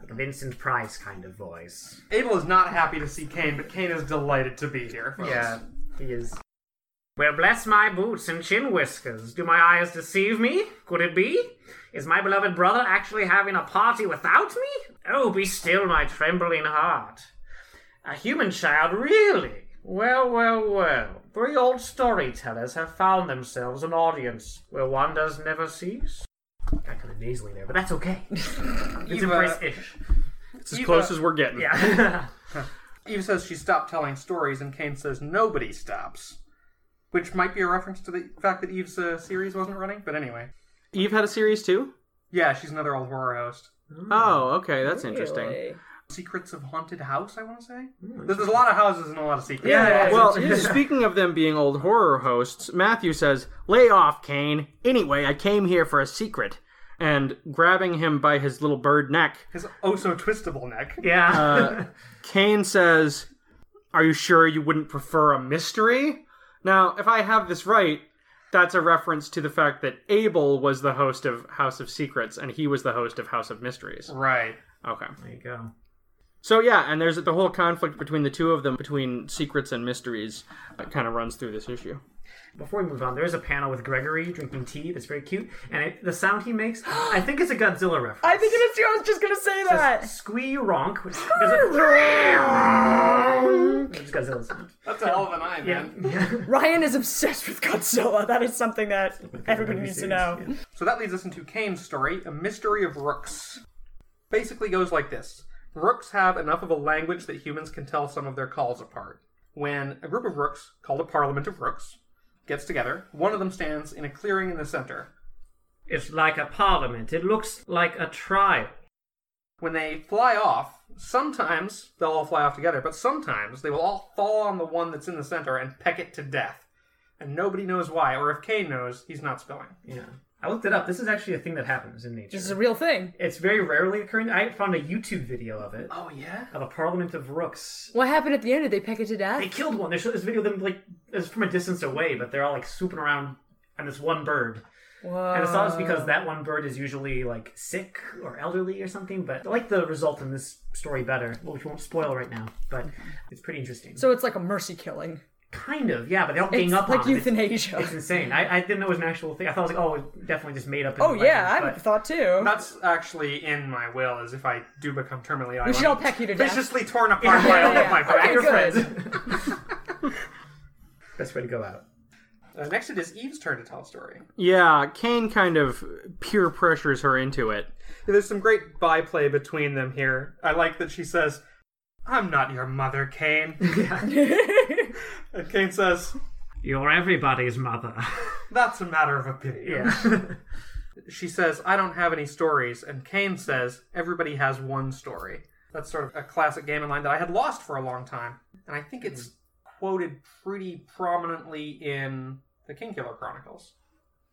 Like a Vincent Price kind of voice. Abel is not happy to see Kane, but Kane is delighted to be here. folks. he is. Well, bless my boots and chin whiskers. Do my eyes deceive me? Could it be? Is my beloved brother actually having a party without me? Oh, be still, my trembling heart. A human child, really? Well, well, well. Three old storytellers have found themselves an audience where wonders never cease. Got kind of nasally there, but that's okay. it's Eva- Price-ish. It's as close as we're getting. Yeah. Eve says she stopped telling stories, and Kane says nobody stops. Which might be a reference to the fact that Eve's uh, series wasn't running, but anyway. Eve had a series too? Yeah, she's another old horror host. Oh, okay, that's interesting. Really. Secrets of Haunted House, I want to say? There's a lot of houses and a lot of secrets. Well, speaking of them being old horror hosts, Matthew says, Lay off, Kane. Anyway, I came here for a secret. And grabbing him by his little bird neck, His oh so twistable neck. yeah. Uh, Kane says, Are you sure you wouldn't prefer a mystery? Now, if I have this right, that's a reference to the fact that Abel was the host of House of Secrets and he was the host of House of Mysteries. Right. Okay. there you go. So, yeah, and there's the whole conflict between the two of them, between secrets and mysteries, that kind of runs through this issue. Before we move on, there is a panel with Gregory drinking tea that's very cute, and it, the sound he makes, I think it's a Godzilla reference. I think it is too. I was just gonna say that. Squee ronk, which does it- which is Godzilla sound. That's a hell of an eye, man. Ryan is obsessed with Godzilla. That is something that everybody needs to know. So that leads us into Kane's story, A Mystery of Rooks. Basically goes like this. Rooks have enough of a language that humans can tell some of their calls apart. When a group of rooks, called a parliament of rooks, gets together, one of them stands in a clearing in the center. It's like a parliament. It looks like a trial. When they fly off, sometimes they'll all fly off together, but sometimes they will all fall on the one that's in the center and peck it to death. And nobody knows why, or if Kane knows, he's not spelling. Yeah. I looked it up. This is actually a thing that happens in nature. This is a real thing. It's very rarely occurring. I found a YouTube video of it, Oh, yeah? of a parliament of rooks. What happened at the end? Did they peck it to death? They killed one. They showed this video of them, like, it's from a distance away, but they're all, like, swooping around on this one bird. Whoa. And it's not just Uh. because that one bird is usually, like, sick or elderly or something, but I like the result in this story better, which won't spoil right now, but it's pretty interesting. So it's like a mercy killing. kind of, yeah, but they all gang It's up like on it. It's- euthanasia. It's insane. I, I didn't know it was an actual thing. I thought it was like, oh, it definitely just made up. in oh the yeah, I legend, would but- have thought too. That's actually in my will, as if I do become terminally ill. we should all peck you to death. viciously torn apart by all of my Yeah. Okay, friends. good. Best way to go out. Uh, next, it is Eve's turn to tell a story. Yeah, Kane kind of peer pressures her into it. There's some great byplay between them here. I like that she says, "I'm not your mother, Kane," and Kane says, You're everybody's mother. "That's a matter of opinion." yeah. She says, "I don't have any stories," and Kane says, "Everybody has one story." That's sort of a classic game in line that I had lost for a long time, and I think it's quoted pretty prominently in the King Killer Chronicles.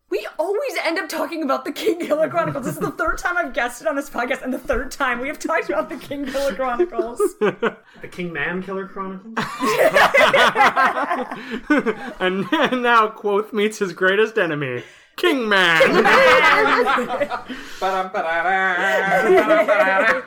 we always end up talking about the King Killer Chronicles. This is the third time I've guested on this podcast, and the third time we have talked about the King Killer Chronicles. the King Man Killer Chronicles? And now Quoth meets his greatest enemy, Kingman. Ba-dum-ba-da-da,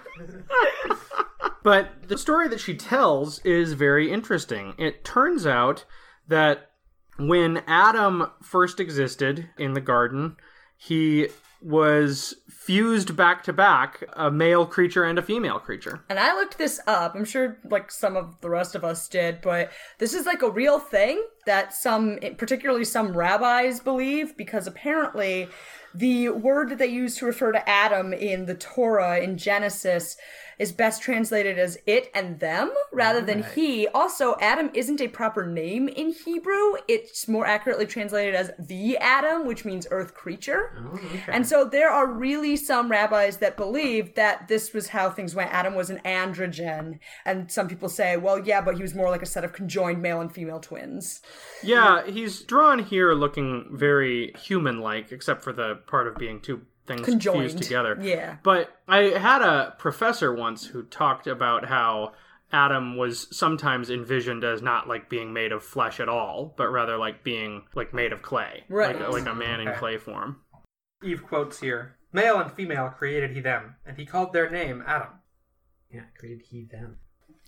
But the story that she tells is very interesting. It turns out that when Adam first existed in the garden, he was fused back to back a male creature and a female creature. And I looked this up. I'm sure like some of the rest of us did, but this is like a real thing that some particularly some rabbis believe because apparently the word that they use to refer to Adam in the Torah in Genesis is best translated as it and them rather than he. Also, Adam isn't a proper name in Hebrew. It's more accurately translated as the Adam, which means earth creature. And so there are really some rabbis that believe that this was how things went. Adam was an androgen. And some people say, well, yeah, but he was more like a set of conjoined male and female twins. Yeah, he's drawn here looking very human like, except for the part of being two things Conjoined. fused together. Yeah. But I had a professor once who talked about how Adam was sometimes envisioned as not like being made of flesh at all, but rather like being like made of clay, Right. like, like a man in clay form. da. Eve quotes here Male and female created he them, and he called their name Adam. yeah, created he them.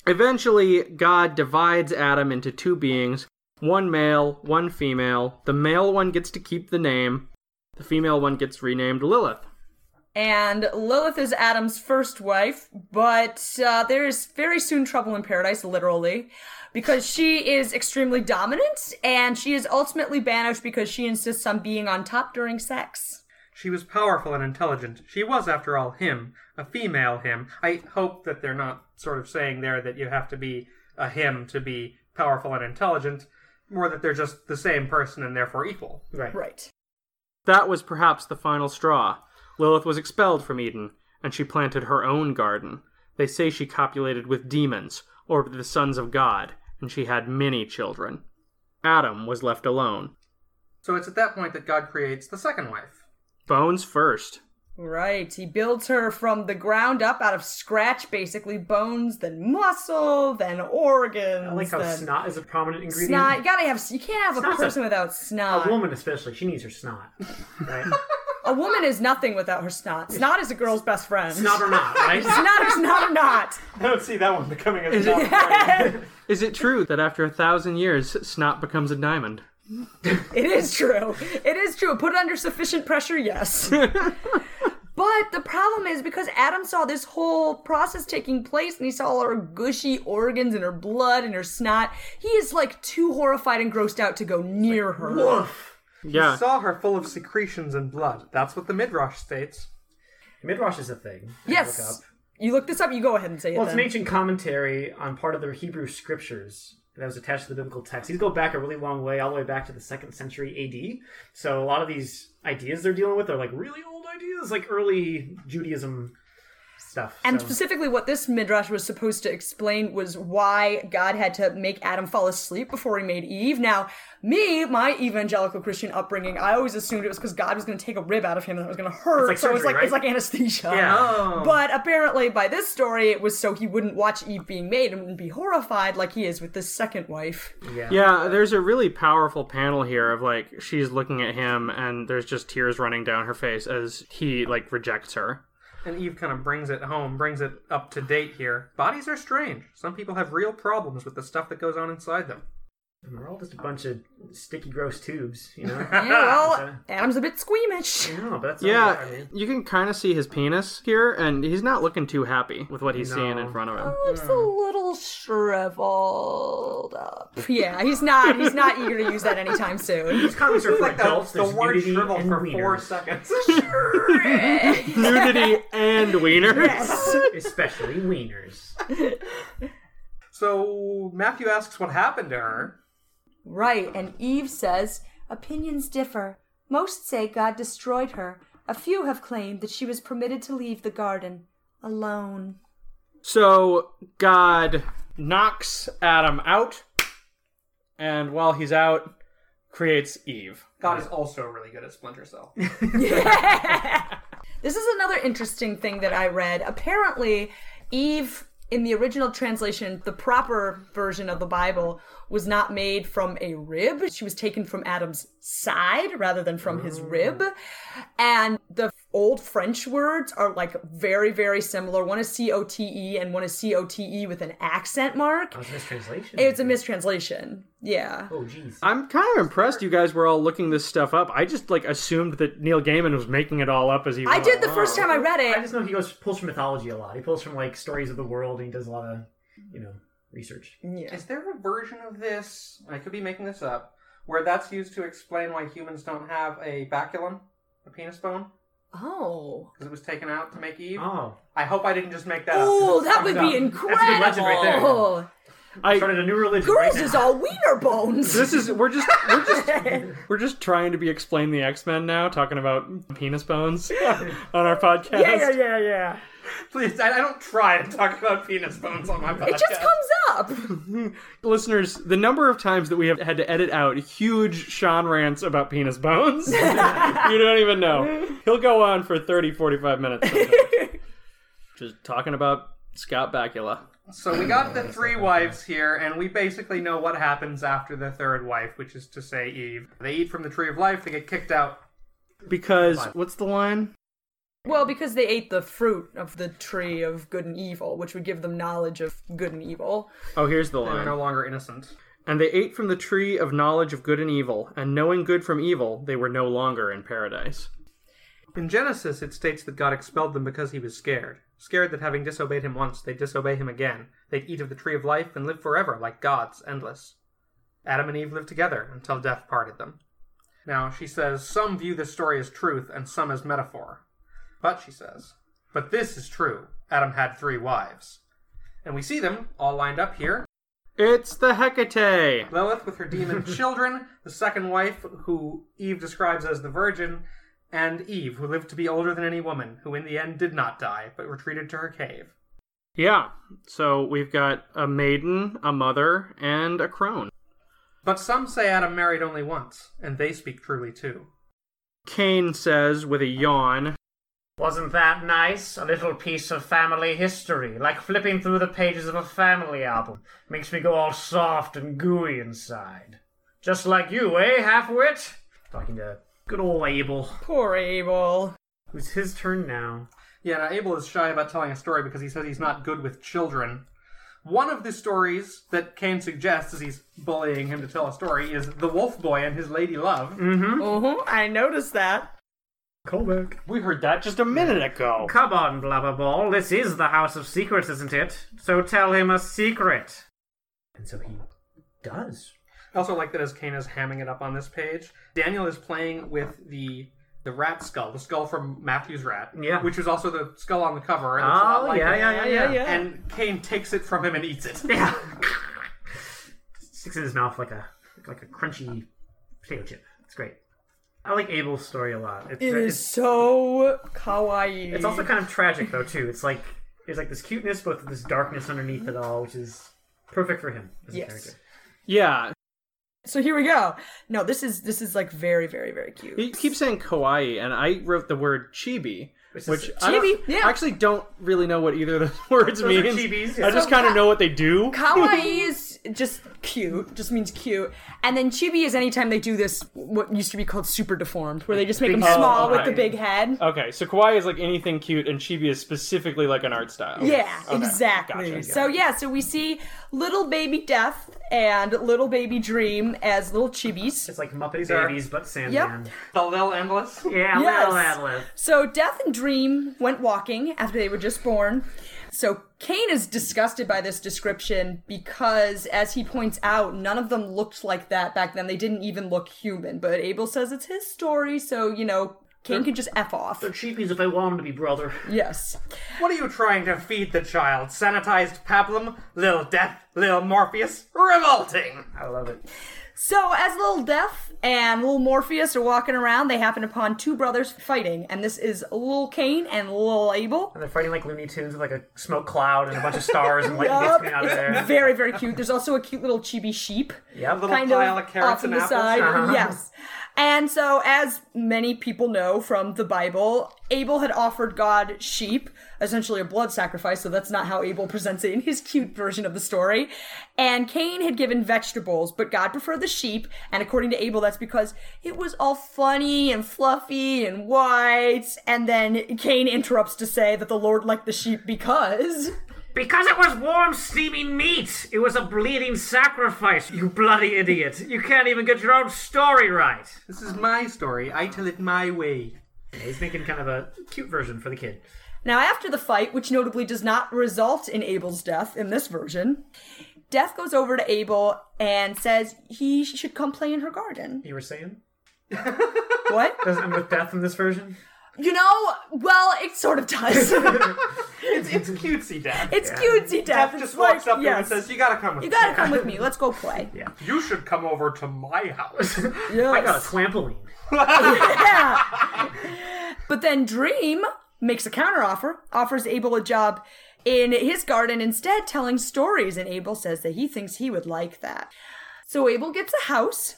Eventually, God divides Adam into two beings one male, one female. The male one gets to keep the name, the female one gets renamed Lilith. And Lilith is Adam's first wife, but uh, there is very soon trouble in paradise, literally, because she is extremely dominant and she is ultimately banished because she insists on being on top during sex. She was powerful and intelligent. She was, after all, him, a female him. I hope that they're not sort of saying there that you have to be a him to be powerful and intelligent, more that they're just the same person and therefore equal. Right. Right. That was perhaps the final straw. Lilith was expelled from Eden, and she planted her own garden. They say she copulated with demons, or with the sons of God, and she had many children. Adam was left alone. So it's at that point that God creates the second wife. Bones first. Right. He builds her from the ground up out of scratch, basically bones, then muscle, then organs. I like how then snot is a prominent ingredient. snot. You gotta have. You can't have a Snot's a- person without snot. A woman, especially, she needs her snot. Right? A woman is nothing without her snot. Snot is a girl's best friend. snot or not, right? Snot is not or not. I don't see that one becoming a Is it true that after a thousand years, snot becomes a diamond? It is true. It is true. Put under sufficient pressure, yes. but the problem is because Adam saw this whole process taking place and he saw all her gushy organs and her blood and her snot, he is like too horrified and grossed out to go near her. Yeah. Saw her full of secretions and blood. That's what the Midrash states. Midrash is a thing. I Yes. look up. You look this up, you go ahead and say Well, it. it's Then. an ancient commentary on part of the Hebrew scriptures that was attached to the biblical text. These go back a really long way, all the way back to the second century AD. So a lot of these ideas they're dealing with are like really old ideas, like early Judaism stuff. and so. specifically, what this midrash was supposed to explain was why God had to make Adam fall asleep before he made Eve. Now, me, my evangelical Christian upbringing, I always assumed it was because God was going to take a rib out of him and it was going to hurt. like so it was surgery, like it's right? like anesthesia. Yeah. But apparently, by this story, it was so he wouldn't watch Eve being made and wouldn't be horrified like he is with this second wife. Yeah, there's a really powerful panel here of like she's looking at him and there's just tears running down her face as he like rejects her. And Eve kind of brings it home, brings it up to date here. Bodies are strange. Some people have real problems with the stuff that goes on inside them. And We're all just a bunch of sticky, gross tubes, you know. Yeah, well, Adam's a bit squeamish. no, but that's Yeah, Oh, I mean. you can kind of see his penis here, and he's not looking too happy with what he's seeing in No. front of him. Looks a little shriveled up. Yeah, he's not. He's not eager to use that anytime soon. These comics are for Like the, adults. the There's word nudity shrivel and for four wieners, seconds. Nudity and wiener. especially wieners. so Matthew asks what happened to her. Right, and Eve says opinions differ. Most say God destroyed her. A few have claimed that she was permitted to leave the garden alone. So God knocks Adam out, and while he's out, creates Eve. God is also really good at Splinter Cell. This is another interesting thing that I read. Apparently, Eve in the original translation, the proper version of the Bible, was not made from a rib. She was taken from Adam's side rather than from his rib. And the old French words are like very, very similar. One is C O T E and one is C O T E with an accent mark. That's mistranslation. It's a mistranslation. Yeah. oh, jeez. I'm kind of impressed you guys were all looking this stuff up. I just like assumed that Neil Gaiman was making it all up as he I went did the along. first time I read I it. just know he goes pulls from mythology a lot. He pulls from like stories of the world, and he does a lot of you know research. Yeah. Is there a version of this? I could be making this up. Where that's used to explain why humans don't have a baculum, a penis bone, Oh. because it was taken out to make Eve. Oh, I hope I didn't just make that up. 'cause Oh, it's that would fucked be up. incredible. legend right there. I- started a new religion. Girls right is now. all wiener bones. This is we're just we're just we're just trying to be explain the X Men now, talking about penis bones on our podcast. yeah, yeah, yeah. Please, I, I don't try to talk about penis bones on my podcast. It just comes up. Listeners, the number of times that we have had to edit out huge Sean rants about penis bones, you don't even know. He'll go on for 30, 45 minutes. sometimes. just talking about Scott Bakula. So we got the three wives here, and we basically know what happens after the third wife, which is to say Eve. They eat from the tree of life, they get kicked out. Because, what's the line? Well, because they ate the fruit of the tree of good and evil, which would give them knowledge of good and evil. Oh, here's the They're line. no longer innocent. And they ate from the tree of knowledge of good and evil, and knowing good from evil, they were no longer in paradise. In Genesis, it states that God expelled them because he was scared. Scared that having disobeyed him once, they'd disobey him again. They'd eat of the tree of life and live forever, like gods, endless. Adam and Eve lived together until death parted them. Now, she says, some view this story as truth and some as metaphor. But, she says, but this is true. Adam had three wives. And we see them all lined up here. It's the Hecate! Lilith with her demon children, the second wife, who Eve describes as the Virgin, and Eve, who lived to be older than any woman, who in the end did not die, but retreated to her cave. Yeah, so we've got a maiden, a mother, and a crone. But some say Adam married only once, and they speak truly too. Cain says with a yawn, Wasn't that nice? A little piece of family history, like flipping through the pages of a family album. Makes me go all soft and gooey inside. Just like you, eh, halfwit? Talking to good old Abel. Poor Abel. It's his turn now. Yeah, now Abel is shy about telling a story because he says he's not good with children, One of the stories that Cain suggests as he's bullying him to tell a story is The Wolf Boy and His Lady Love. Mm. Hmm? Uh-huh, I noticed that. Callback. We heard that just a minute ago. Come on, Blubberball. This is the House of Secrets, isn't it? So tell him a secret. And so he does. I also like that as Kane is hamming it up on this page, Daniel is playing with the the rat skull, the skull from Matthew's rat, Yeah. which was also the skull on the cover. and it's a lot Oh, like yeah, it. yeah, yeah, yeah, yeah. And Kane takes it from him and eats it. Yeah. Sticks in his mouth like a like a crunchy potato chip. It's great. I like Abel's story a lot. It's, It it's, is so kawaii. It's also kind of tragic though too. It's like there's like this cuteness, but this darkness underneath it all, which is perfect for him as a Yes. character. Yeah, so here we go. No, this is this is like very very very cute. you keep saying kawaii, and I wrote the word chibi, Which is- which, I don't- Chibi, yeah. I actually don't really know what either of those words Those are means. chibis, I yeah. just So kind ka- of know what they do. Kawaii is just cute, just means cute. And then chibi is anytime they do this, what used to be called super deformed, where they just make them small with the big head. Oh, Okay, so kawaii is like anything cute, and chibi is specifically like an art style. Yeah, Okay, exactly. gotcha. So yeah, so we see little baby Death and little baby Dream as little chibis. It's like Muppet are- Babies, but Sandman. The little endless. Yeah, Yes. little Atlas. So Death and Dream went walking after they were just born. So Kane is disgusted by this description because, as he points out, none of them looked like that back then. They didn't even look human. But Abel says it's his story, so you know Kane can just f off. Cheapies if I want 'em to be brother. Yes. What are you trying to feed the child? Sanitized pablum? Lil Death? Lil Morpheus? Revolting! I love it. So as little Death and little Morpheus are walking around, they happen upon two brothers fighting, and this is little Kane and little Abel. And they're fighting like Looney Tunes with like a smoke cloud and a bunch of stars and lightning Yup. coming out of there. Very, very cute. There's also a cute little chibi sheep. Yeah, little pile of carrots off to and the apples. side. Uh-huh. Yes. And so, as many people know from the Bible, Abel had offered God sheep, essentially a blood sacrifice, so that's not how Abel presents it in his cute version of the story. And Cain had given vegetables, but God preferred the sheep, and according to Abel, that's because it was all funny and fluffy and white. And then Cain interrupts to say that the Lord liked the sheep because. Because it was warm, steaming meat. It was a bleeding sacrifice, you bloody idiot. You can't even get your own story right. This is my story. I tell it my way. He's making kind of a cute version for the kid. Now, after the fight, which notably does not result in Abel's death in this version, Death goes over to Abel and says he should come play in her garden. You were saying? What? Doesn't end with death in this version? You know, well, it sort of does. It's cutesy, Death. it's cutesy, Death. Death It's just walks like, up to him and yes. says, You gotta come with you me. gotta come with me. Let's go play. Yeah. You should come over to my house. I got a trampoline. But then Dream makes a counteroffer, offers Abel a job in his garden instead, telling stories, and Abel says that he thinks he would like that. So Abel gets a house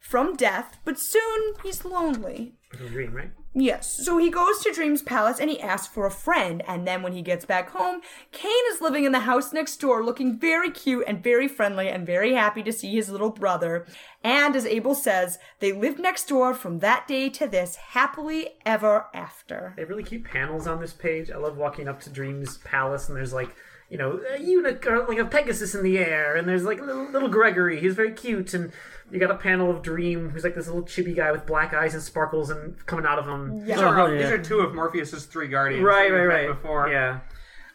from death, but soon he's lonely. Little Dream, right? Yes, so he goes to Dream's palace and he asks for a friend, and then when he gets back home, Kane is living in the house next door looking very cute and very friendly and very happy to see his little brother. And as Abel says, they lived next door from that day to this, happily ever after. They have really cute panels on this page. I love walking up to Dream's palace and there's like, you know, a unicorn, like a Pegasus in the air, and there's like little, little Gregory. He's very cute, and you got a panel of Dream, who's like this little chibi guy with black eyes and sparkles and coming out of him. These are, these are two of Morpheus's three guardians. Right, that we've right, met right. Before. Yeah.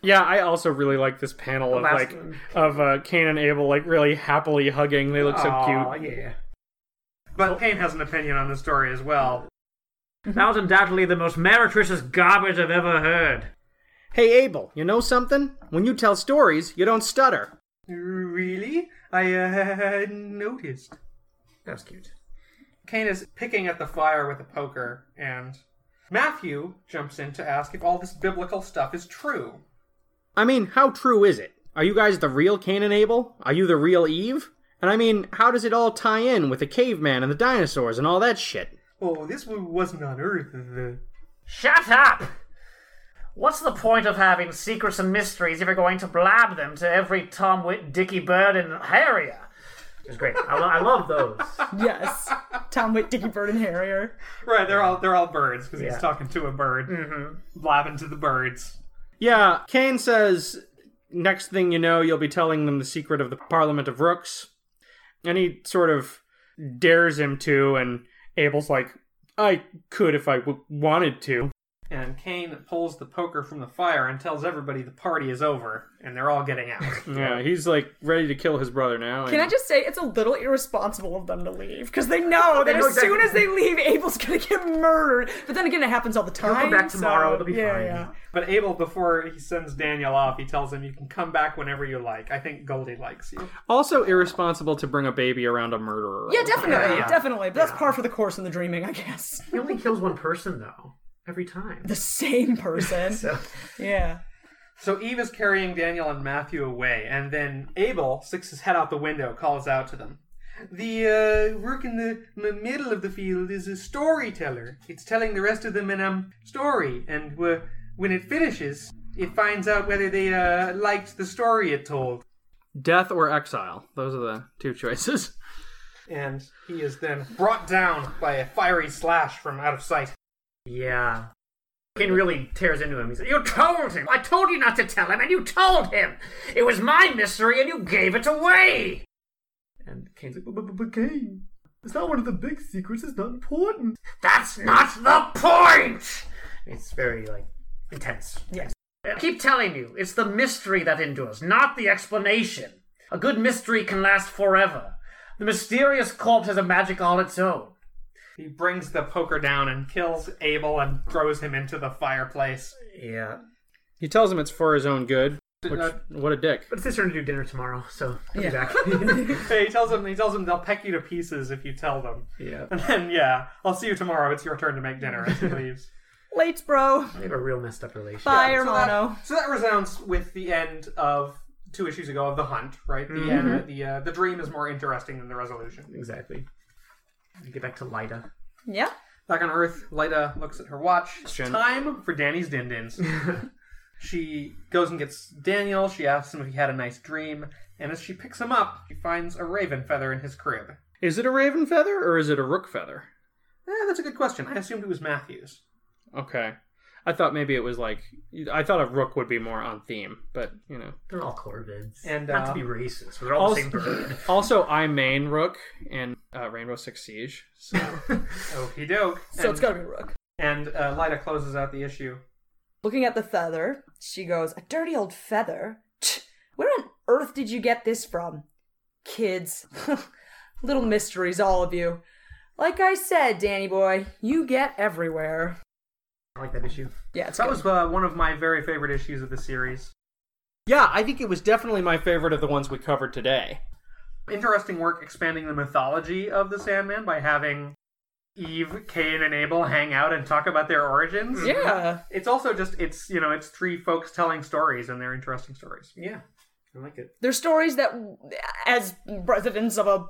Yeah, I also really like this panel of last like one. of uh, Cain and Abel like really happily hugging. They look so Aw, cute. yeah. But Kane has an opinion on the story as well. That was undoubtedly the most meretricious garbage I've ever heard. Hey Abel, you know something? When you tell stories, you don't stutter. Really? I uh, hadn't noticed. That's cute. Kane is picking at the fire with a poker, and Matthew jumps in to ask if all this biblical stuff is true. I mean, how true is it? Are you guys the real Cain and Abel? Are you the real Eve? And I mean, how does it all tie in with the caveman and the dinosaurs and all that shit? Oh, this one wasn't on Earth. uh, Shut up! What's the point of having secrets and mysteries if you're going to blab them to every Tom, Wit, Dicky, Bird in Harrier? It's great. I, lo- I love those. Yes. Tom Wick, Dickie Bird, and Harrier. Right, they're all they're all birds because Yeah. he's talking to a bird, mm-hmm. blabbing to the birds. Yeah, Cain says next thing you know, you'll be telling them the secret of the Parliament of Rooks. And he sort of dares him to, and Abel's like, I could if I w- wanted to. And Kane pulls the poker from the fire and tells everybody the party is over and they're all getting out. Yeah, he's like ready to kill his brother now. Can I and- just say it's a little irresponsible of them to leave because they know that know as soon exactly- as they leave, Abel's gonna get murdered. But then again, it happens all the time. come back so- tomorrow, it'll be yeah, fine. Yeah. But Abel, before he sends Daniel off, he tells him, You can come back whenever you like. I think Goldie likes you. also irresponsible to bring a baby around a murderer. Yeah, definitely, definitely. But that's par for the course in the dreaming, I guess. He only kills one person though every time. The same person. So Yeah. So Eve is carrying Daniel and Matthew away, and then Abel sticks his head out the window, calls out to them. The uh, rook in the m- middle of the field is a storyteller. It's telling the rest of them an um story, and uh, when it finishes, it finds out whether they uh, liked the story it told. Death or exile. Those are the two choices. And he is then brought down by a fiery slash from out of sight. yeah. Kane really tears into him. He's like, You told him! I told you not to tell him, and you told him! It was my mystery, and you gave it away! And Kane's like, But, but, but Kane, it's not one of the big secrets, it's not important. That's not the point! It's very, like, intense. Yes. I keep telling you, it's the mystery that endures, not the explanation. A good mystery can last forever. The mysterious corpse has a magic all its own. He brings the poker down and kills Abel and throws him into the fireplace. Yeah. He tells him it's for his own good. Which, what a dick. But it's his turn to do dinner tomorrow, so he'll Yeah. be back. Hey, he tells him he tells him they'll peck you to pieces if you tell them. yeah. And then yeah, I'll see you tomorrow. It's your turn to make dinner as he leaves. Late, bro. They have a real messed up relationship. Bye, So that- Hermano. So that resounds with the end of two issues ago of the hunt, right? The uh, the uh, the dream is more interesting than the resolution. Exactly. You get back to Lyda. Yeah. Back on Earth, Lyda looks at her watch. It's time for Danny's din dins. she goes and gets Daniel. She asks him if he had a nice dream, and as she picks him up, she finds a raven feather in his crib. Is it a raven feather or is it a rook feather? Eh, that's a good question. I assumed it was Matthews. Okay. I thought maybe it was like I thought a rook would be more on theme, but you know. They're all corvids. And, Not uh, to be racist, but they're all the same bird. also, I main rook in uh, Rainbow Six Siege. So Okie doke. So it's gotta be Rook. And uh, Lyda closes out the issue. Looking at the feather, she goes, "A dirty old feather. Tch, where on earth did you get this from, kids? Little mysteries, all of you. Like I said, Danny boy, you get everywhere. I like that issue. Yeah, it's That good. was uh, one of my very favorite issues of the series. yeah, I think it was definitely my favorite of the ones we covered today. Interesting work expanding the mythology of the Sandman by having Eve, Cain, and Abel hang out and talk about their origins. yeah." It's also just it's you know it's three folks telling stories and they're interesting stories. Yeah. I like it. They're stories that, as residents of a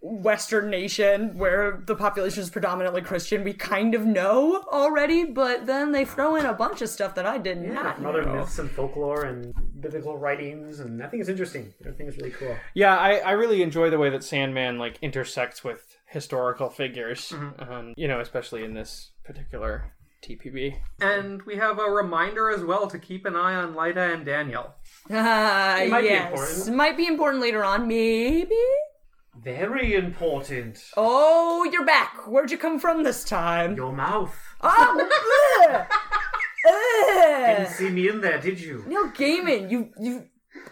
Western nation where the population is predominantly Christian, we kind of know already, but then they throw in a bunch of stuff that I did not Other know. myths and folklore and biblical writings, and I think it's interesting. I think it's really cool. Yeah, I, I really enjoy the way that Sandman like intersects with historical figures, Mm-hmm. um, you know, especially in this particular TPB. And we have a reminder as well to keep an eye on Lyda and Daniel. Ah, It might be yes. important. might be important later on, maybe? Very important. Oh, you're back. Where'd you come from this time? Your mouth. Oh, ugh. Didn't Ugh. see me in there, did you? Neil Gaiman, you, you,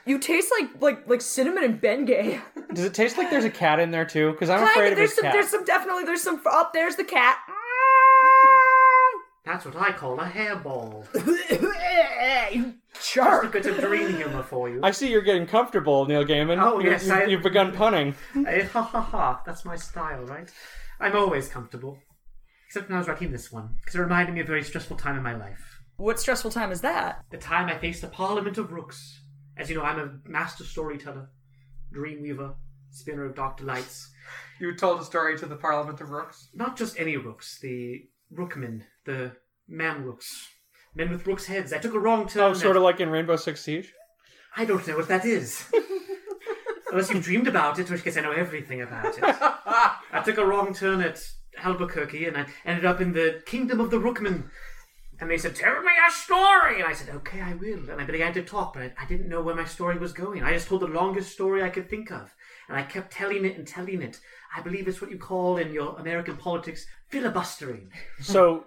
you taste like, like, like cinnamon and Bengay. Does it taste like there's a cat in there too? Because I'm Kind afraid of, of there's his some, cat. there's some, definitely, there's some. Up there's the cat. That's what I call a hairball. you That's a jerk. bit of dream humor for you. I see you're getting comfortable, Neil Gaiman. Oh, You- yes, you, I- you've begun punning. Eh, ha ha ha. That's my style, right? I'm always comfortable. Except when I was writing this one, because it reminded me of a very stressful time in my life. What stressful time is that? The time I faced the Parliament of Rooks. As you know, I'm a master storyteller, dreamweaver, spinner of dark delights. You told a story to the Parliament of Rooks. Not just any rooks, the rookmen, the man rooks. Men with rooks' heads. I took a wrong turn. Oh, sort of like in Rainbow Six Siege. I don't know what that is. Unless you've dreamed about it, which case I know everything about it. I took a wrong turn at Albuquerque and I ended up in the kingdom of the Rookmen. And they said, Tell me your story. And I said, okay, I will. And I began to talk, but I, I didn't know where my story was going. I just told the longest story I could think of. And I kept telling it and telling it. I believe it's what you call in your American politics filibustering. So,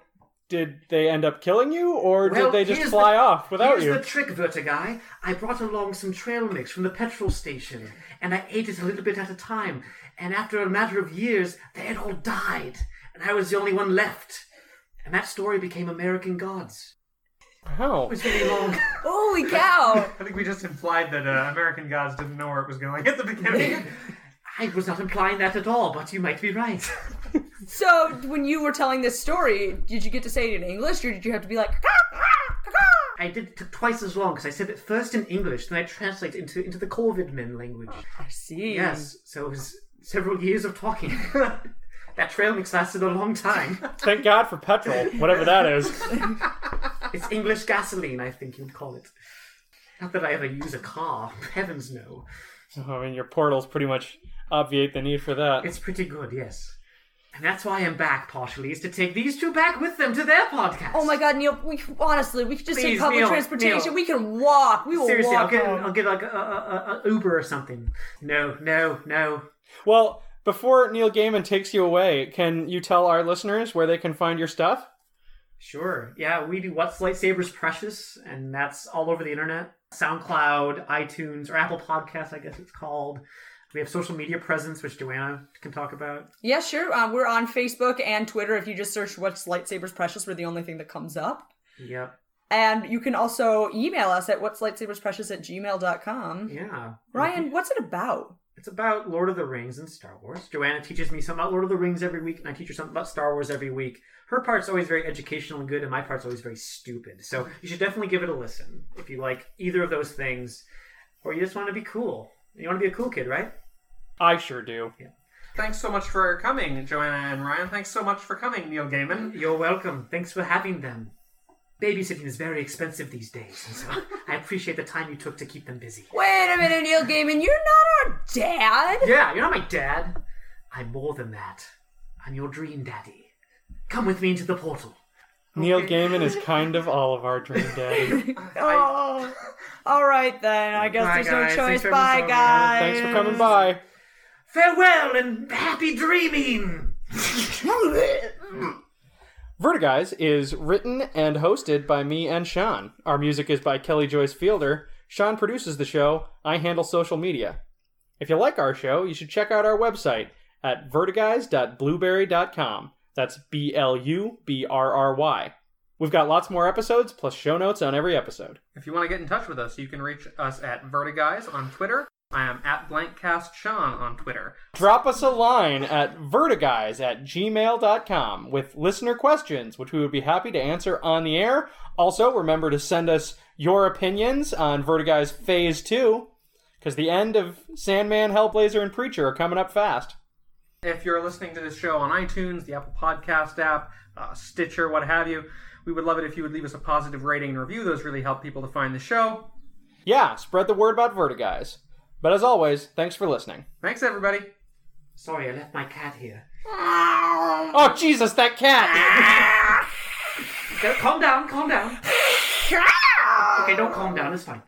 did they end up killing you, or Well, did they just here's fly the- off without here's you? the trick, Vertiguy. I brought along some trail mix from the petrol station, and I ate it a little bit at a time. And after a matter of years, they had all died, and I was the only one left. And that story became American Gods. How? It was very long. Holy cow! I think we just implied that uh, American Gods didn't know where it was going at the beginning. I was not implying that at all, but you might be right. so when you were telling this story, did you get to say it in English, or did you have to be like? I did it took twice as long because I said it first in English, then I translated into into the Corvid men language. I see. Yes, so it was several years of talking. that trail mix lasted a long time. Thank God for petrol, whatever that is. It's English gasoline, I think you'd call it. Not that I ever use a car. Heavens no. I mean, your portals pretty much obviate the need for that. It's pretty good, yes. And that's why I'm back partially, is to take these two back with them to their podcast. Oh my God, Neil! We honestly, we could just Please, take public Neil, transportation. Neil. We can walk. We will Seriously, I'll walk. get, home. I'll get like a, a, a, a Uber or something. No, no, no. Well, before Neil Gaiman takes you away, can you tell our listeners where they can find your stuff? Sure. Yeah, we do What's Lightsabers Precious, and that's all over the internet SoundCloud, iTunes, or Apple Podcasts, I guess it's called. We have social media presence, which Joanna can talk about. Yeah, sure. Um, we're on Facebook and Twitter. If you just search "What's Lightsabers Precious," we're the only thing that comes up. Yep. And you can also email us at what's lightsabersprecious at gmail.com. Yeah. Ryan, what's it about? It's about Lord of the Rings and Star Wars. Joanna teaches me something about Lord of the Rings every week, and I teach her something about Star Wars every week. Her part's always very educational and good, and my part's always very stupid. So you should definitely give it a listen if you like either of those things, or you just want to be cool. You want to be a cool kid, right? I sure do. Thanks so much for coming, Joanna and Ryan. Thanks so much for coming, Neil Gaiman. You're welcome. Thanks for having them. Babysitting is very expensive these days, and so I appreciate the time you took to keep them busy. Wait a minute, Neil Gaiman, you're not our dad. Yeah, you're not my dad. I'm more than that. I'm your dream daddy. Come with me into the portal. Neil Gaiman is kind of all of our dream daddy. Oh, all right then. I guess Bye, there's guys. no Thanks choice. for Bye, having us on. guys. Thanks for coming by. Farewell and happy dreaming! Vertiguys is written and hosted by me and Sean. Our music is by Kelly Joyce Fielder. Sean produces the show. I handle social media. If you like our show, you should check out our website at vertiguys.blueberry.com. That's B L U B R R Y. We've got lots more episodes plus show notes on every episode. If you want to get in touch with us, you can reach us at Vertiguys on Twitter. I am at BlankCastSean on Twitter. Drop us a line at vertiguys at gmail.com with listener questions, which we would be happy to answer on the air. Also, remember to send us your opinions on Vertiguys Phase 2, because the end of Sandman, Hellblazer, and Preacher are coming up fast. If you're listening to this show on iTunes, the Apple Podcast app, uh, Stitcher, what have you, we would love it if you would leave us a positive rating and review. Those really help people to find the show. Yeah, spread the word about Vertiguys. But as always, thanks for listening. Thanks, everybody. Sorry, I left my cat here. Oh, Jesus, that cat! Go, calm down, calm down. okay, don't calm down, it's fine.